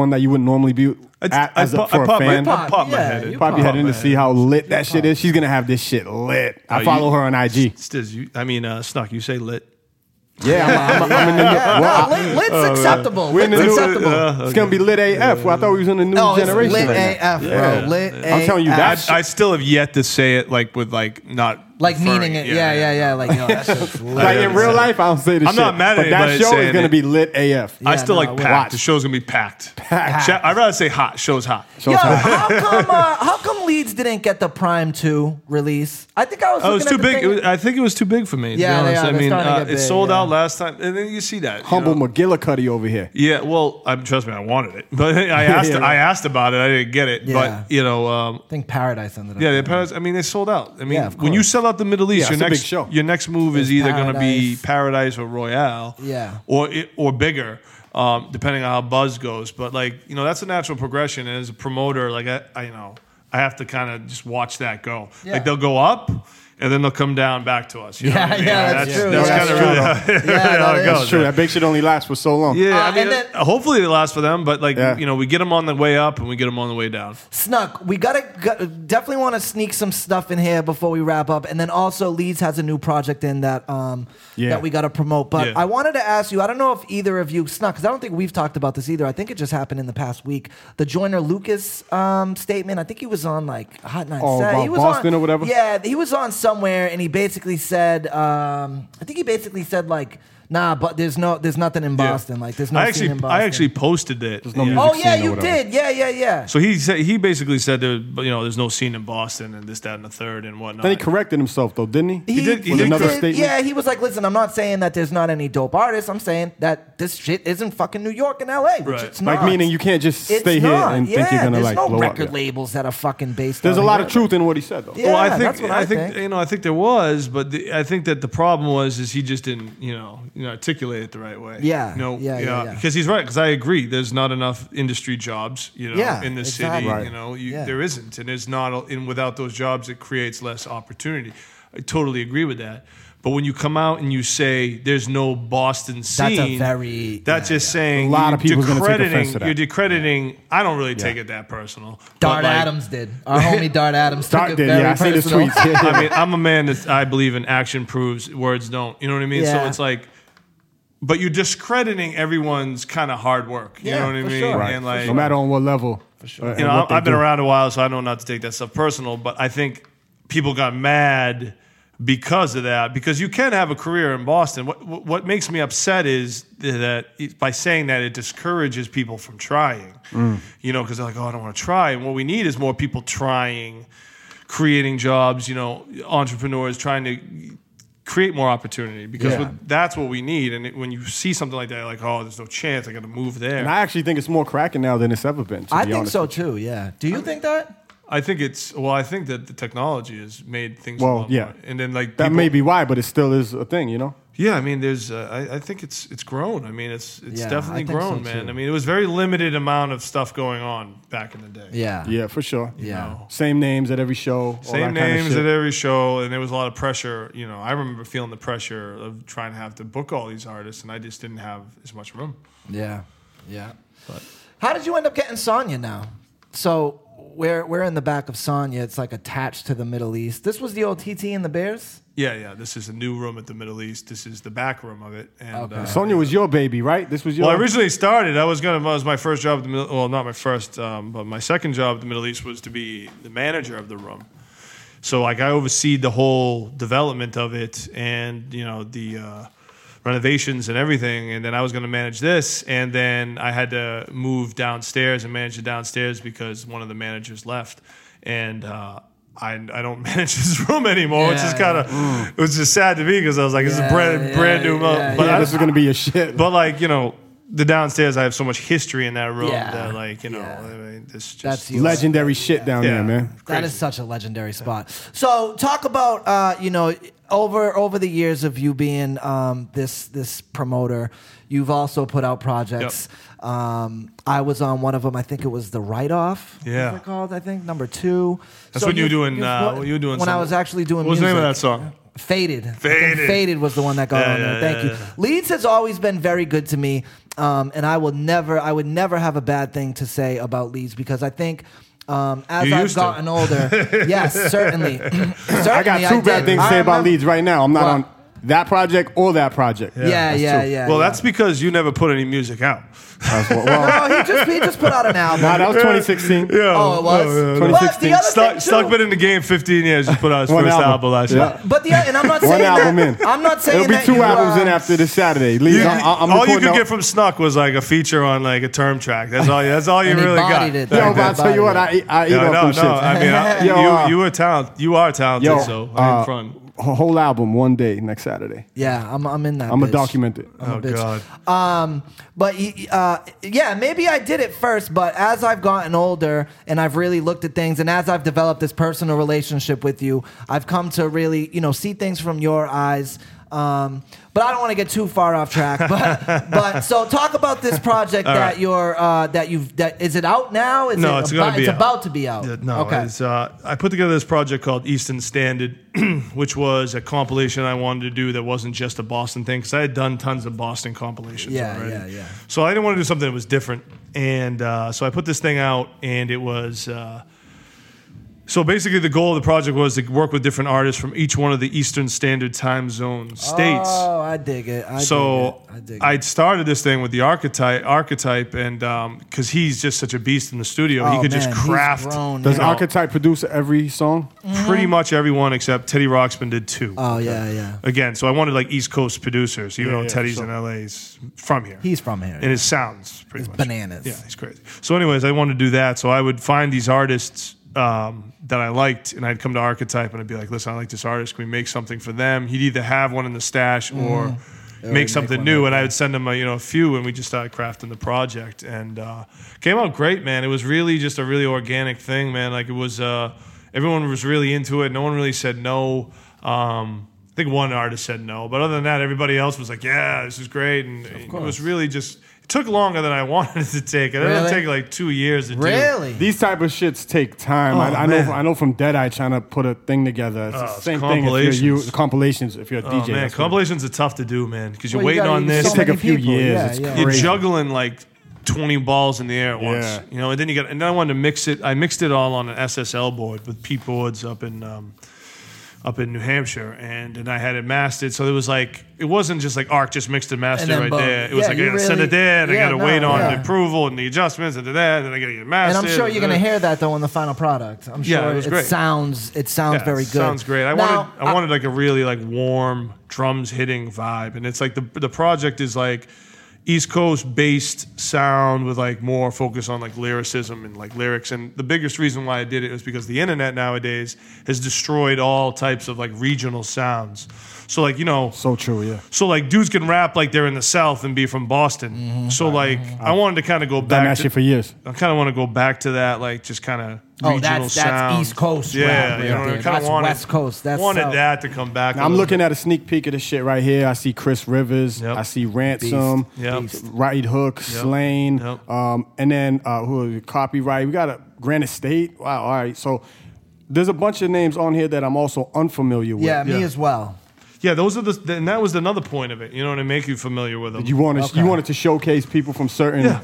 [SPEAKER 2] one that you wouldn't normally be
[SPEAKER 3] I,
[SPEAKER 2] at
[SPEAKER 3] I,
[SPEAKER 2] as a,
[SPEAKER 3] pop-
[SPEAKER 2] for
[SPEAKER 3] I
[SPEAKER 2] a
[SPEAKER 3] pop,
[SPEAKER 2] fan?
[SPEAKER 3] I pop, pop my
[SPEAKER 1] Yeah,
[SPEAKER 3] head.
[SPEAKER 1] you
[SPEAKER 3] in.
[SPEAKER 1] pop
[SPEAKER 2] Probably heading
[SPEAKER 3] my
[SPEAKER 2] to
[SPEAKER 3] head
[SPEAKER 2] see
[SPEAKER 3] in.
[SPEAKER 2] how lit that shit is. She's gonna have this shit lit.
[SPEAKER 3] Are
[SPEAKER 2] I
[SPEAKER 3] you-
[SPEAKER 2] follow her on IG.
[SPEAKER 3] Stiz, you, I mean, uh, Snuck, you say lit.
[SPEAKER 2] Yeah, I'm, I'm, I'm in the new.
[SPEAKER 1] Yeah,
[SPEAKER 2] Well,
[SPEAKER 1] no, lit, lit's acceptable.
[SPEAKER 2] we're in the
[SPEAKER 1] Lit's
[SPEAKER 2] new.
[SPEAKER 1] acceptable.
[SPEAKER 3] uh,
[SPEAKER 2] It's gonna be lit AF. Well, I thought we was in the new
[SPEAKER 1] oh, it's
[SPEAKER 2] generation.
[SPEAKER 1] lit
[SPEAKER 2] right now.
[SPEAKER 1] AF, bro. Lit
[SPEAKER 2] I'm telling you,
[SPEAKER 1] AF.
[SPEAKER 2] that
[SPEAKER 3] I, I still have yet to say it like with like not
[SPEAKER 1] like
[SPEAKER 3] referring-
[SPEAKER 1] meaning it. Yeah, yeah, yeah. Like, yo, that's just lit.
[SPEAKER 2] Like in real life, I don't say this
[SPEAKER 3] I'm
[SPEAKER 2] shit.
[SPEAKER 3] not mad at
[SPEAKER 2] But that
[SPEAKER 3] anybody
[SPEAKER 2] show
[SPEAKER 3] saying
[SPEAKER 2] is gonna
[SPEAKER 3] it.
[SPEAKER 2] be lit AF.
[SPEAKER 3] I still
[SPEAKER 1] no, I
[SPEAKER 3] like
[SPEAKER 1] would.
[SPEAKER 3] packed.
[SPEAKER 2] Watch.
[SPEAKER 3] The show's gonna be packed. Packed. I'd rather say hot. Show's hot.
[SPEAKER 2] Show
[SPEAKER 1] Yo,
[SPEAKER 2] time.
[SPEAKER 1] how come uh, how come Leeds didn't get the Prime Two release? I think I was.
[SPEAKER 3] Oh, it was
[SPEAKER 1] looking at
[SPEAKER 3] too
[SPEAKER 1] the
[SPEAKER 3] big.
[SPEAKER 1] thing-
[SPEAKER 3] It was, I think it was too big for me. to be
[SPEAKER 1] Yeah, they
[SPEAKER 3] honest.
[SPEAKER 1] are.
[SPEAKER 3] I
[SPEAKER 1] They're
[SPEAKER 3] mean,
[SPEAKER 1] starting to
[SPEAKER 3] uh,
[SPEAKER 1] get
[SPEAKER 3] it
[SPEAKER 1] big,
[SPEAKER 3] sold
[SPEAKER 1] yeah.
[SPEAKER 3] out last time, and then you see that you
[SPEAKER 2] Humble
[SPEAKER 3] know?
[SPEAKER 2] McGillicuddy over here.
[SPEAKER 3] Yeah, well, I, trust me, I wanted it, but I asked.
[SPEAKER 2] Yeah, yeah.
[SPEAKER 3] I asked about it. I didn't get it,
[SPEAKER 1] Yeah.
[SPEAKER 3] but you know, um,
[SPEAKER 1] I think Paradise ended up.
[SPEAKER 3] yeah, the
[SPEAKER 1] there.
[SPEAKER 3] Paradise. I mean, they sold out. I mean,
[SPEAKER 1] Yeah, of
[SPEAKER 3] when you
[SPEAKER 1] course.
[SPEAKER 3] sell out the Middle East,
[SPEAKER 2] Yeah, it's a
[SPEAKER 3] your
[SPEAKER 2] big
[SPEAKER 3] next
[SPEAKER 2] show.
[SPEAKER 3] your next move is
[SPEAKER 1] There's
[SPEAKER 3] either going to be
[SPEAKER 1] Paradise.
[SPEAKER 3] Paradise or Royale,
[SPEAKER 1] Yeah.
[SPEAKER 3] or it, or bigger, um, depending on how buzz goes. But like you know, that's a natural progression. And as a promoter, like I, I you know, I have to kind of just watch that go.
[SPEAKER 1] Yeah.
[SPEAKER 3] Like they'll go up. And then they'll come down back to us. You know
[SPEAKER 1] Yeah,
[SPEAKER 3] what I mean?
[SPEAKER 1] yeah, that's
[SPEAKER 3] that's,
[SPEAKER 1] true.
[SPEAKER 3] That's
[SPEAKER 1] Yeah,
[SPEAKER 3] kind of
[SPEAKER 1] that's
[SPEAKER 3] really
[SPEAKER 2] true.
[SPEAKER 3] how,
[SPEAKER 1] Yeah,
[SPEAKER 3] how
[SPEAKER 1] that
[SPEAKER 3] it
[SPEAKER 1] is
[SPEAKER 3] goes.
[SPEAKER 2] That's true. That big shit only lasts for so long.
[SPEAKER 3] Yeah,
[SPEAKER 1] Uh,
[SPEAKER 3] I mean,
[SPEAKER 1] and then-
[SPEAKER 3] uh, hopefully they last for them, but like
[SPEAKER 2] Yeah.
[SPEAKER 3] you know, we get them on the way up and we get them on the way down.
[SPEAKER 1] Snuck. We gotta go- definitely want to sneak some stuff in here before we wrap up, and then also Leeds has a new project in that um
[SPEAKER 2] Yeah.
[SPEAKER 1] that we gotta promote. But
[SPEAKER 3] Yeah.
[SPEAKER 1] I wanted to ask you. I don't know if either of you snuck because I don't think we've talked about this either. I think it just happened in the past week. The Joyner Lucas um statement. I think he was on like Hot Nine.
[SPEAKER 2] Oh,
[SPEAKER 1] Set.
[SPEAKER 2] about
[SPEAKER 1] he was
[SPEAKER 2] Boston
[SPEAKER 1] on,
[SPEAKER 2] or whatever?
[SPEAKER 1] Yeah, he was on somewhere, and he basically said. um I think he basically said like. Nah, but there's no, there's nothing in
[SPEAKER 3] Yeah.
[SPEAKER 1] Boston. Like there's no.
[SPEAKER 3] I
[SPEAKER 1] scene
[SPEAKER 3] actually,
[SPEAKER 1] in Boston.
[SPEAKER 3] I actually posted it.
[SPEAKER 2] no
[SPEAKER 3] you
[SPEAKER 2] music.
[SPEAKER 3] know.
[SPEAKER 1] Oh yeah,
[SPEAKER 2] scene or
[SPEAKER 1] you
[SPEAKER 2] whatever.
[SPEAKER 1] did. Yeah, yeah, yeah.
[SPEAKER 3] So he said he basically said there, you know, there's no scene in Boston and this, that, and the third and whatnot.
[SPEAKER 2] Then he corrected himself though, didn't he?
[SPEAKER 3] He did- he
[SPEAKER 2] With
[SPEAKER 3] did
[SPEAKER 2] another
[SPEAKER 3] correct-
[SPEAKER 2] statement.
[SPEAKER 1] Yeah, he was like, listen, I'm not saying that there's not any dope artists. I'm saying that this shit isn't fucking New York and LA, which
[SPEAKER 3] Right.
[SPEAKER 1] it's not.
[SPEAKER 2] Like meaning you can't just
[SPEAKER 1] It's
[SPEAKER 2] stay here
[SPEAKER 1] not.
[SPEAKER 2] and
[SPEAKER 1] yeah,
[SPEAKER 2] think you're gonna
[SPEAKER 1] there's
[SPEAKER 2] like
[SPEAKER 1] no
[SPEAKER 2] blow up.
[SPEAKER 1] record
[SPEAKER 2] Yeah.
[SPEAKER 1] labels that are fucking based.
[SPEAKER 2] There's a
[SPEAKER 1] on
[SPEAKER 2] lot
[SPEAKER 1] here.
[SPEAKER 2] of truth in what he said though.
[SPEAKER 1] Yeah,
[SPEAKER 3] well, I think
[SPEAKER 1] that's what I,
[SPEAKER 3] think,
[SPEAKER 1] think.
[SPEAKER 3] you know I think there was, but the, I think that the problem was is he just didn't you know you know articulate it the right way.
[SPEAKER 1] Yeah,
[SPEAKER 3] you know,
[SPEAKER 1] yeah, yeah, yeah.
[SPEAKER 3] Because he's right. Because I agree. There's not enough industry jobs you know
[SPEAKER 1] Yeah,
[SPEAKER 3] in the
[SPEAKER 1] exactly.
[SPEAKER 3] city.
[SPEAKER 1] Right.
[SPEAKER 3] You know you,
[SPEAKER 1] Yeah.
[SPEAKER 3] there isn't, and it's not. a- And without those jobs, it creates less opportunity. I totally agree with that. But when you come out and you say there's no Boston
[SPEAKER 1] a
[SPEAKER 3] scene,
[SPEAKER 1] very-
[SPEAKER 3] that's just saying
[SPEAKER 2] A lot
[SPEAKER 3] you're
[SPEAKER 2] of people's gonna take offense
[SPEAKER 3] decrediting-
[SPEAKER 2] to that.
[SPEAKER 3] You're decrediting. I don't really take it that personal. but,
[SPEAKER 1] Dart
[SPEAKER 3] like,
[SPEAKER 1] Adams did. Our homie Dart Adams took
[SPEAKER 2] Doc
[SPEAKER 1] it
[SPEAKER 2] did,
[SPEAKER 1] very
[SPEAKER 2] yeah. I see the
[SPEAKER 1] personal.
[SPEAKER 2] tweets. Yeah.
[SPEAKER 3] I mean, I'm a man that I believe in action proves words don't. You know what I mean? So
[SPEAKER 1] Yeah.
[SPEAKER 3] it's like, but you're discrediting everyone's kind of hard work. You
[SPEAKER 1] Yeah,
[SPEAKER 3] know what I
[SPEAKER 1] for
[SPEAKER 3] mean?
[SPEAKER 1] sure. Right,
[SPEAKER 3] And
[SPEAKER 1] for
[SPEAKER 3] like,
[SPEAKER 2] no matter on what level. uh, For sure.
[SPEAKER 3] you know, I- I've been around a while, so I know not to take that stuff personal. But I think people got mad because of that. Because you can have a career in Boston. What what what makes me upset is that it- by saying that it discourages people from trying. You know, because they're like, oh, I don't want to try. And what we need is more people trying, creating jobs. You know, entrepreneurs trying to create more opportunity because
[SPEAKER 2] Yeah.
[SPEAKER 3] what- that's what we need. And it, when you see something like that, you're like, oh, there's no chance. I got to move there.
[SPEAKER 2] And I actually think it's more cracking now than it's ever been. To
[SPEAKER 1] I
[SPEAKER 2] be
[SPEAKER 1] think
[SPEAKER 2] honest
[SPEAKER 1] so
[SPEAKER 2] with
[SPEAKER 1] too. Yeah. Do you think that?
[SPEAKER 3] I think it's well. I think that the technology has made things. a
[SPEAKER 2] Well,
[SPEAKER 3] lot
[SPEAKER 2] yeah.
[SPEAKER 3] more- and then like
[SPEAKER 2] you. That
[SPEAKER 3] people-
[SPEAKER 2] may be why, but it still is a thing, you know?
[SPEAKER 3] Yeah, I mean, there's. Uh, I, I think it's it's grown. I mean, it's it's
[SPEAKER 1] Yeah,
[SPEAKER 3] definitely
[SPEAKER 1] I think so,
[SPEAKER 3] grown, man.
[SPEAKER 1] too.
[SPEAKER 3] I mean, it was very limited amount of stuff going on back in the day.
[SPEAKER 1] Yeah.
[SPEAKER 2] Yeah, for sure.
[SPEAKER 1] Yeah.
[SPEAKER 2] Same names at every show. all
[SPEAKER 3] Same
[SPEAKER 2] that kinda
[SPEAKER 3] names
[SPEAKER 2] shit.
[SPEAKER 3] at every show, and there was a lot of pressure. You know, I remember feeling the pressure of trying to have to book all these artists, and I just didn't have as much room.
[SPEAKER 1] Yeah. Yeah. How did you end up getting Sonya now? So we're we're in the back of Sonya. It's like attached to the Middle East. This was the old TT and the Bears.
[SPEAKER 3] Yeah, yeah. This is a new room at the Middle East. This is the back room of it. And
[SPEAKER 1] Okay.
[SPEAKER 3] uh,
[SPEAKER 2] Sonya was your baby, right? This was your.
[SPEAKER 3] Well, I originally started. I was gonna. It was my first job. At the Middle, well, not my first, um, but my second job at the Middle East was to be the manager of the room. So like I overseed the whole development of it, and you know the uh, renovations and everything. And then I was gonna manage this, and then I had to move downstairs and manage it downstairs because one of the managers left, and. Uh, I, I don't manage this room anymore, which
[SPEAKER 1] Yeah, Mm.
[SPEAKER 3] is kind of it was just sad to me because I was like, this is
[SPEAKER 1] Yeah,
[SPEAKER 3] a brand
[SPEAKER 1] yeah,
[SPEAKER 3] brand new, mo-
[SPEAKER 1] yeah,
[SPEAKER 3] but
[SPEAKER 2] yeah,
[SPEAKER 3] I,
[SPEAKER 2] this is gonna be your shit.
[SPEAKER 3] but like you know, the downstairs, I have so much history in that room
[SPEAKER 1] Yeah.
[SPEAKER 3] that like you know,
[SPEAKER 1] Yeah.
[SPEAKER 3] I mean, it's just
[SPEAKER 1] That's you.
[SPEAKER 2] Legendary shit down
[SPEAKER 3] Yeah.
[SPEAKER 2] there, man.
[SPEAKER 1] That is such a legendary spot. So talk about uh, you know over over the years of you being um, this this promoter, you've also put out projects. Um, I was on one of them. I think it was the write off.
[SPEAKER 3] Yeah.
[SPEAKER 1] was it called I think number two.
[SPEAKER 3] That's when you were doing,
[SPEAKER 1] you've
[SPEAKER 3] uh,
[SPEAKER 1] put-
[SPEAKER 3] when you were doing
[SPEAKER 1] when I
[SPEAKER 3] some-
[SPEAKER 1] was actually doing.
[SPEAKER 3] What was the name of
[SPEAKER 1] music.
[SPEAKER 3] that song?
[SPEAKER 1] Faded. I think
[SPEAKER 3] Faded.
[SPEAKER 1] Faded was the one that got
[SPEAKER 3] Yeah,
[SPEAKER 1] on there.
[SPEAKER 3] yeah,
[SPEAKER 1] Thank
[SPEAKER 3] yeah,
[SPEAKER 1] you.
[SPEAKER 3] yeah.
[SPEAKER 1] Leeds has always been very good to me, um, and I will never, I would never have a bad thing to say about Leeds because I think. Um, as
[SPEAKER 3] You
[SPEAKER 1] I've
[SPEAKER 3] used to.
[SPEAKER 1] gotten older, yes, certainly. certainly
[SPEAKER 2] I got two bad
[SPEAKER 1] did.
[SPEAKER 2] things to
[SPEAKER 1] I
[SPEAKER 2] say about
[SPEAKER 1] remember-
[SPEAKER 2] Leeds right now. I'm not
[SPEAKER 1] What?
[SPEAKER 2] on that project or that project.
[SPEAKER 1] Yeah,
[SPEAKER 2] That's
[SPEAKER 1] yeah,
[SPEAKER 2] two.
[SPEAKER 1] yeah.
[SPEAKER 3] well,
[SPEAKER 1] yeah.
[SPEAKER 3] that's because you never put any music out.
[SPEAKER 2] That's what- well,
[SPEAKER 1] no, Oh, he just he just put out an album.
[SPEAKER 2] nah, that was 2016.
[SPEAKER 1] oh, it was.
[SPEAKER 2] no.
[SPEAKER 1] But the
[SPEAKER 2] 2016.
[SPEAKER 1] other
[SPEAKER 3] uh, Stuck,
[SPEAKER 1] thing
[SPEAKER 3] stuck
[SPEAKER 1] too-
[SPEAKER 3] been in the game 15 years. Just put out his
[SPEAKER 2] One
[SPEAKER 3] first
[SPEAKER 2] album.
[SPEAKER 3] album, last year.
[SPEAKER 2] Yeah.
[SPEAKER 1] But the and I'm not saying
[SPEAKER 2] One album
[SPEAKER 1] that,
[SPEAKER 2] in.
[SPEAKER 1] I'm not saying
[SPEAKER 2] It'll be
[SPEAKER 1] that
[SPEAKER 2] two
[SPEAKER 1] you,
[SPEAKER 2] albums
[SPEAKER 1] uh,
[SPEAKER 2] in after this Saturday. Leeds,
[SPEAKER 3] You-
[SPEAKER 2] I'm, I'm
[SPEAKER 3] all you
[SPEAKER 2] recording
[SPEAKER 3] could
[SPEAKER 2] out-
[SPEAKER 3] get from Snuck was like a feature on like a term track. That's all. That's all you
[SPEAKER 1] And he
[SPEAKER 3] really got.
[SPEAKER 1] bodied it.
[SPEAKER 2] Yo,
[SPEAKER 1] Yeah,
[SPEAKER 2] but I tell you what, I eat, I eat
[SPEAKER 3] No,
[SPEAKER 2] off
[SPEAKER 3] no,
[SPEAKER 2] them
[SPEAKER 3] no.
[SPEAKER 2] shits.
[SPEAKER 3] I mean, I,
[SPEAKER 2] Yo,
[SPEAKER 3] you
[SPEAKER 2] uh,
[SPEAKER 3] you were talented. You are talented.
[SPEAKER 2] Yo,
[SPEAKER 3] so I'm
[SPEAKER 2] uh,
[SPEAKER 3] front.
[SPEAKER 2] wh- whole album one day next Saturday.
[SPEAKER 1] Yeah, I'm I'm in that.
[SPEAKER 2] I'm
[SPEAKER 1] bitch.
[SPEAKER 2] gonna document it.
[SPEAKER 1] I'm a
[SPEAKER 3] Oh,
[SPEAKER 1] bitch.
[SPEAKER 3] God.
[SPEAKER 1] Um, but y- y- uh, yeah, maybe I did it first. But as I've gotten older and I've really looked at things, and as I've developed this personal relationship with you, I've come to really, you know, see things from your eyes. Um, but I don't want to get too far off track. But, but so talk about this project that
[SPEAKER 3] right.
[SPEAKER 1] you're uh, that you've that is it out now? Is
[SPEAKER 3] No,
[SPEAKER 1] it
[SPEAKER 3] it's gonna
[SPEAKER 1] about-
[SPEAKER 3] be
[SPEAKER 1] it's
[SPEAKER 3] out.
[SPEAKER 1] about to be out.
[SPEAKER 3] Yeah, no,
[SPEAKER 1] Oh. okay.
[SPEAKER 3] it's, uh, I put together this project called Easton Standard, which was a compilation I wanted to do that wasn't just a Boston thing because I had done tons of Boston compilations.
[SPEAKER 1] Yeah,
[SPEAKER 3] already.
[SPEAKER 1] yeah, yeah.
[SPEAKER 3] So I didn't want to do something that was different, and uh, so I put this thing out, and it was. Uh, so basically, the goal of the project was to work with different artists from each one of the Eastern Standard Time Zone states
[SPEAKER 1] Oh, I dig it. I dig
[SPEAKER 3] so
[SPEAKER 1] it. I dig it.
[SPEAKER 3] I started this thing with the archetype, archetype, and because he's just such a beast in the studio,
[SPEAKER 1] Oh,
[SPEAKER 3] he could just
[SPEAKER 1] man, he's
[SPEAKER 3] craft
[SPEAKER 1] grown
[SPEAKER 2] Does
[SPEAKER 1] now.
[SPEAKER 3] Ar-
[SPEAKER 2] Archetype produce every song?
[SPEAKER 3] pretty much everyone except Teddy Roxman did two.
[SPEAKER 1] Mm-hmm. Oh yeah, yeah.
[SPEAKER 3] Again, so I wanted like East Coast producers, even
[SPEAKER 2] Yeah,
[SPEAKER 3] though
[SPEAKER 2] yeah,
[SPEAKER 3] Teddy's
[SPEAKER 2] sure.
[SPEAKER 3] in LA, he's from here.
[SPEAKER 1] He's from here.
[SPEAKER 3] and his sounds pretty much
[SPEAKER 1] bananas.
[SPEAKER 3] Yeah, he's crazy. So, anyways, I wanted to do that. So I would find these artists um, that I liked, and I'd come to Archetype and I'd be like, "Listen, I like this artist. Can we make something for them?" He'd either have one in the stash or
[SPEAKER 1] Mm-hmm.
[SPEAKER 3] make something
[SPEAKER 1] one
[SPEAKER 3] new. And I would send him, a, you know, a few, and we just started crafting the project, and uh, came out great, man. It was really just a really organic thing, man. Like it was, uh, everyone was really into it. No one really said no. Um, I think one artist said no, but other than that, everybody else was like, "Yeah, this is great," and it was really just It took longer than I wanted it to take. It ended
[SPEAKER 1] Really?
[SPEAKER 3] up taking like two years to do.
[SPEAKER 1] Really?
[SPEAKER 2] These type of shits take time. I, I
[SPEAKER 3] Oh, man.
[SPEAKER 2] know. I know from Deadeye trying to put a thing together. It's
[SPEAKER 3] Oh,
[SPEAKER 2] the
[SPEAKER 3] it's
[SPEAKER 2] same thing. If you're, you
[SPEAKER 3] compilations.
[SPEAKER 2] compilations. If you're a
[SPEAKER 3] Oh
[SPEAKER 2] DJ,
[SPEAKER 3] man,
[SPEAKER 2] that's what-
[SPEAKER 3] compilations are tough to do, man, because you're
[SPEAKER 1] Well, you
[SPEAKER 3] waiting
[SPEAKER 1] gotta
[SPEAKER 3] on
[SPEAKER 1] use
[SPEAKER 3] this.
[SPEAKER 1] so
[SPEAKER 2] It take a
[SPEAKER 1] many
[SPEAKER 2] few
[SPEAKER 1] people.
[SPEAKER 2] years.
[SPEAKER 1] Yeah,
[SPEAKER 2] It's
[SPEAKER 1] yeah.
[SPEAKER 3] you're
[SPEAKER 2] crazy.
[SPEAKER 3] juggling like 20 balls in the air at once
[SPEAKER 2] Yeah.
[SPEAKER 3] you know and then you got and then i wanted to mix it i mixed it all on an ssl board with pete boards up in um, up in new hampshire and and i had it mastered so it was like it wasn't just like arc just mixed and mastered
[SPEAKER 1] And then
[SPEAKER 3] right
[SPEAKER 1] boom.
[SPEAKER 3] there it was
[SPEAKER 1] Yeah,
[SPEAKER 3] like i
[SPEAKER 1] you
[SPEAKER 3] gotta send
[SPEAKER 1] really-
[SPEAKER 3] it there and
[SPEAKER 1] yeah,
[SPEAKER 3] i gotta
[SPEAKER 1] no,
[SPEAKER 3] wait on
[SPEAKER 1] yeah.
[SPEAKER 3] the approval and the adjustments and that and then i gotta get it
[SPEAKER 1] And
[SPEAKER 3] mastered
[SPEAKER 1] I'm sure you're going to hear that though in the final product. I'm
[SPEAKER 3] Yeah,
[SPEAKER 1] sure
[SPEAKER 3] it was
[SPEAKER 1] it,
[SPEAKER 3] great.
[SPEAKER 1] sounds it sounds
[SPEAKER 3] Yeah,
[SPEAKER 1] very
[SPEAKER 3] it
[SPEAKER 1] good.
[SPEAKER 3] Sounds great.
[SPEAKER 1] Now,
[SPEAKER 3] I
[SPEAKER 1] uh,
[SPEAKER 3] wanted I, wanted like a really like warm drums hitting vibe, and it's like the the project is like East Coast based sound with like more focus on like lyricism and like lyrics. And the biggest reason why I did it was because the internet nowadays has destroyed all types of like regional sounds. So like you know
[SPEAKER 2] So true. Yeah.
[SPEAKER 3] so like dudes can rap like they're in the South and be from Boston. So like I wanted to kind of go
[SPEAKER 2] Done
[SPEAKER 3] back.
[SPEAKER 2] that
[SPEAKER 3] to-
[SPEAKER 2] shit for years.
[SPEAKER 3] I kind of want to go back to that, like just kind of
[SPEAKER 1] Oh,
[SPEAKER 3] regional
[SPEAKER 1] that's- that's
[SPEAKER 3] sound.
[SPEAKER 1] East Coast
[SPEAKER 3] yeah.
[SPEAKER 1] rap
[SPEAKER 3] you
[SPEAKER 1] right
[SPEAKER 3] know, what I
[SPEAKER 1] there.
[SPEAKER 3] mean? kinda
[SPEAKER 1] That's
[SPEAKER 3] wanted,
[SPEAKER 1] West Coast, that's
[SPEAKER 3] wanted
[SPEAKER 1] South.
[SPEAKER 3] that to come back.
[SPEAKER 2] Now, I'm looking at a sneak peek of this shit right here. I see Chris Rivers.
[SPEAKER 3] Yep.
[SPEAKER 2] I see Ransom.
[SPEAKER 3] Yep.
[SPEAKER 1] Beast.
[SPEAKER 2] Right Hook, Slain,
[SPEAKER 3] Yep.
[SPEAKER 2] um, and then uh, who is it? copyright? We got a Granite State. Wow, all right. So there's a bunch of names on here that I'm also unfamilier with.
[SPEAKER 1] yeah, me
[SPEAKER 3] Yeah.
[SPEAKER 1] as well.
[SPEAKER 3] yeah, those are the and that was another point of it. You know, what I mean? make you familiar with them.
[SPEAKER 2] You wanted
[SPEAKER 1] Okay.
[SPEAKER 2] you wanted to showcase people from certain
[SPEAKER 3] Yeah.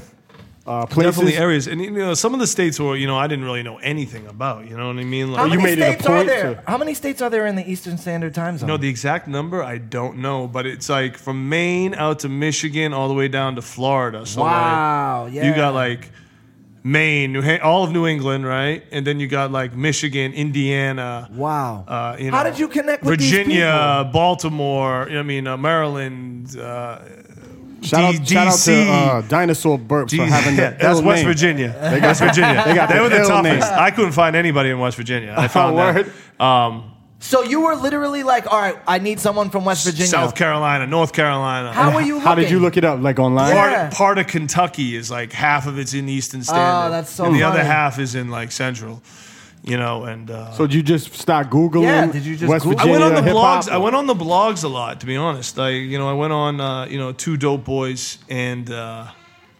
[SPEAKER 2] uh, places.
[SPEAKER 3] Definitely areas, and you know some of the states where you know I didn't really know anything about. Oh, You know what I mean?
[SPEAKER 1] How
[SPEAKER 3] Like,
[SPEAKER 2] Oh, you
[SPEAKER 1] many
[SPEAKER 2] made it a
[SPEAKER 1] states are
[SPEAKER 2] point
[SPEAKER 1] there?
[SPEAKER 2] to-
[SPEAKER 1] How many states are there in the Eastern Standard Time Zone?
[SPEAKER 3] No, the exact number I don't know, but it's like from Maine out to Michigan, all the way down to Florida. So
[SPEAKER 1] Wow,
[SPEAKER 3] like,
[SPEAKER 1] yeah.
[SPEAKER 3] you got like Maine, New ha- all of New England, right? And then you got like Michigan, Indiana.
[SPEAKER 1] wow.
[SPEAKER 3] Uh, you
[SPEAKER 1] How
[SPEAKER 3] know,
[SPEAKER 1] did you connect with these
[SPEAKER 3] Virginia, Baltimore? I mean, uh, Maryland. Uh,
[SPEAKER 2] shout, out,
[SPEAKER 3] D-
[SPEAKER 2] shout out to
[SPEAKER 3] DC.
[SPEAKER 2] uh, Dinosaur Burps for having the
[SPEAKER 3] that's
[SPEAKER 2] ill
[SPEAKER 3] West
[SPEAKER 2] name.
[SPEAKER 3] Virginia. West Virginia. They,
[SPEAKER 2] got the
[SPEAKER 3] were the
[SPEAKER 2] ill
[SPEAKER 3] toughest.
[SPEAKER 2] name.
[SPEAKER 3] I couldn't find anybody in West Virginia. I found
[SPEAKER 2] Word.
[SPEAKER 3] that. Um,
[SPEAKER 1] people? So you were literally like, all right, I need someone from West Virginia.
[SPEAKER 3] South Carolina, North Carolina.
[SPEAKER 1] How were you? Looking?
[SPEAKER 2] How did you look it up? Like online?
[SPEAKER 1] Yeah.
[SPEAKER 3] Part, part of Kentucky is like half of it's in Eastern Standard.
[SPEAKER 1] Oh, that's so
[SPEAKER 3] And the other
[SPEAKER 1] funny.
[SPEAKER 3] half is in like Central. You know, and uh,
[SPEAKER 2] So did you just start googling?
[SPEAKER 1] Yeah, did you just
[SPEAKER 2] West
[SPEAKER 1] Google-
[SPEAKER 3] I
[SPEAKER 2] Virginia
[SPEAKER 3] went on the
[SPEAKER 2] hip-hop?
[SPEAKER 3] blogs. I went on the blogs a lot, to be honest. I, you know, I went on, uh, you know, two dope boys and uh,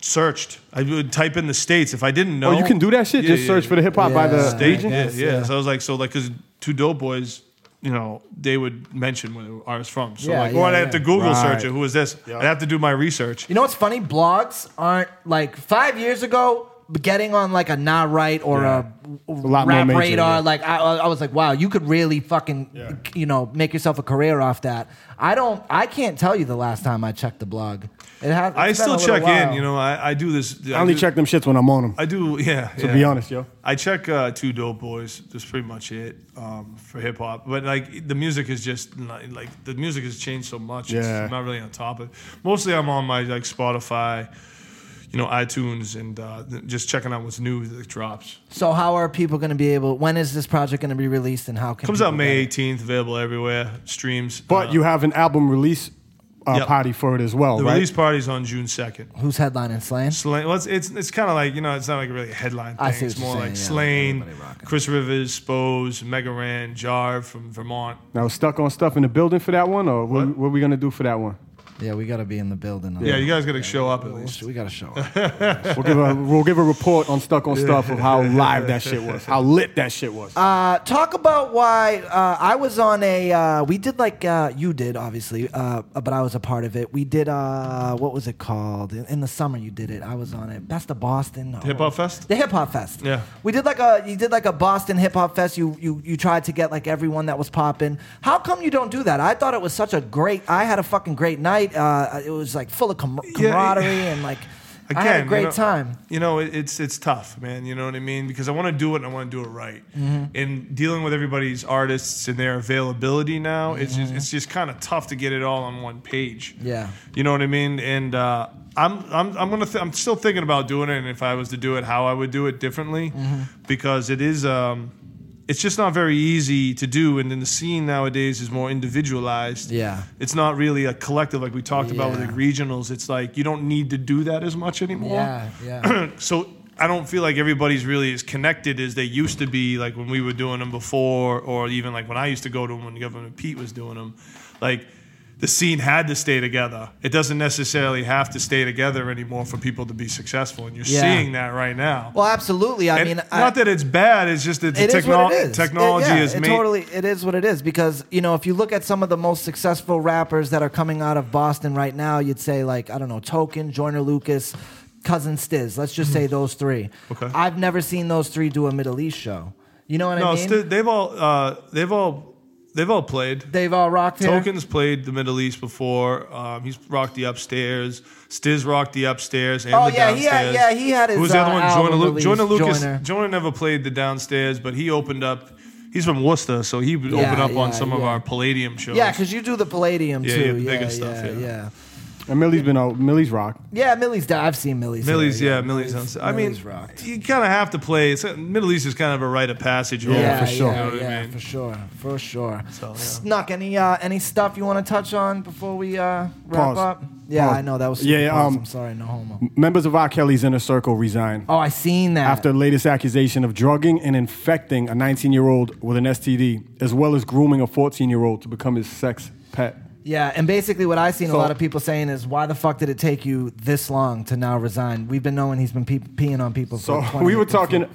[SPEAKER 3] searched. I would type in the states if I didn't know.
[SPEAKER 2] Oh, you can do that shit.
[SPEAKER 3] Yeah,
[SPEAKER 2] just
[SPEAKER 3] yeah,
[SPEAKER 2] search
[SPEAKER 3] yeah.
[SPEAKER 2] for the hip hop by
[SPEAKER 1] Yeah.
[SPEAKER 2] the
[SPEAKER 1] State.
[SPEAKER 3] They-
[SPEAKER 2] region.
[SPEAKER 3] yeah,
[SPEAKER 1] guess,
[SPEAKER 3] yeah.
[SPEAKER 1] yeah.
[SPEAKER 3] So I was like, so like, because two dope boys, you know, they would mention where the artist from. So
[SPEAKER 1] Yeah,
[SPEAKER 3] like,
[SPEAKER 1] yeah,
[SPEAKER 3] or I'd have
[SPEAKER 1] yeah.
[SPEAKER 3] to Google
[SPEAKER 2] Right.
[SPEAKER 3] search it. Who is this? I'd have to do my research.
[SPEAKER 1] You know what's funny? Blogs aren't like five years ago. Getting on like a not right or
[SPEAKER 2] Yeah.
[SPEAKER 1] a,
[SPEAKER 2] lot more
[SPEAKER 1] rap
[SPEAKER 2] major,
[SPEAKER 1] radar,
[SPEAKER 2] yeah.
[SPEAKER 1] like I, I was like, wow, you could really fucking, you know, make yourself a career off that. I don't, I can't tell you the last time I checked the blog. It has.
[SPEAKER 3] I
[SPEAKER 1] it's been
[SPEAKER 3] still
[SPEAKER 1] a little
[SPEAKER 3] check
[SPEAKER 1] while.
[SPEAKER 3] in. You know, I, I do this.
[SPEAKER 2] I only
[SPEAKER 3] do,
[SPEAKER 2] check them shits when I'm on them.
[SPEAKER 3] I do. Yeah.
[SPEAKER 2] To be honest, yo.
[SPEAKER 3] I check uh, two dope boys. That's pretty much it um, for hip hop. But like the music is just not- like the music has changed so much. It's-
[SPEAKER 2] Yeah.
[SPEAKER 3] I'm not really on top of. it. Mostly, I'm on my like Spotify, you know, iTunes, and uh, th- just checking out what's new that drops.
[SPEAKER 1] So how are people going to be able? When is this project going to be released, and how can
[SPEAKER 3] Comes
[SPEAKER 1] people
[SPEAKER 3] out
[SPEAKER 1] get
[SPEAKER 3] May
[SPEAKER 1] it?
[SPEAKER 3] 18th, available everywhere. Streams.
[SPEAKER 2] But
[SPEAKER 3] Uh,
[SPEAKER 2] you have an album release uh,
[SPEAKER 3] Yep.
[SPEAKER 2] party for it as well,
[SPEAKER 3] the
[SPEAKER 2] right?
[SPEAKER 3] release party's on June 2nd.
[SPEAKER 1] Who's headlining Slain?
[SPEAKER 3] Slain. Well, it's it's, it's kind of like you know, it's not like really a headline thing.
[SPEAKER 1] I see
[SPEAKER 3] it's
[SPEAKER 1] what you're
[SPEAKER 3] more
[SPEAKER 1] saying,
[SPEAKER 3] like
[SPEAKER 1] yeah,
[SPEAKER 3] Slain,
[SPEAKER 1] everybody rocking.
[SPEAKER 3] Chris Rivers, Spose, Megaran, Jarve from Vermont.
[SPEAKER 2] now stuck on stuff in the building for that one, or what, what are we gonna do for that one?
[SPEAKER 1] Yeah, we got to be in the building. on
[SPEAKER 3] Yeah,
[SPEAKER 1] that.
[SPEAKER 3] you guys got to show up at least.
[SPEAKER 1] we got to show up.
[SPEAKER 2] We'll give a we'll give a report on stuck on stuff of how live that shit was, how lit that shit was.
[SPEAKER 1] Uh, talk about why uh, I was on a. Uh, we did like uh, you did, obviously, uh, but I was a part of it. We did uh, what was it called? In, in the summer, you did it. I was on it. Best of Boston.
[SPEAKER 3] Hip Hop Fest?
[SPEAKER 1] The Hip Hop Fest.
[SPEAKER 3] Yeah.
[SPEAKER 1] We did like a. You did like a Boston Hip Hop Fest. You you you tried to get like everyone that was popping. How come you don't do that? I thought it was such a great. I had a fucking great night. Uh, it was like full of camar- camaraderie and like. I had a great
[SPEAKER 3] you know-
[SPEAKER 1] time.
[SPEAKER 3] You know, it, it's it's tough, man. You know what I mean? Because I want to do it and I want to do it right.
[SPEAKER 1] Mm-hmm.
[SPEAKER 3] And dealing with everybody's artists and their availability now, it's just, it's just kind of tough to get it all on one page.
[SPEAKER 1] Mm-hmm. Yeah.
[SPEAKER 3] You know what I mean? And uh, I'm I'm I'm gonna th- I'm still thinking about doing it. And if I was to do it, how I would do it differently,
[SPEAKER 1] Mm-hmm.
[SPEAKER 3] because it is. Um, it's just not very easy to do, and then the scene nowadays is more individualized.
[SPEAKER 1] Yeah.
[SPEAKER 3] it's not really a collective like we talked about with
[SPEAKER 1] Yeah.
[SPEAKER 3] the regionals. It's like you don't need to do that as much anymore.
[SPEAKER 1] Yeah, yeah.
[SPEAKER 3] so I don't feel like everybody's really as connected as they used to be, like when we were doing them before, or even like when I used to go to them when Governor Pete was doing them. Like the scene had to stay together. It doesn't necessarily have to stay together anymore for people to be successful, and you're
[SPEAKER 1] Yeah.
[SPEAKER 3] seeing that right now.
[SPEAKER 1] Well, absolutely. I
[SPEAKER 3] And
[SPEAKER 1] mean,
[SPEAKER 3] not
[SPEAKER 1] I,
[SPEAKER 3] that it's bad. It's just that the
[SPEAKER 1] It is
[SPEAKER 3] techno-
[SPEAKER 1] what it is.
[SPEAKER 3] technology
[SPEAKER 1] It- yeah,
[SPEAKER 3] is
[SPEAKER 1] it
[SPEAKER 3] made.
[SPEAKER 1] totally it is what it is because you know if you look at some of the most successful rappers that are coming out of Boston right now, you'd say like I don't know Token, Joyner Lucas, Cousin Stiz. Let's just say those three.
[SPEAKER 3] Hmm. Okay.
[SPEAKER 1] I've never seen those three do a Middle East show. You know what
[SPEAKER 3] no,
[SPEAKER 1] I mean?
[SPEAKER 3] sti- they've all uh, they've all they've all played.
[SPEAKER 1] They've all rocked here.
[SPEAKER 3] Tokens played the Middle East before. Um, he's rocked the upstairs. Stiz rocked the upstairs and
[SPEAKER 1] Oh,
[SPEAKER 3] the
[SPEAKER 1] yeah, he had-
[SPEAKER 3] downstairs.
[SPEAKER 1] yeah, he had his,
[SPEAKER 3] Who was the other
[SPEAKER 1] uh,
[SPEAKER 3] one? Joyner,
[SPEAKER 1] album
[SPEAKER 3] Lu-
[SPEAKER 1] release,
[SPEAKER 3] Joyner Lucas.
[SPEAKER 1] Joyner.
[SPEAKER 3] Joyner. never played the downstairs, but he opened up. He's from Worcester, so he would open
[SPEAKER 1] Yeah,
[SPEAKER 3] up
[SPEAKER 1] yeah,
[SPEAKER 3] on some of
[SPEAKER 1] yeah.
[SPEAKER 3] our Palladium shows.
[SPEAKER 1] Yeah, because you do the Palladium
[SPEAKER 3] Yeah,
[SPEAKER 1] too.
[SPEAKER 3] yeah, the bigger stuff,
[SPEAKER 1] yeah,
[SPEAKER 3] yeah.
[SPEAKER 1] yeah.
[SPEAKER 2] And Millie's been out. Millie's rock.
[SPEAKER 1] Yeah, Millie's. di- I've seen Millie's.
[SPEAKER 3] Millie's,
[SPEAKER 1] here,
[SPEAKER 3] yeah, Millie's. sounds- I mean,
[SPEAKER 1] Millie's rocked.
[SPEAKER 3] you kind of have to play. It's, Middle East is kind of a rite of passage. over,
[SPEAKER 1] Yeah,
[SPEAKER 2] for
[SPEAKER 1] yeah,
[SPEAKER 2] sure.
[SPEAKER 3] You know what
[SPEAKER 1] yeah,
[SPEAKER 3] I mean?
[SPEAKER 1] for sure, for sure.
[SPEAKER 3] yeah.
[SPEAKER 1] Snuck any uh, any stuff you want to touch on before we uh, wrap
[SPEAKER 2] Pause.
[SPEAKER 1] up? Yeah,
[SPEAKER 2] Pause.
[SPEAKER 1] I know that was.
[SPEAKER 2] Yeah,
[SPEAKER 1] super
[SPEAKER 2] yeah,
[SPEAKER 1] pause.
[SPEAKER 2] um,
[SPEAKER 1] I'm sorry, no homo.
[SPEAKER 2] Members of R. Kelly's inner circle resign.
[SPEAKER 1] Oh, I seen that.
[SPEAKER 2] after the latest accusation of drugging and infecting a 19 year old with an STD, as well as grooming a 14 year old to become his sex pet.
[SPEAKER 1] yeah, and basically what I seen a
[SPEAKER 2] So-
[SPEAKER 1] lot of people saying is, why the fuck did it take you this long to now resign? We've been knowing he's been pe- peeing on people.
[SPEAKER 2] So
[SPEAKER 1] for 20
[SPEAKER 2] we were
[SPEAKER 1] years.
[SPEAKER 2] talking,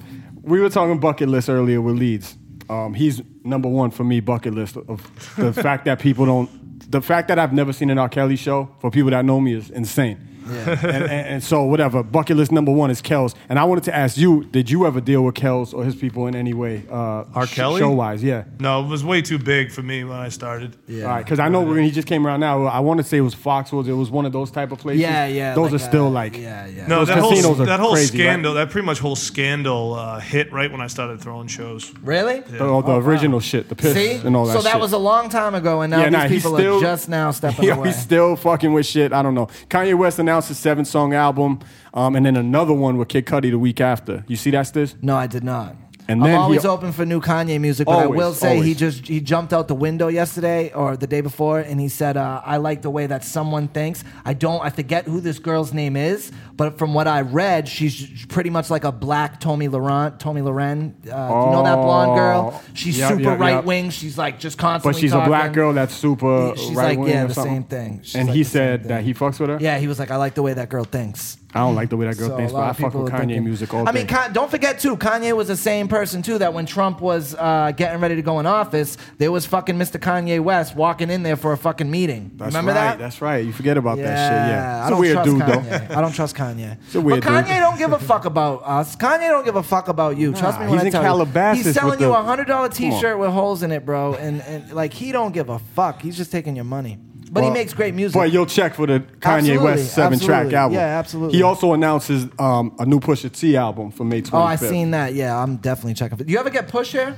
[SPEAKER 2] we were talking bucket list earlier with Leeds. Um, he's number one for me bucket list of the fact that people don't, the fact that I've never seen an R. Kelly show for people that know me is insane.
[SPEAKER 1] Yeah.
[SPEAKER 2] and, and, and so whatever bucket list number one is Kells, and I wanted to ask you: Did you ever deal with Kells or his people in any way? Uh,
[SPEAKER 3] R. Kelly?
[SPEAKER 2] show wise, yeah.
[SPEAKER 3] No, it was way too big for me when I started. Uh,
[SPEAKER 1] Yeah.
[SPEAKER 2] All right, because I know when he just came around now, I want to say it was Foxwoods. It was one of those type of places.
[SPEAKER 1] Yeah, yeah.
[SPEAKER 2] Those
[SPEAKER 1] like,
[SPEAKER 2] are still
[SPEAKER 1] uh,
[SPEAKER 2] like.
[SPEAKER 1] Yeah, yeah.
[SPEAKER 3] No,
[SPEAKER 2] Those
[SPEAKER 3] that whole,
[SPEAKER 2] casinos are
[SPEAKER 3] that whole
[SPEAKER 2] crazy, right?
[SPEAKER 3] scandal, that pretty much whole scandal uh, hit right when I started throwing shows.
[SPEAKER 1] really.
[SPEAKER 2] The, all the original shit, the piss
[SPEAKER 1] Oh, See,
[SPEAKER 2] and all that.
[SPEAKER 1] so that
[SPEAKER 2] shit.
[SPEAKER 1] was a long time ago, and now
[SPEAKER 2] Yeah,
[SPEAKER 1] these
[SPEAKER 2] nah, he's
[SPEAKER 1] people
[SPEAKER 2] still-
[SPEAKER 1] are just now stepping
[SPEAKER 2] Yo,
[SPEAKER 1] away.
[SPEAKER 2] he's still fucking with shit. I don't know. Kanye West announced his seventh song album, um, and then another one with Kid Cudi the week after. You see that's this?
[SPEAKER 1] No, I did not.
[SPEAKER 2] And
[SPEAKER 1] I'm
[SPEAKER 2] then he-
[SPEAKER 1] always open for new Kanye music, but I
[SPEAKER 2] Always,
[SPEAKER 1] will say he
[SPEAKER 2] always.
[SPEAKER 1] just he jumped out the window yesterday or the day before, and he said, uh, "I like the way that someone thinks. I don't. I forget who this girl's name is, but from what I read, she's pretty much like a black Tommy Laurent. Tommy Loren. Uh, You know that blonde girl?
[SPEAKER 2] Oh.
[SPEAKER 1] She's
[SPEAKER 2] Yep,
[SPEAKER 1] super
[SPEAKER 2] yep, yep.
[SPEAKER 1] right wing. She's like just constantly.
[SPEAKER 2] But she's a black
[SPEAKER 1] talking.
[SPEAKER 2] girl that's super.
[SPEAKER 1] She's
[SPEAKER 2] right
[SPEAKER 1] like, yeah,
[SPEAKER 2] or
[SPEAKER 1] the
[SPEAKER 2] something.
[SPEAKER 1] same thing. She's
[SPEAKER 2] and
[SPEAKER 1] like
[SPEAKER 2] he
[SPEAKER 1] the same
[SPEAKER 2] said
[SPEAKER 1] thing.
[SPEAKER 2] that he fucks with her.
[SPEAKER 1] Yeah, he was like, "I like the way that girl thinks."
[SPEAKER 2] I don't like the way that girl
[SPEAKER 1] So
[SPEAKER 2] thinks,
[SPEAKER 1] a
[SPEAKER 2] but
[SPEAKER 1] lot
[SPEAKER 2] I
[SPEAKER 1] of
[SPEAKER 2] fuck
[SPEAKER 1] people
[SPEAKER 2] with
[SPEAKER 1] are
[SPEAKER 2] Kanye
[SPEAKER 1] thinking-
[SPEAKER 2] music all
[SPEAKER 1] I
[SPEAKER 2] day.
[SPEAKER 1] mean, Ka- don't forget too, Kanye was the same person too that when Trump was uh, getting ready to go in office, there was fucking Mr. Kanye West walking in there for a fucking meeting.
[SPEAKER 2] that's
[SPEAKER 1] Remember
[SPEAKER 2] right,
[SPEAKER 1] that?
[SPEAKER 2] That's right. You forget about
[SPEAKER 1] yeah,
[SPEAKER 2] that shit. Yeah,
[SPEAKER 1] I
[SPEAKER 2] it's a
[SPEAKER 1] don't
[SPEAKER 2] weird
[SPEAKER 1] trust
[SPEAKER 2] dude though.
[SPEAKER 1] Kanye. I don't trust Kanye.
[SPEAKER 2] a weird
[SPEAKER 1] but Kanye
[SPEAKER 2] dude.
[SPEAKER 1] don't give a fuck about us. Kanye don't give a fuck about you. Trust me
[SPEAKER 2] Nah,
[SPEAKER 1] when
[SPEAKER 2] he's
[SPEAKER 1] I
[SPEAKER 2] in
[SPEAKER 1] tell
[SPEAKER 2] Calabasas
[SPEAKER 1] you. He's selling
[SPEAKER 2] with the-
[SPEAKER 1] you a hundred dollar
[SPEAKER 2] Come on.
[SPEAKER 1] T-shirt with holes in it, bro, and, and like he don't give a fuck. He's just taking your money. But he
[SPEAKER 2] Well,
[SPEAKER 1] makes great music.
[SPEAKER 2] But you'll check for the Kanye
[SPEAKER 1] Absolutely,
[SPEAKER 2] West seven track
[SPEAKER 1] absolutely.
[SPEAKER 2] album.
[SPEAKER 1] Yeah, absolutely.
[SPEAKER 2] He also announces um, a new Pusha T album for May 25th.
[SPEAKER 1] Oh, I seen that. Yeah, I'm definitely checking. for- Do you ever get push here?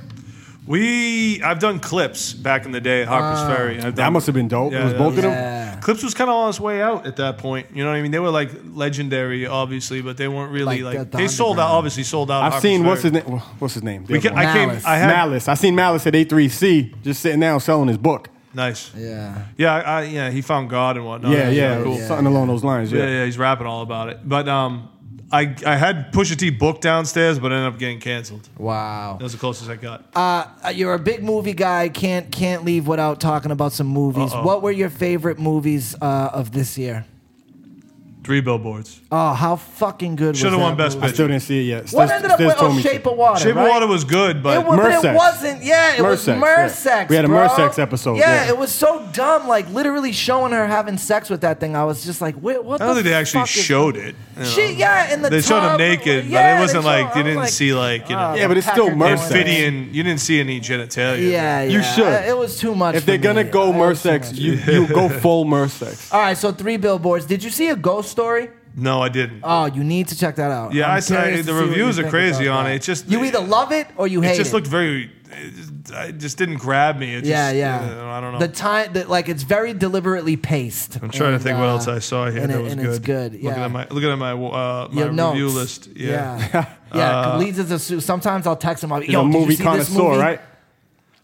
[SPEAKER 3] We, I've done clips back in the day at Harper's
[SPEAKER 1] Ah.
[SPEAKER 3] Ferry. I've
[SPEAKER 2] That
[SPEAKER 3] done-
[SPEAKER 2] must have been dope.
[SPEAKER 3] Yeah,
[SPEAKER 2] it was both of them.
[SPEAKER 1] Yeah.
[SPEAKER 3] Clips was kind of on his way out at that point. You know what I mean? They were like legendary, obviously, but they weren't really
[SPEAKER 1] Like
[SPEAKER 3] like,
[SPEAKER 1] the- the
[SPEAKER 3] they sold out.
[SPEAKER 1] underground.
[SPEAKER 3] Obviously, sold out.
[SPEAKER 2] I've
[SPEAKER 3] Harper's
[SPEAKER 2] seen what's
[SPEAKER 3] Ferry.
[SPEAKER 2] his name? What's his name? The
[SPEAKER 3] We
[SPEAKER 2] other
[SPEAKER 3] can,
[SPEAKER 2] one.
[SPEAKER 3] I came.
[SPEAKER 1] Malice.
[SPEAKER 3] I had
[SPEAKER 2] Malice. I seen Malice at A3C just sitting down selling his book.
[SPEAKER 3] nice.
[SPEAKER 1] Yeah.
[SPEAKER 3] Yeah, I, I- yeah. He found God and whatnot.
[SPEAKER 2] yeah,
[SPEAKER 3] Oh, That's
[SPEAKER 2] yeah,
[SPEAKER 3] really Cool.
[SPEAKER 2] something along those lines.
[SPEAKER 3] Yeah,
[SPEAKER 2] Yeah.
[SPEAKER 3] yeah, he's rapping all about it. But um, I I had Pusha T booked downstairs, but ended up getting canceled.
[SPEAKER 1] Wow.
[SPEAKER 3] That was the closest I got.
[SPEAKER 1] Uh, you're a big movie guy. Can't can't leave without talking about some movies.
[SPEAKER 3] Uh-oh.
[SPEAKER 1] What were your favorite movies uh, of this year?
[SPEAKER 3] Three billboards.
[SPEAKER 1] Oh, how fucking good! was
[SPEAKER 3] Shoulda
[SPEAKER 1] that
[SPEAKER 3] won Best
[SPEAKER 1] movie?
[SPEAKER 2] I still didn't see it yet.
[SPEAKER 1] What
[SPEAKER 2] Stiz-
[SPEAKER 1] ended up
[SPEAKER 2] Stiz
[SPEAKER 1] with
[SPEAKER 2] told
[SPEAKER 1] oh,
[SPEAKER 2] me
[SPEAKER 1] Shape
[SPEAKER 2] to.
[SPEAKER 1] of Water?
[SPEAKER 3] Shape
[SPEAKER 1] right?
[SPEAKER 3] of Water was good, but
[SPEAKER 1] It was, but it
[SPEAKER 2] Mersex.
[SPEAKER 1] wasn't. Yeah, it was
[SPEAKER 2] Mersex,
[SPEAKER 1] Mersex.
[SPEAKER 2] yeah. We had a
[SPEAKER 1] bro.
[SPEAKER 2] Mersex episode,
[SPEAKER 1] Yeah,
[SPEAKER 2] yeah.
[SPEAKER 1] it was so dumb. Like literally showing her having sex with that thing. I was just like, wait, what?
[SPEAKER 3] I don't
[SPEAKER 1] the
[SPEAKER 3] think they actually
[SPEAKER 1] fuck is-
[SPEAKER 3] showed it. you know.
[SPEAKER 1] She yeah, in the
[SPEAKER 3] They showed him
[SPEAKER 1] tub.
[SPEAKER 3] naked, but
[SPEAKER 1] Yeah,
[SPEAKER 3] it wasn't
[SPEAKER 1] they showed-
[SPEAKER 3] like- they
[SPEAKER 1] I was
[SPEAKER 3] didn't see, like, you know-
[SPEAKER 2] Yeah, but it's
[SPEAKER 1] Packer
[SPEAKER 2] still
[SPEAKER 1] going
[SPEAKER 2] Mersex.
[SPEAKER 1] there.
[SPEAKER 3] Amphibian, you didn't see any genitalia.
[SPEAKER 1] "Oh, Yeah,
[SPEAKER 2] You
[SPEAKER 1] yeah.
[SPEAKER 2] should.
[SPEAKER 1] Uh, It was too much.
[SPEAKER 2] If
[SPEAKER 1] for
[SPEAKER 2] they're gonna
[SPEAKER 1] me.
[SPEAKER 2] go
[SPEAKER 1] It was too
[SPEAKER 2] Mersex,
[SPEAKER 1] much.
[SPEAKER 2] you you go full Mersex.
[SPEAKER 1] All right, so three billboards. Did you see a ghost story?
[SPEAKER 3] No, I didn't.
[SPEAKER 1] Oh, you need to check that out.
[SPEAKER 3] Yeah,
[SPEAKER 1] I'm
[SPEAKER 3] I saw-
[SPEAKER 1] curious to
[SPEAKER 3] the
[SPEAKER 1] see what
[SPEAKER 3] reviews
[SPEAKER 1] you
[SPEAKER 3] are
[SPEAKER 1] think
[SPEAKER 3] crazy
[SPEAKER 1] about
[SPEAKER 3] on
[SPEAKER 1] that.
[SPEAKER 3] it. It's just-
[SPEAKER 1] you either love it or you hate
[SPEAKER 3] it
[SPEAKER 1] it.
[SPEAKER 3] just looked very. It just, I- it just didn't grab me. It just,
[SPEAKER 1] yeah, yeah.
[SPEAKER 3] uh, I don't know.
[SPEAKER 1] The time that like it's very deliberately paced. uh,
[SPEAKER 3] I'm trying to think what else I saw here
[SPEAKER 1] and,
[SPEAKER 3] that
[SPEAKER 1] it-
[SPEAKER 3] was
[SPEAKER 1] and
[SPEAKER 3] good.
[SPEAKER 1] it's good. Yeah.
[SPEAKER 3] Looking at my looking at my uh, my
[SPEAKER 1] Your
[SPEAKER 3] review
[SPEAKER 1] notes.
[SPEAKER 3] list. Yeah. Uh,
[SPEAKER 1] yeah. Yeah, leads us to su- sometimes I'll text him. I'll be,
[SPEAKER 2] You know,
[SPEAKER 1] Yo, did you
[SPEAKER 2] movie
[SPEAKER 1] see this
[SPEAKER 2] connoisseur,
[SPEAKER 1] movie?
[SPEAKER 2] right?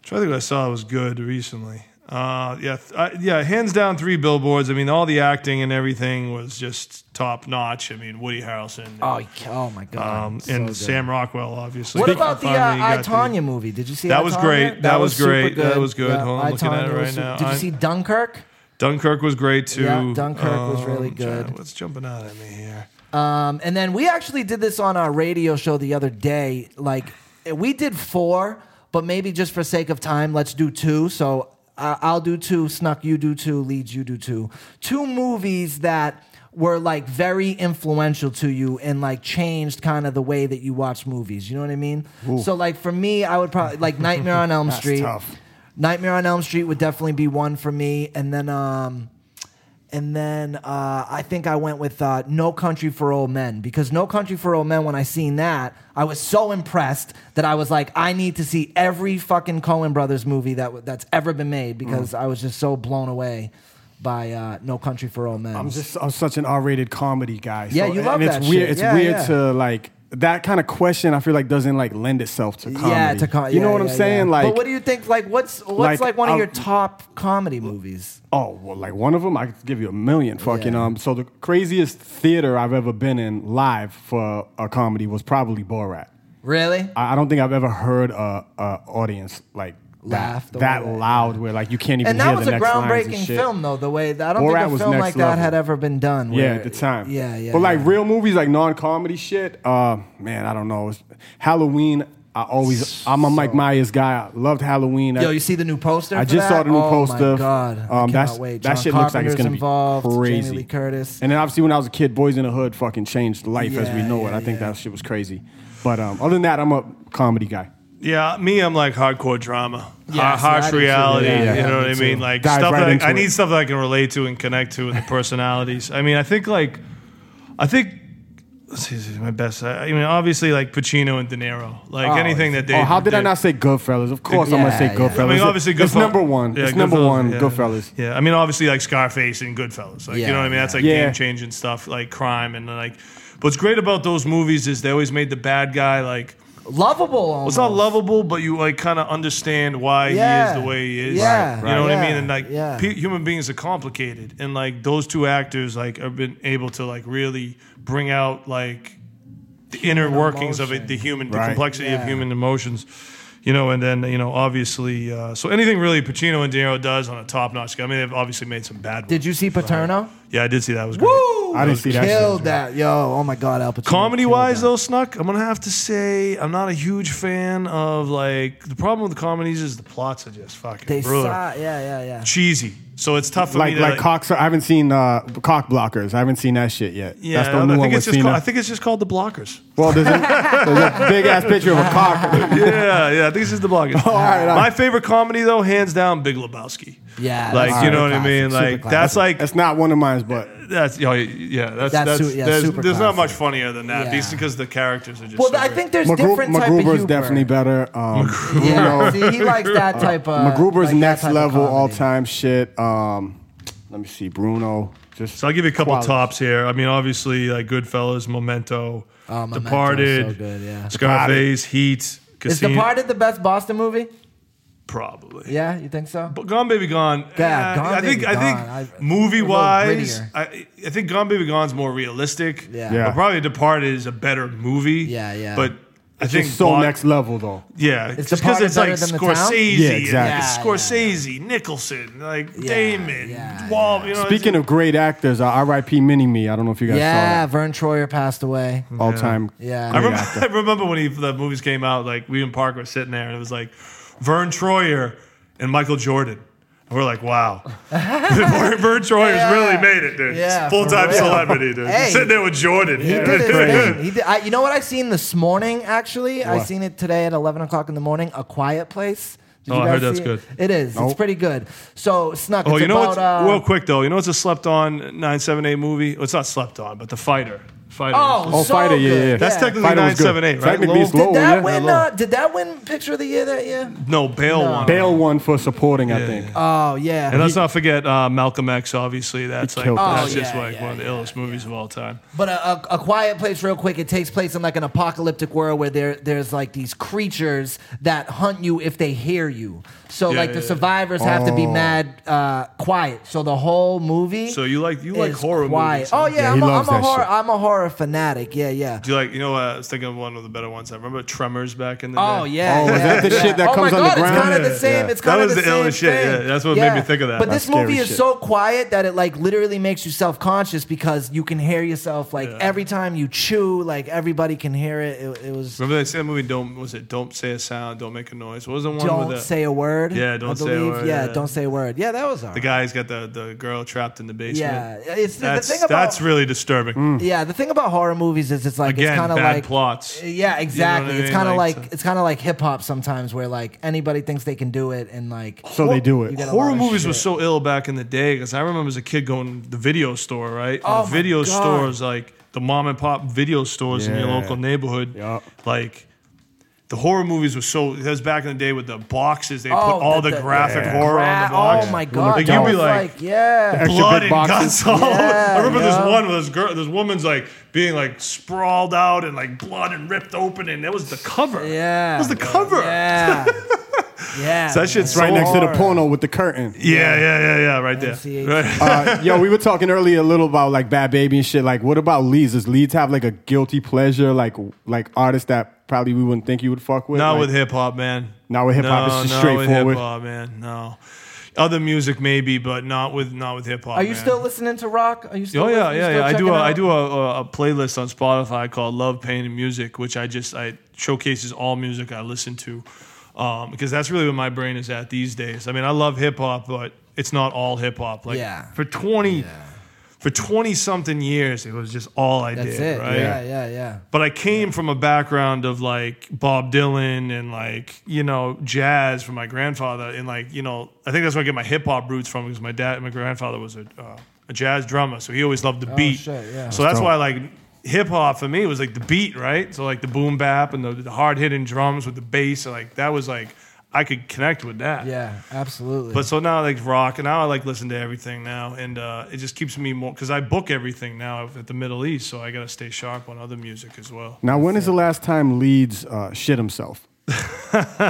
[SPEAKER 3] Trying to think what I saw that was good recently. Uh, yeah, th- I, yeah, hands down three billboards. I mean, all the acting and everything was just top notch. I mean, Woody Harrelson.
[SPEAKER 1] Oh, yeah. oh my god.
[SPEAKER 3] um,
[SPEAKER 1] So
[SPEAKER 3] and
[SPEAKER 1] good.
[SPEAKER 3] Sam Rockwell, obviously.
[SPEAKER 1] What about the uh,
[SPEAKER 3] Finally
[SPEAKER 1] I
[SPEAKER 3] got the-
[SPEAKER 1] Tanya movie? Did you see
[SPEAKER 3] That
[SPEAKER 1] I,
[SPEAKER 3] was
[SPEAKER 1] Tonya?
[SPEAKER 3] great. That was
[SPEAKER 1] super
[SPEAKER 3] great. That was good. Hold on,
[SPEAKER 1] I,
[SPEAKER 3] I'm looking at it
[SPEAKER 1] Tonya was
[SPEAKER 3] right now.
[SPEAKER 1] Did you
[SPEAKER 3] I-
[SPEAKER 1] see Dunkirk?
[SPEAKER 3] Dunkirk was great too.
[SPEAKER 1] Yeah, Dunkirk was really good.
[SPEAKER 3] John, what's jumping out at me here?
[SPEAKER 1] Um, and then we actually did this on our radio show the other day. Like we did four, but maybe just for sake of time, let's do two. So I I'll do two. Snuck, you do two. Leeds, you do two. Two movies that were like very influential to you and like changed kind of the way that you watch movies. You know what I mean? So like for me, I would probably like Nightmare on Elm Street.
[SPEAKER 2] tough.
[SPEAKER 1] Nightmare on Elm Street would definitely be one for me, and then um, and then uh, I think I went with uh, No Country for Old Men because No Country for Old Men. When I seen that, I was so impressed that I was like, I need to see every fucking Coen Brothers movie that w- that's ever been made because
[SPEAKER 2] Mm.
[SPEAKER 1] I was just so blown away by uh, No Country for Old Men.
[SPEAKER 2] I'm just I'm such an R-rated comedy guy.
[SPEAKER 1] Yeah, you love
[SPEAKER 2] and it's
[SPEAKER 1] that
[SPEAKER 2] weird.
[SPEAKER 1] shit.
[SPEAKER 2] It's
[SPEAKER 1] Yeah,
[SPEAKER 2] weird
[SPEAKER 1] yeah.
[SPEAKER 2] to like that kind of question. I feel like doesn't like lend itself to comedy.
[SPEAKER 1] Yeah, to com-
[SPEAKER 2] You know
[SPEAKER 1] yeah,
[SPEAKER 2] what I'm
[SPEAKER 1] yeah,
[SPEAKER 2] saying?
[SPEAKER 1] yeah.
[SPEAKER 2] Like,
[SPEAKER 1] but what do you think? Like, what's what's like,
[SPEAKER 2] like,
[SPEAKER 1] one of
[SPEAKER 2] I'll-
[SPEAKER 1] your top comedy movies?
[SPEAKER 2] oh, well, like one of them, I could give you a million. Fucking
[SPEAKER 1] Yeah.
[SPEAKER 2] um. So the craziest theater I've ever been in live for a comedy was probably Borat.
[SPEAKER 1] Really?
[SPEAKER 2] I, I don't think I've ever heard a, a audience like that-
[SPEAKER 1] Laugh the
[SPEAKER 2] that,
[SPEAKER 1] way that-
[SPEAKER 2] loud, where like you can't even
[SPEAKER 1] and
[SPEAKER 2] hear
[SPEAKER 1] that was
[SPEAKER 2] the
[SPEAKER 1] a
[SPEAKER 2] next lines and
[SPEAKER 1] groundbreaking
[SPEAKER 2] shit.
[SPEAKER 1] film, though. The way I don't
[SPEAKER 2] Borat
[SPEAKER 1] think a
[SPEAKER 2] was
[SPEAKER 1] film
[SPEAKER 2] next
[SPEAKER 1] like that
[SPEAKER 2] level.
[SPEAKER 1] had ever been done.
[SPEAKER 2] Yeah,
[SPEAKER 1] where-
[SPEAKER 2] at the time.
[SPEAKER 1] Yeah, yeah.
[SPEAKER 2] But like
[SPEAKER 1] yeah.
[SPEAKER 2] real movies, like non-comedy shit. Uh, man, I don't know. It's Halloween. I always. I'm a Mike Myers guy. I loved Halloween.
[SPEAKER 1] Yo, you see the new poster?
[SPEAKER 2] I
[SPEAKER 1] for
[SPEAKER 2] just
[SPEAKER 1] that?
[SPEAKER 2] saw the new
[SPEAKER 1] oh
[SPEAKER 2] poster.
[SPEAKER 1] my god! I
[SPEAKER 2] Um, that's-
[SPEAKER 1] cannot wait.
[SPEAKER 2] that
[SPEAKER 1] John
[SPEAKER 2] shit looks like
[SPEAKER 1] Carpenter's
[SPEAKER 2] it's gonna be
[SPEAKER 1] involved,
[SPEAKER 2] crazy.
[SPEAKER 1] Jamie Lee Curtis.
[SPEAKER 2] and then obviously when I was a kid, Boys in the Hood fucking changed life as we
[SPEAKER 1] Yeah,
[SPEAKER 2] know it.
[SPEAKER 1] yeah,
[SPEAKER 2] I think
[SPEAKER 1] yeah.
[SPEAKER 2] that shit was crazy. But um, other than that, I'm a comedy guy.
[SPEAKER 3] Yeah, me, I'm like hardcore drama, Har-
[SPEAKER 1] see, I
[SPEAKER 3] harsh
[SPEAKER 1] do too.
[SPEAKER 3] reality.
[SPEAKER 1] Yeah,
[SPEAKER 2] yeah,
[SPEAKER 3] you know
[SPEAKER 2] me
[SPEAKER 3] what I
[SPEAKER 2] too.
[SPEAKER 3] mean? Like
[SPEAKER 2] Dive
[SPEAKER 3] stuff
[SPEAKER 2] right
[SPEAKER 3] that
[SPEAKER 2] into
[SPEAKER 3] I, I
[SPEAKER 2] it.
[SPEAKER 3] need stuff that I can relate to and connect to, and the personalities. I mean, I think like, I think. This is my best. I I mean, obviously, like Pacino and De Niro, like anything that they.
[SPEAKER 2] oh, how did I not say Goodfellas? Of course, I'm gonna say
[SPEAKER 1] Yeah, yeah.
[SPEAKER 2] Goodfellas.
[SPEAKER 3] I mean, obviously,
[SPEAKER 2] it's
[SPEAKER 3] Goodfellas.
[SPEAKER 2] number one.
[SPEAKER 3] Yeah,
[SPEAKER 2] it's number
[SPEAKER 3] Goodfellas,
[SPEAKER 2] one.
[SPEAKER 3] yeah.
[SPEAKER 2] Goodfellas.
[SPEAKER 3] Yeah, I mean, obviously, like Scarface and Goodfellas. Like,
[SPEAKER 1] Yeah,
[SPEAKER 3] you know what I mean? That's like
[SPEAKER 2] yeah.
[SPEAKER 3] game changing stuff, like crime and like. What's great about those movies is they always made the bad guy like.
[SPEAKER 1] Lovable.
[SPEAKER 3] Well,
[SPEAKER 1] Almost.
[SPEAKER 3] it's not lovable, but you like kind of understand why
[SPEAKER 1] Yeah.
[SPEAKER 3] he is the way he is.
[SPEAKER 1] Yeah.
[SPEAKER 3] you
[SPEAKER 1] Right.
[SPEAKER 3] know what I
[SPEAKER 1] Yeah.
[SPEAKER 3] mean. And like,
[SPEAKER 1] Yeah.
[SPEAKER 3] pe- human beings are complicated, and like those two actors like have been able to like really bring out like the inner workings of it, the human, the
[SPEAKER 2] Right.
[SPEAKER 3] complexity
[SPEAKER 1] Yeah.
[SPEAKER 3] of human emotions. You know, and then you know, obviously, uh, so anything really Pacino and De Niro does on a top notch. scale. I mean, they've obviously made some bad. Ones.
[SPEAKER 1] Did you see Paterno?
[SPEAKER 3] Yeah, I did see that. It was great.
[SPEAKER 2] I didn't see that shit.
[SPEAKER 1] Killed that, yo! Oh my god, Al Pacino.
[SPEAKER 3] Comedy
[SPEAKER 1] killed
[SPEAKER 3] wise,
[SPEAKER 1] that.
[SPEAKER 3] though, Snuck, I'm gonna have to say I'm not a huge fan of like the problem with comedies is the plots are just fucking
[SPEAKER 1] they
[SPEAKER 3] brutal,
[SPEAKER 1] saw. Yeah, yeah, yeah.
[SPEAKER 3] cheesy. So it's tough for
[SPEAKER 2] Like
[SPEAKER 3] me. To,
[SPEAKER 2] like cocks. I haven't seen uh, cock blockers. I haven't seen that shit yet.
[SPEAKER 3] yeah,
[SPEAKER 2] That's the
[SPEAKER 3] I
[SPEAKER 2] new one
[SPEAKER 3] think
[SPEAKER 2] with
[SPEAKER 3] it's just
[SPEAKER 2] Cena.
[SPEAKER 3] called, I think it's just called the blockers.
[SPEAKER 2] Well, there's a, there's a big ass picture of a cock.
[SPEAKER 3] yeah, yeah, I think it's just the blockers.
[SPEAKER 2] all right, all right.
[SPEAKER 3] My favorite comedy though, hands down, Big Lebowski.
[SPEAKER 1] Yeah,
[SPEAKER 3] like
[SPEAKER 1] that's
[SPEAKER 3] you
[SPEAKER 1] super
[SPEAKER 3] know what I mean.
[SPEAKER 1] classic, super
[SPEAKER 3] Like
[SPEAKER 1] classic.
[SPEAKER 3] that's like
[SPEAKER 2] That's not one of mine, but
[SPEAKER 3] that's yeah, yeah that's
[SPEAKER 1] That's
[SPEAKER 3] that's,
[SPEAKER 1] su- yeah,
[SPEAKER 3] there's,
[SPEAKER 1] super
[SPEAKER 3] there's not
[SPEAKER 1] classic.
[SPEAKER 3] much funnier than that
[SPEAKER 1] Yeah.
[SPEAKER 3] because the characters are just.
[SPEAKER 1] Well,
[SPEAKER 3] so
[SPEAKER 1] I
[SPEAKER 3] great.
[SPEAKER 1] think there's
[SPEAKER 2] MacGru-
[SPEAKER 1] different type of
[SPEAKER 2] MacGruber's
[SPEAKER 1] humor.
[SPEAKER 2] definitely better. Um,
[SPEAKER 1] Yeah, see, he likes that type of.
[SPEAKER 2] MacGruber's
[SPEAKER 1] uh, like that
[SPEAKER 2] next
[SPEAKER 1] type of
[SPEAKER 2] level
[SPEAKER 1] comedy.
[SPEAKER 2] all time shit. Um, let me see, Bruno. Just
[SPEAKER 3] So I'll give you a couple
[SPEAKER 2] quality.
[SPEAKER 3] tops here. I mean, obviously, like Goodfellas, Memento,
[SPEAKER 1] Oh, Memento's
[SPEAKER 3] Departed,
[SPEAKER 1] so good, yeah.
[SPEAKER 3] Scarface, Heat,
[SPEAKER 1] Is
[SPEAKER 3] Casino.
[SPEAKER 1] Departed the best Boston movie?
[SPEAKER 3] Probably.
[SPEAKER 1] Yeah, you think so?
[SPEAKER 3] But Gone Baby Gone.
[SPEAKER 1] Yeah,
[SPEAKER 3] eh,
[SPEAKER 1] Gone
[SPEAKER 3] I think
[SPEAKER 1] Baby
[SPEAKER 3] I
[SPEAKER 1] Gone. I-
[SPEAKER 3] think
[SPEAKER 1] a
[SPEAKER 3] movie
[SPEAKER 1] little
[SPEAKER 3] wise,
[SPEAKER 1] grittier.
[SPEAKER 3] I, I think Gone Baby Gone's more realistic.
[SPEAKER 1] Yeah.
[SPEAKER 2] Yeah.
[SPEAKER 3] But probably Departed is a better movie.
[SPEAKER 1] Yeah, yeah.
[SPEAKER 3] But I think
[SPEAKER 2] Just so
[SPEAKER 3] Bond-
[SPEAKER 2] next level though.
[SPEAKER 3] Yeah,
[SPEAKER 1] Is
[SPEAKER 3] just because
[SPEAKER 1] Departed
[SPEAKER 3] it's like
[SPEAKER 1] better than The Town?
[SPEAKER 3] Scorsese,
[SPEAKER 2] Yeah, exactly.
[SPEAKER 3] it's
[SPEAKER 1] Yeah,
[SPEAKER 3] Scorsese, Nicholson, like Damon,
[SPEAKER 1] yeah,
[SPEAKER 3] Wall. You know, it's-
[SPEAKER 2] Speaking of great actors, uh, R.I.P. Mini Me. I don't know if you guys
[SPEAKER 1] Yeah,
[SPEAKER 2] saw
[SPEAKER 1] Vern Troyer passed away.
[SPEAKER 2] that. All time.
[SPEAKER 1] Yeah.
[SPEAKER 3] I
[SPEAKER 2] great
[SPEAKER 3] remember,
[SPEAKER 2] actor.
[SPEAKER 3] I remember when he, the movies came out, like we and Park were sitting there, and it was like Vern Troyer and Michael Jordan. And we're like, wow, Vern Vern Troyer's
[SPEAKER 1] Yeah.
[SPEAKER 3] really made it, dude.
[SPEAKER 1] Yeah,
[SPEAKER 3] Full time
[SPEAKER 1] for real.
[SPEAKER 3] celebrity, dude.
[SPEAKER 1] Hey.
[SPEAKER 3] Sitting there with Jordan.
[SPEAKER 1] He did his thing. He did, I, you know what I seen this morning? Actually, I
[SPEAKER 2] What?
[SPEAKER 1] seen it today at eleven o'clock in the morning. A Quiet Place. Did
[SPEAKER 3] Oh,
[SPEAKER 1] you
[SPEAKER 3] I
[SPEAKER 1] guys
[SPEAKER 3] heard that's
[SPEAKER 1] see it?
[SPEAKER 3] good.
[SPEAKER 1] It is. It's
[SPEAKER 2] Nope.
[SPEAKER 1] pretty good. So snuck.
[SPEAKER 3] Oh,
[SPEAKER 1] it's
[SPEAKER 3] you know
[SPEAKER 1] about,
[SPEAKER 3] what's
[SPEAKER 1] uh,
[SPEAKER 3] real quick though? You know what's a slept on nine seven eight movie? Well, it's not slept on, but the fighter. Fighter.
[SPEAKER 1] Oh,
[SPEAKER 2] Oh,
[SPEAKER 1] so
[SPEAKER 2] Fighter, yeah,
[SPEAKER 1] good.
[SPEAKER 2] yeah.
[SPEAKER 3] that's
[SPEAKER 1] yeah.
[SPEAKER 3] technically
[SPEAKER 2] Fighter was
[SPEAKER 3] nine
[SPEAKER 2] good.
[SPEAKER 3] seven eight, right?
[SPEAKER 2] Technically, it's
[SPEAKER 3] Lowell?
[SPEAKER 2] low.
[SPEAKER 1] Did that
[SPEAKER 2] yeah.
[SPEAKER 1] win?
[SPEAKER 2] Low.
[SPEAKER 1] Uh, did that win Picture of the Year that year?
[SPEAKER 3] No, Bale won.
[SPEAKER 2] Bale won for supporting, I think.
[SPEAKER 1] Oh yeah.
[SPEAKER 3] And let's not forget uh, Malcolm X. Obviously, that's like
[SPEAKER 2] killed that.
[SPEAKER 3] that's
[SPEAKER 1] Oh,
[SPEAKER 3] just
[SPEAKER 1] yeah,
[SPEAKER 3] like
[SPEAKER 1] yeah,
[SPEAKER 3] one of the illest movies of all time.
[SPEAKER 1] But a, a, a quiet place, real quick. It takes place in like an apocalyptic world where there there's like these creatures that hunt you if they hear you. So
[SPEAKER 3] Yeah,
[SPEAKER 1] like
[SPEAKER 3] yeah,
[SPEAKER 1] the
[SPEAKER 3] yeah.
[SPEAKER 1] survivors have to be mad uh, quiet. So the whole movie.
[SPEAKER 3] So you like you like
[SPEAKER 1] is
[SPEAKER 3] horror
[SPEAKER 1] quiet.
[SPEAKER 3] movies?
[SPEAKER 1] Oh
[SPEAKER 3] huh?
[SPEAKER 1] yeah,
[SPEAKER 2] Yeah,
[SPEAKER 1] I'm,
[SPEAKER 2] he
[SPEAKER 1] a,
[SPEAKER 2] loves
[SPEAKER 1] I'm a
[SPEAKER 2] that
[SPEAKER 1] horror.
[SPEAKER 2] shit.
[SPEAKER 1] I'm a horror a fanatic. Yeah, yeah.
[SPEAKER 3] Do you like you know? Uh, I was thinking of one of the better ones. I remember Tremors back in the
[SPEAKER 1] Oh
[SPEAKER 3] day.
[SPEAKER 1] yeah.
[SPEAKER 2] Oh, is
[SPEAKER 1] yeah,
[SPEAKER 2] that the
[SPEAKER 1] yeah.
[SPEAKER 2] shit that
[SPEAKER 1] Oh,
[SPEAKER 2] comes
[SPEAKER 1] my
[SPEAKER 2] on the
[SPEAKER 1] God, It's
[SPEAKER 2] ground?
[SPEAKER 1] kind of the same.
[SPEAKER 2] Yeah.
[SPEAKER 1] It's kind
[SPEAKER 3] That
[SPEAKER 1] of
[SPEAKER 3] was
[SPEAKER 1] the,
[SPEAKER 3] the illest
[SPEAKER 1] same
[SPEAKER 3] shit, yeah.
[SPEAKER 1] thing.
[SPEAKER 3] That's what made me think of that.
[SPEAKER 1] But
[SPEAKER 2] That's
[SPEAKER 1] this movie
[SPEAKER 2] scary
[SPEAKER 1] is
[SPEAKER 2] shit.
[SPEAKER 1] so quiet that it like literally makes you self conscious because you can hear yourself like every time you chew, like everybody can hear it. It, it was
[SPEAKER 3] Remember that same movie? Don't was it? Don't say a sound. Don't make a noise. What was the one with
[SPEAKER 1] don't
[SPEAKER 3] the,
[SPEAKER 1] say a word.
[SPEAKER 3] Yeah, don't
[SPEAKER 1] I
[SPEAKER 3] say a
[SPEAKER 1] believe.
[SPEAKER 3] word,
[SPEAKER 1] Yeah,
[SPEAKER 3] yeah.
[SPEAKER 1] don't say a word. Yeah, that was all.
[SPEAKER 3] the guy's got the, the girl trapped in the basement?
[SPEAKER 1] Yeah, it's the, the
[SPEAKER 3] that's
[SPEAKER 1] thing about
[SPEAKER 3] that's really disturbing.
[SPEAKER 1] yeah the thing about horror movies is it's like
[SPEAKER 3] Again,
[SPEAKER 1] it's kind
[SPEAKER 3] bad
[SPEAKER 1] of like
[SPEAKER 3] plots.
[SPEAKER 1] Yeah, exactly.
[SPEAKER 3] I
[SPEAKER 1] It's
[SPEAKER 3] mean?
[SPEAKER 1] kind of
[SPEAKER 3] Like,
[SPEAKER 1] like,
[SPEAKER 3] so-
[SPEAKER 1] it's kind of like hip hop sometimes, where like anybody thinks they can do it, and like
[SPEAKER 2] So they do
[SPEAKER 1] You
[SPEAKER 2] it.
[SPEAKER 1] gotta- a lot
[SPEAKER 3] Horror
[SPEAKER 1] of
[SPEAKER 3] movies
[SPEAKER 1] shit.
[SPEAKER 3] were so ill back in the day because I remember as a kid going to the video store, right?
[SPEAKER 1] Oh
[SPEAKER 3] the
[SPEAKER 1] my
[SPEAKER 3] video
[SPEAKER 1] God.
[SPEAKER 3] stores, like the mom and pop video stores in your
[SPEAKER 2] Yeah.
[SPEAKER 3] local neighborhood.
[SPEAKER 2] Yup.
[SPEAKER 3] Like the horror movies were so, that was back in the day with the boxes. They
[SPEAKER 1] oh,
[SPEAKER 3] put all the, graphic
[SPEAKER 1] gra-
[SPEAKER 3] horror on the box.
[SPEAKER 1] Oh my
[SPEAKER 2] Like,
[SPEAKER 1] god!
[SPEAKER 2] you'd
[SPEAKER 1] that
[SPEAKER 2] be
[SPEAKER 1] was
[SPEAKER 3] like-
[SPEAKER 1] yeah.
[SPEAKER 2] Extra big
[SPEAKER 3] blood and
[SPEAKER 2] boxes.
[SPEAKER 3] guts all over.
[SPEAKER 1] Yeah,
[SPEAKER 3] I remember this
[SPEAKER 1] yeah.
[SPEAKER 3] one where this girl, this woman's like being like sprawled out and like blood and ripped open, and that was the cover.
[SPEAKER 1] Yeah.
[SPEAKER 3] that was the cover.
[SPEAKER 1] Yeah. yeah.
[SPEAKER 3] So that shit's
[SPEAKER 2] It's right
[SPEAKER 3] so
[SPEAKER 2] next to the
[SPEAKER 1] hard.
[SPEAKER 2] porno with the curtain.
[SPEAKER 3] Yeah, yeah, yeah, yeah, right there.
[SPEAKER 1] NCHC.
[SPEAKER 3] Right.
[SPEAKER 2] uh, yo, we were talking earlier a little about like Bad Baby and shit. Like, what about Leeds? Does Leeds have like a guilty pleasure, like like artist that probably we wouldn't think you would fuck with?
[SPEAKER 3] Not
[SPEAKER 2] Like,
[SPEAKER 3] with hip hop, man.
[SPEAKER 2] Not with hip hop, it's just
[SPEAKER 3] no, Not with
[SPEAKER 2] straightforward.
[SPEAKER 3] hip hop, man. No, other music maybe, but not with not with hip hop.
[SPEAKER 1] Are you still listening to rock? Are you still?
[SPEAKER 3] Oh yeah,
[SPEAKER 1] you
[SPEAKER 3] yeah,
[SPEAKER 1] still
[SPEAKER 3] yeah. I do.
[SPEAKER 1] checking
[SPEAKER 3] A,
[SPEAKER 1] out?
[SPEAKER 3] I do a, a, a playlist on Spotify called "Love, Pain, and Music," which I just I showcases all music I listen to, um, because that's really where my brain is at these days. I mean, I love hip hop, but it's not all hip hop. Like
[SPEAKER 1] Yeah.
[SPEAKER 3] for twenty, for twenty something years, it was just all I
[SPEAKER 1] That's
[SPEAKER 3] did.
[SPEAKER 1] it.
[SPEAKER 3] Right?
[SPEAKER 1] Yeah, yeah, yeah.
[SPEAKER 3] But I came from a background of like Bob Dylan and like, you know, jazz from my grandfather. And like, you know, I think that's where I get my hip hop roots from because my dad, my grandfather was a, uh, a jazz drummer. So he always loved the beat.
[SPEAKER 1] Oh, shit, yeah.
[SPEAKER 3] So that's why like hip hop for me was like the beat, right? So like the boom bap and the, the hard hitting drums with the bass. and, Like that was like, I could connect with that.
[SPEAKER 1] Yeah, absolutely.
[SPEAKER 3] But so now I like rock, and now I like listen to everything now, and uh, it just keeps me more because I book everything now at the Middle East, so I gotta stay sharp on other music as well.
[SPEAKER 2] Now, when is the last time Leeds uh, shit himself?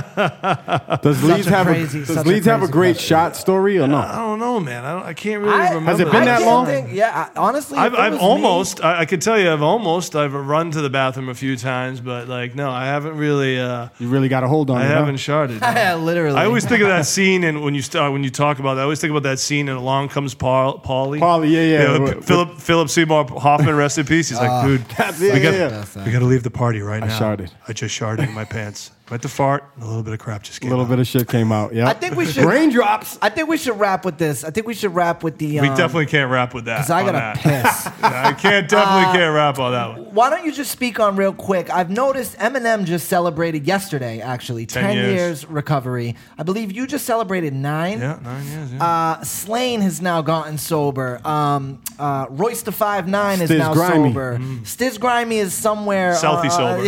[SPEAKER 2] does Leeds
[SPEAKER 1] a
[SPEAKER 2] have
[SPEAKER 1] crazy-
[SPEAKER 2] a
[SPEAKER 1] such
[SPEAKER 2] does
[SPEAKER 1] a
[SPEAKER 2] Leeds have a
[SPEAKER 1] crazy
[SPEAKER 2] great
[SPEAKER 1] question.
[SPEAKER 2] shot story or
[SPEAKER 3] I
[SPEAKER 2] no?
[SPEAKER 3] don't know, man. I, don't, I can't really remember.
[SPEAKER 2] Has it been
[SPEAKER 1] I
[SPEAKER 2] that
[SPEAKER 1] can't
[SPEAKER 2] long?
[SPEAKER 1] think- yeah, I, honestly,
[SPEAKER 3] I've,
[SPEAKER 1] if it
[SPEAKER 3] I've
[SPEAKER 1] was me-
[SPEAKER 3] almost. I, I could tell you, I've almost. I've run to the bathroom a few times, but like, no, I haven't really. Uh,
[SPEAKER 2] You really got a hold on.
[SPEAKER 3] I
[SPEAKER 2] it, huh?
[SPEAKER 3] haven't sharded. no.
[SPEAKER 1] Yeah, literally.
[SPEAKER 3] I always think of that scene, and when you start, when you talk about that, I always think about that scene, and along comes Paul, Paulie.
[SPEAKER 2] Paulie, yeah, yeah.
[SPEAKER 3] You know,
[SPEAKER 2] With-
[SPEAKER 3] Philip Philip Seymour Hoffman, rest in peace. He's like, dude,
[SPEAKER 2] That's it,
[SPEAKER 3] we got
[SPEAKER 2] yeah, yeah.
[SPEAKER 3] we got to leave the party right now.
[SPEAKER 2] sharded.
[SPEAKER 3] I just sharded in my pants. Went to fart, and a little bit of crap just
[SPEAKER 2] A
[SPEAKER 3] came.
[SPEAKER 2] little
[SPEAKER 3] out.
[SPEAKER 2] bit of shit came out. Yeah,
[SPEAKER 1] I think we should-
[SPEAKER 2] raindrops.
[SPEAKER 1] I think we should wrap with this. I think we should wrap with the.
[SPEAKER 3] We
[SPEAKER 1] um,
[SPEAKER 3] definitely can't rap with that.
[SPEAKER 1] 'cause I
[SPEAKER 3] on
[SPEAKER 1] gotta
[SPEAKER 3] that.
[SPEAKER 1] piss.
[SPEAKER 3] I can't
[SPEAKER 1] Uh,
[SPEAKER 3] definitely can't rap on that one.
[SPEAKER 1] Why don't you just speak on real quick? I've noticed Eminem just celebrated yesterday, actually, 10, years.
[SPEAKER 3] years.
[SPEAKER 1] recovery. I believe you just celebrated nine.
[SPEAKER 3] Yeah, nine years. Yeah.
[SPEAKER 1] Uh, Slain has now gotten sober. Um, uh, Royce the Five Nine is
[SPEAKER 2] Stiz
[SPEAKER 1] now
[SPEAKER 2] Grimy.
[SPEAKER 1] sober. Stiz Grimy is somewhere.
[SPEAKER 3] Southie
[SPEAKER 1] uh,
[SPEAKER 3] Mm. sober.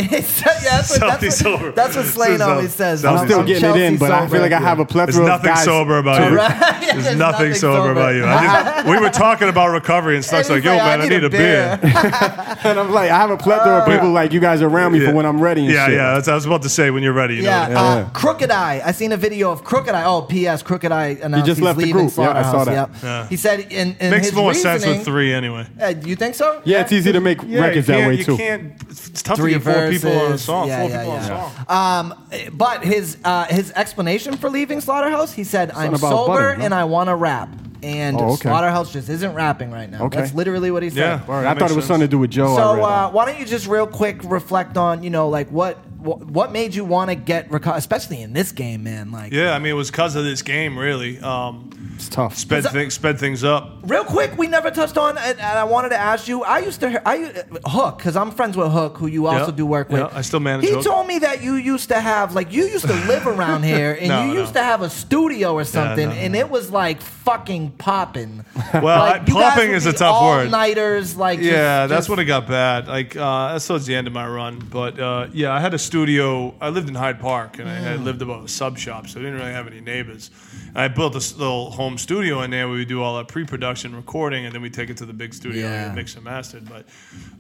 [SPEAKER 1] yeah, that's what,
[SPEAKER 3] Southie
[SPEAKER 1] that's what,
[SPEAKER 3] sober.
[SPEAKER 1] That's what Slain
[SPEAKER 3] Stiz South-
[SPEAKER 1] always says.
[SPEAKER 3] Southie
[SPEAKER 2] I'm still
[SPEAKER 3] I'm
[SPEAKER 2] getting
[SPEAKER 1] Chelsea
[SPEAKER 2] it in, but I feel
[SPEAKER 1] sober.
[SPEAKER 2] like I have a plethora
[SPEAKER 3] There's
[SPEAKER 2] of
[SPEAKER 3] nothing
[SPEAKER 2] guys-
[SPEAKER 3] sober about you.
[SPEAKER 1] Right?
[SPEAKER 3] There's, nothing, sober, about you.
[SPEAKER 1] And
[SPEAKER 3] I just, we were talking about recovery, and Stuck's
[SPEAKER 1] he's
[SPEAKER 3] like, "Yo, man, I need, a beer."
[SPEAKER 2] And I'm like, I have a plethora of people like you guys around me
[SPEAKER 3] Uh, Yeah.
[SPEAKER 2] for when I'm ready. And
[SPEAKER 3] yeah,
[SPEAKER 2] shit.
[SPEAKER 3] yeah. That's, I was about to say when you're ready. You
[SPEAKER 1] Yeah,
[SPEAKER 3] know.
[SPEAKER 1] uh,
[SPEAKER 2] Yeah.
[SPEAKER 1] Crooked Eye. I seen a video of Crooked Eye. Oh, P.S. Crooked Eye announced
[SPEAKER 2] just
[SPEAKER 1] he's
[SPEAKER 2] left the
[SPEAKER 1] leaving
[SPEAKER 2] group. Yeah, I saw
[SPEAKER 1] Slaughterhouse.
[SPEAKER 2] that.
[SPEAKER 1] Yep. He said, and, and
[SPEAKER 3] Makes
[SPEAKER 1] his
[SPEAKER 3] more
[SPEAKER 1] reasoning,
[SPEAKER 3] sense with three anyway.
[SPEAKER 1] Uh, you think so?
[SPEAKER 2] Yeah, it's easy to make records that way
[SPEAKER 3] you
[SPEAKER 2] too.
[SPEAKER 3] can't. It's tough
[SPEAKER 1] Three
[SPEAKER 3] to get four people on a
[SPEAKER 1] verses.
[SPEAKER 3] song.
[SPEAKER 1] Yeah,
[SPEAKER 3] four
[SPEAKER 1] yeah,
[SPEAKER 3] people on a
[SPEAKER 1] yeah.
[SPEAKER 3] song.
[SPEAKER 1] Um, but his uh, his explanation for leaving Slaughterhouse, he said, "I'm
[SPEAKER 2] about
[SPEAKER 1] sober
[SPEAKER 2] butter, no?
[SPEAKER 1] and I want to rap." And
[SPEAKER 2] Oh, okay.
[SPEAKER 1] Slaughterhouse just isn't rapping right now.
[SPEAKER 2] Okay.
[SPEAKER 1] That's literally what he said.
[SPEAKER 3] Yeah. All right,
[SPEAKER 2] I
[SPEAKER 3] that
[SPEAKER 2] thought
[SPEAKER 3] makes
[SPEAKER 2] it was
[SPEAKER 3] sense.
[SPEAKER 2] something to do with Joe. I read
[SPEAKER 1] So
[SPEAKER 2] on.
[SPEAKER 1] uh, why don't you just real quick reflect on you know like what what, what made you want to get reco- especially in this game, man? Like
[SPEAKER 3] Yeah, I mean, it was because of this game, really. Um,
[SPEAKER 2] it's tough.
[SPEAKER 3] sped things, sped things up.
[SPEAKER 1] Real quick, we never touched on, and, and I wanted to ask you. I used to, I Hook, because I'm friends with Hook, who you also
[SPEAKER 3] Yeah,
[SPEAKER 1] do work with.
[SPEAKER 3] yeah, I still manage
[SPEAKER 1] He
[SPEAKER 3] Hook.
[SPEAKER 1] told me that you used to have, like, you used to live around here, and
[SPEAKER 3] No,
[SPEAKER 1] you
[SPEAKER 3] no.
[SPEAKER 1] used to have a studio or something,
[SPEAKER 3] no, no.
[SPEAKER 1] and it was like fucking popping.
[SPEAKER 3] Well, I-
[SPEAKER 1] you guys
[SPEAKER 3] popping
[SPEAKER 1] would
[SPEAKER 3] is a
[SPEAKER 1] be
[SPEAKER 3] tough word.
[SPEAKER 1] All-nighters, like, just-
[SPEAKER 3] Yeah, that's
[SPEAKER 1] just-
[SPEAKER 3] when it got bad. Like uh, that's towards the end of my run. But uh, yeah, I had a studio. I lived in Hyde Park, and I had lived above a sub shop, so I didn't really have any neighbors. And I built this little home studio in there where we do all our pre-production recording, and then we take it to the big studio
[SPEAKER 1] Yeah.
[SPEAKER 3] and mix and master. But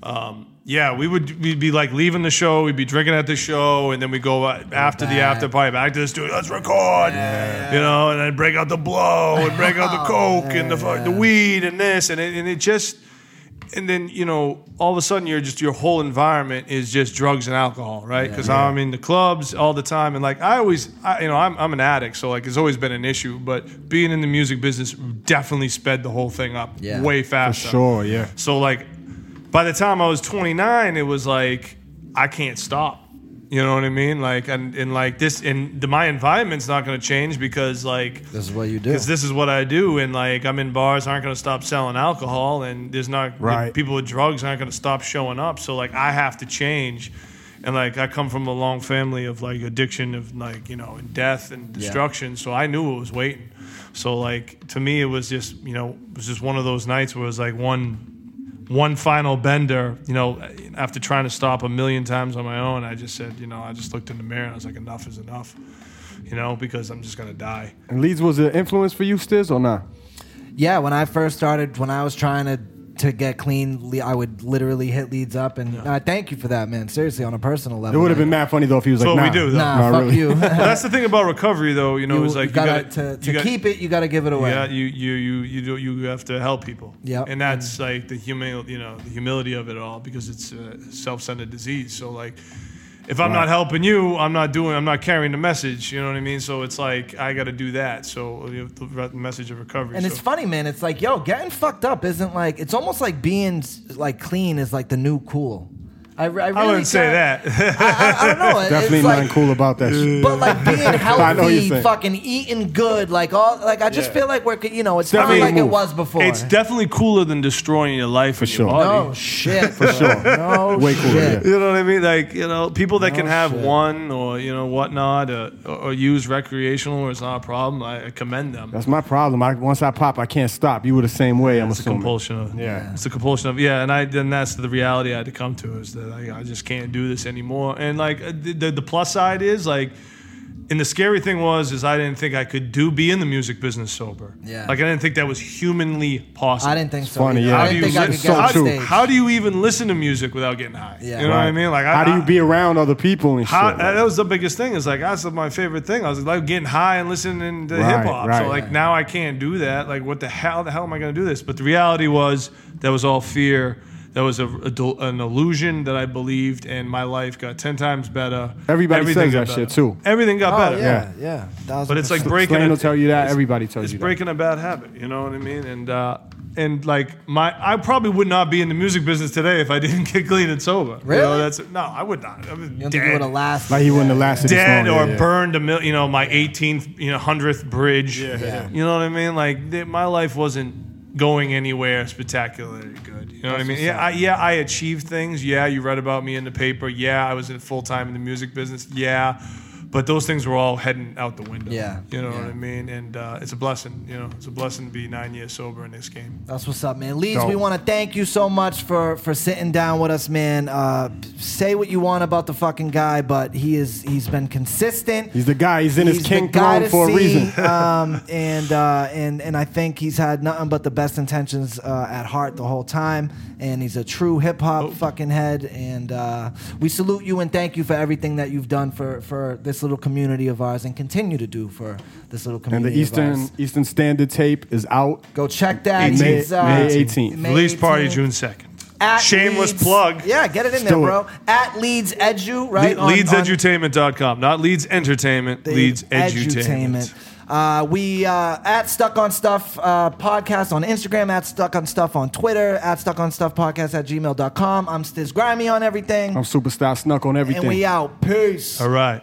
[SPEAKER 3] um, yeah, we would we'd be like leaving the show, we'd be drinking at the show, and then we go uh, after the
[SPEAKER 1] back.
[SPEAKER 3] after party back to the studio. Let's record, you know, and then break out the blow and break out the coke and the fuck, the weed and this, and it, and it just and then you know all of a sudden you're just your whole environment is just drugs and alcohol right because i'm in the clubs all the time and like i always I, you know I'm, I'm an addict so like it's always been an issue but being in the music business definitely sped the whole thing up
[SPEAKER 1] Yeah.
[SPEAKER 3] way faster
[SPEAKER 2] Sure, yeah.
[SPEAKER 3] so like by the time I was 29, it was like I can't stop. You know what I mean? Like and, and like this and the, my environment's not going to change because like
[SPEAKER 1] This is what you do.
[SPEAKER 3] because this is what I do and like I'm in bars aren't going to stop selling alcohol and there's not
[SPEAKER 2] Right.
[SPEAKER 3] people with drugs aren't going to stop showing up. So like I have to change. And like I come from a long family of like addiction of like you know and death and destruction, so I knew it was waiting. So like to me, it was just you know it was just one of those nights where it was like one one final bender, you know, after trying to stop a million times on my own, I just said, you know, I just looked in the mirror and I was like, enough is enough, you know, because I'm just gonna die.
[SPEAKER 2] And Leeds was an influence for you, Stiz, or not?
[SPEAKER 1] Yeah, when I first started, when I was trying to to get clean, le- I would literally hit leads up, and uh, thank you for that, man. Seriously, on a personal
[SPEAKER 2] It
[SPEAKER 1] level,
[SPEAKER 2] would have been
[SPEAKER 1] like,
[SPEAKER 2] mad funny though if he was like,
[SPEAKER 3] what we
[SPEAKER 2] nah,
[SPEAKER 3] do, though.
[SPEAKER 2] nah,
[SPEAKER 1] Nah, fuck
[SPEAKER 2] really.
[SPEAKER 1] you.
[SPEAKER 3] Well, that's the thing about recovery, though, you know,
[SPEAKER 1] you,
[SPEAKER 3] is like
[SPEAKER 1] you gotta, to,
[SPEAKER 3] you
[SPEAKER 1] to
[SPEAKER 3] got-
[SPEAKER 1] keep it, you got to give it away.
[SPEAKER 3] Yeah, you you you you do, you have to help people.
[SPEAKER 1] Yep.
[SPEAKER 3] and that's like the humil you know the humility of it all because it's a self-centered disease. So like, if I'm not helping you, I'm not doing I'm not carrying the message. You know what I mean? So it's like I got to do that. So you know, the re- message of recovery.
[SPEAKER 1] and
[SPEAKER 3] so.
[SPEAKER 1] it's funny, man. It's like, yo, getting fucked up isn't like. It's almost like being s- like clean is like the new cool. I, re- I, really
[SPEAKER 3] I wouldn't say
[SPEAKER 1] got-
[SPEAKER 3] that.
[SPEAKER 1] I, I, I don't know. It-
[SPEAKER 2] Definitely
[SPEAKER 1] it's
[SPEAKER 2] not
[SPEAKER 1] like,
[SPEAKER 2] cool about that. shit.
[SPEAKER 1] But like being
[SPEAKER 2] I know what you're
[SPEAKER 1] healthy,
[SPEAKER 2] saying.
[SPEAKER 1] fucking eating good, like all, like I just
[SPEAKER 3] Yeah.
[SPEAKER 1] feel like we're, you know, it's not
[SPEAKER 2] Definitely
[SPEAKER 1] like
[SPEAKER 2] a
[SPEAKER 1] it
[SPEAKER 2] move.
[SPEAKER 1] was before.
[SPEAKER 3] it's definitely cooler than destroying your life for and
[SPEAKER 2] sure.
[SPEAKER 3] your body.
[SPEAKER 1] no shit, for
[SPEAKER 2] sure.
[SPEAKER 1] No
[SPEAKER 2] Way cooler,
[SPEAKER 1] shit.
[SPEAKER 2] yeah.
[SPEAKER 3] You know what I mean? Like you know, people that can
[SPEAKER 2] Oh,
[SPEAKER 1] No
[SPEAKER 3] have
[SPEAKER 1] shit.
[SPEAKER 3] one or you know whatnot, uh, or, or use recreational, or it's not a problem. I I commend them.
[SPEAKER 2] That's my problem. I, once I pop, I can't stop. You were the same way. I'm
[SPEAKER 3] it's a
[SPEAKER 2] assuming.
[SPEAKER 3] compulsion of
[SPEAKER 2] Yeah.
[SPEAKER 3] It's a compulsion of yeah, and I then that's the reality I had to come to is that I, I just can't do this anymore. And like uh, the, the the plus side is like, and the scary thing was is I didn't think I could do be in the music business sober.
[SPEAKER 1] Yeah.
[SPEAKER 3] like I didn't think that was humanly possible.
[SPEAKER 1] I didn't think so.
[SPEAKER 2] funny,
[SPEAKER 1] either.
[SPEAKER 2] yeah.
[SPEAKER 1] I
[SPEAKER 3] How do
[SPEAKER 1] didn't
[SPEAKER 3] you
[SPEAKER 1] think I could
[SPEAKER 3] listen?
[SPEAKER 1] get
[SPEAKER 2] so
[SPEAKER 1] on
[SPEAKER 2] true.
[SPEAKER 1] stage.
[SPEAKER 3] How do you even listen to music without getting high?
[SPEAKER 1] Yeah.
[SPEAKER 3] You know what I
[SPEAKER 2] Right.
[SPEAKER 3] mean? Like, I,
[SPEAKER 2] how do
[SPEAKER 3] I-
[SPEAKER 2] you be around other people and
[SPEAKER 3] how-
[SPEAKER 2] shit?
[SPEAKER 3] uh, that was the biggest thing. It's like that's my favorite thing. I was like getting high and listening to
[SPEAKER 2] Right,
[SPEAKER 3] hip hop.
[SPEAKER 2] right.
[SPEAKER 3] so like now I can't do that. Like what the hell? The hell am I going to do this? But the reality was that was all fear. That was a, a del- an illusion that I believed, and my life got ten times better.
[SPEAKER 2] Everybody says that
[SPEAKER 3] got better.
[SPEAKER 2] shit, too.
[SPEAKER 3] Everything got
[SPEAKER 1] Oh,
[SPEAKER 3] better.
[SPEAKER 1] yeah, yeah. Thousand
[SPEAKER 3] But it's like
[SPEAKER 1] percent.
[SPEAKER 3] breaking.
[SPEAKER 2] Slane
[SPEAKER 3] a-
[SPEAKER 2] will tell you that. Everybody tells
[SPEAKER 3] it's
[SPEAKER 2] you
[SPEAKER 3] breaking a bad habit. You know what I mean? And uh, and like my, I probably would not be in the music business today if I didn't get clean and sober. You know,
[SPEAKER 1] Really?
[SPEAKER 3] that's no, I would not. I was
[SPEAKER 1] You don't think it
[SPEAKER 3] dead,
[SPEAKER 1] would have lasted?
[SPEAKER 2] that. Like he wouldn't have lasted this
[SPEAKER 3] dead
[SPEAKER 2] long.
[SPEAKER 3] or
[SPEAKER 2] Yeah, yeah.
[SPEAKER 3] burned a mil, you know, my 18th, you know, hundredth bridge.
[SPEAKER 1] Yeah.
[SPEAKER 3] You know what I mean? Like th- my life wasn't going anywhere spectacularly good. You know what I mean? Yeah, I, yeah, I achieved things. Yeah, you read about me in the paper. Yeah, I was in full time in the music business. Yeah. But those things were all heading out the window.
[SPEAKER 1] Yeah.
[SPEAKER 3] You know what
[SPEAKER 1] Yeah.
[SPEAKER 3] I mean? And uh, it's a blessing. You know, it's a blessing to be nine years sober in this game.
[SPEAKER 1] That's what's up, man. Leeds,
[SPEAKER 2] Dope.
[SPEAKER 1] we want to thank you so much for for sitting down with us, man. Uh, say what you want about the fucking guy, but he is he's been consistent.
[SPEAKER 2] He's the guy. He's in his
[SPEAKER 1] He's
[SPEAKER 2] king
[SPEAKER 1] the guy
[SPEAKER 2] throne
[SPEAKER 1] to
[SPEAKER 2] for a
[SPEAKER 1] see,
[SPEAKER 2] reason.
[SPEAKER 1] um, and uh, and and I think he's had nothing but the best intentions uh, at heart the whole time. And he's a true hip hop
[SPEAKER 2] Oh.
[SPEAKER 1] fucking head. And uh, we salute you and thank you for everything that you've done for for this little community of ours and continue to do for this little
[SPEAKER 2] And
[SPEAKER 1] community.
[SPEAKER 2] the
[SPEAKER 1] of
[SPEAKER 2] Eastern
[SPEAKER 1] ours.
[SPEAKER 2] Eastern Standard Tape is out.
[SPEAKER 1] Go check that.
[SPEAKER 2] 18th.
[SPEAKER 1] He's, uh,
[SPEAKER 2] May 18th.
[SPEAKER 1] May
[SPEAKER 3] Release party
[SPEAKER 1] 18th.
[SPEAKER 3] June 2nd.
[SPEAKER 1] At
[SPEAKER 3] Shameless
[SPEAKER 1] Leeds-
[SPEAKER 3] plug.
[SPEAKER 1] Yeah, get it in there,
[SPEAKER 2] do it.
[SPEAKER 1] bro. At Leeds Edu, right?
[SPEAKER 3] Le-
[SPEAKER 1] on- on-
[SPEAKER 3] LeedsEdutainment.com, not Leeds Entertainment,
[SPEAKER 1] the
[SPEAKER 3] Leeds Edutainment.
[SPEAKER 1] edutainment. Uh, we uh, at Stuck on Stuff uh, podcast on Instagram, at Stuck on Stuff on Twitter, at Stuck on Stuff podcast at gmail.com. I'm Stiz Grimy on everything.
[SPEAKER 2] I'm superstar snuck on everything.
[SPEAKER 1] And we out. Peace.
[SPEAKER 3] All right.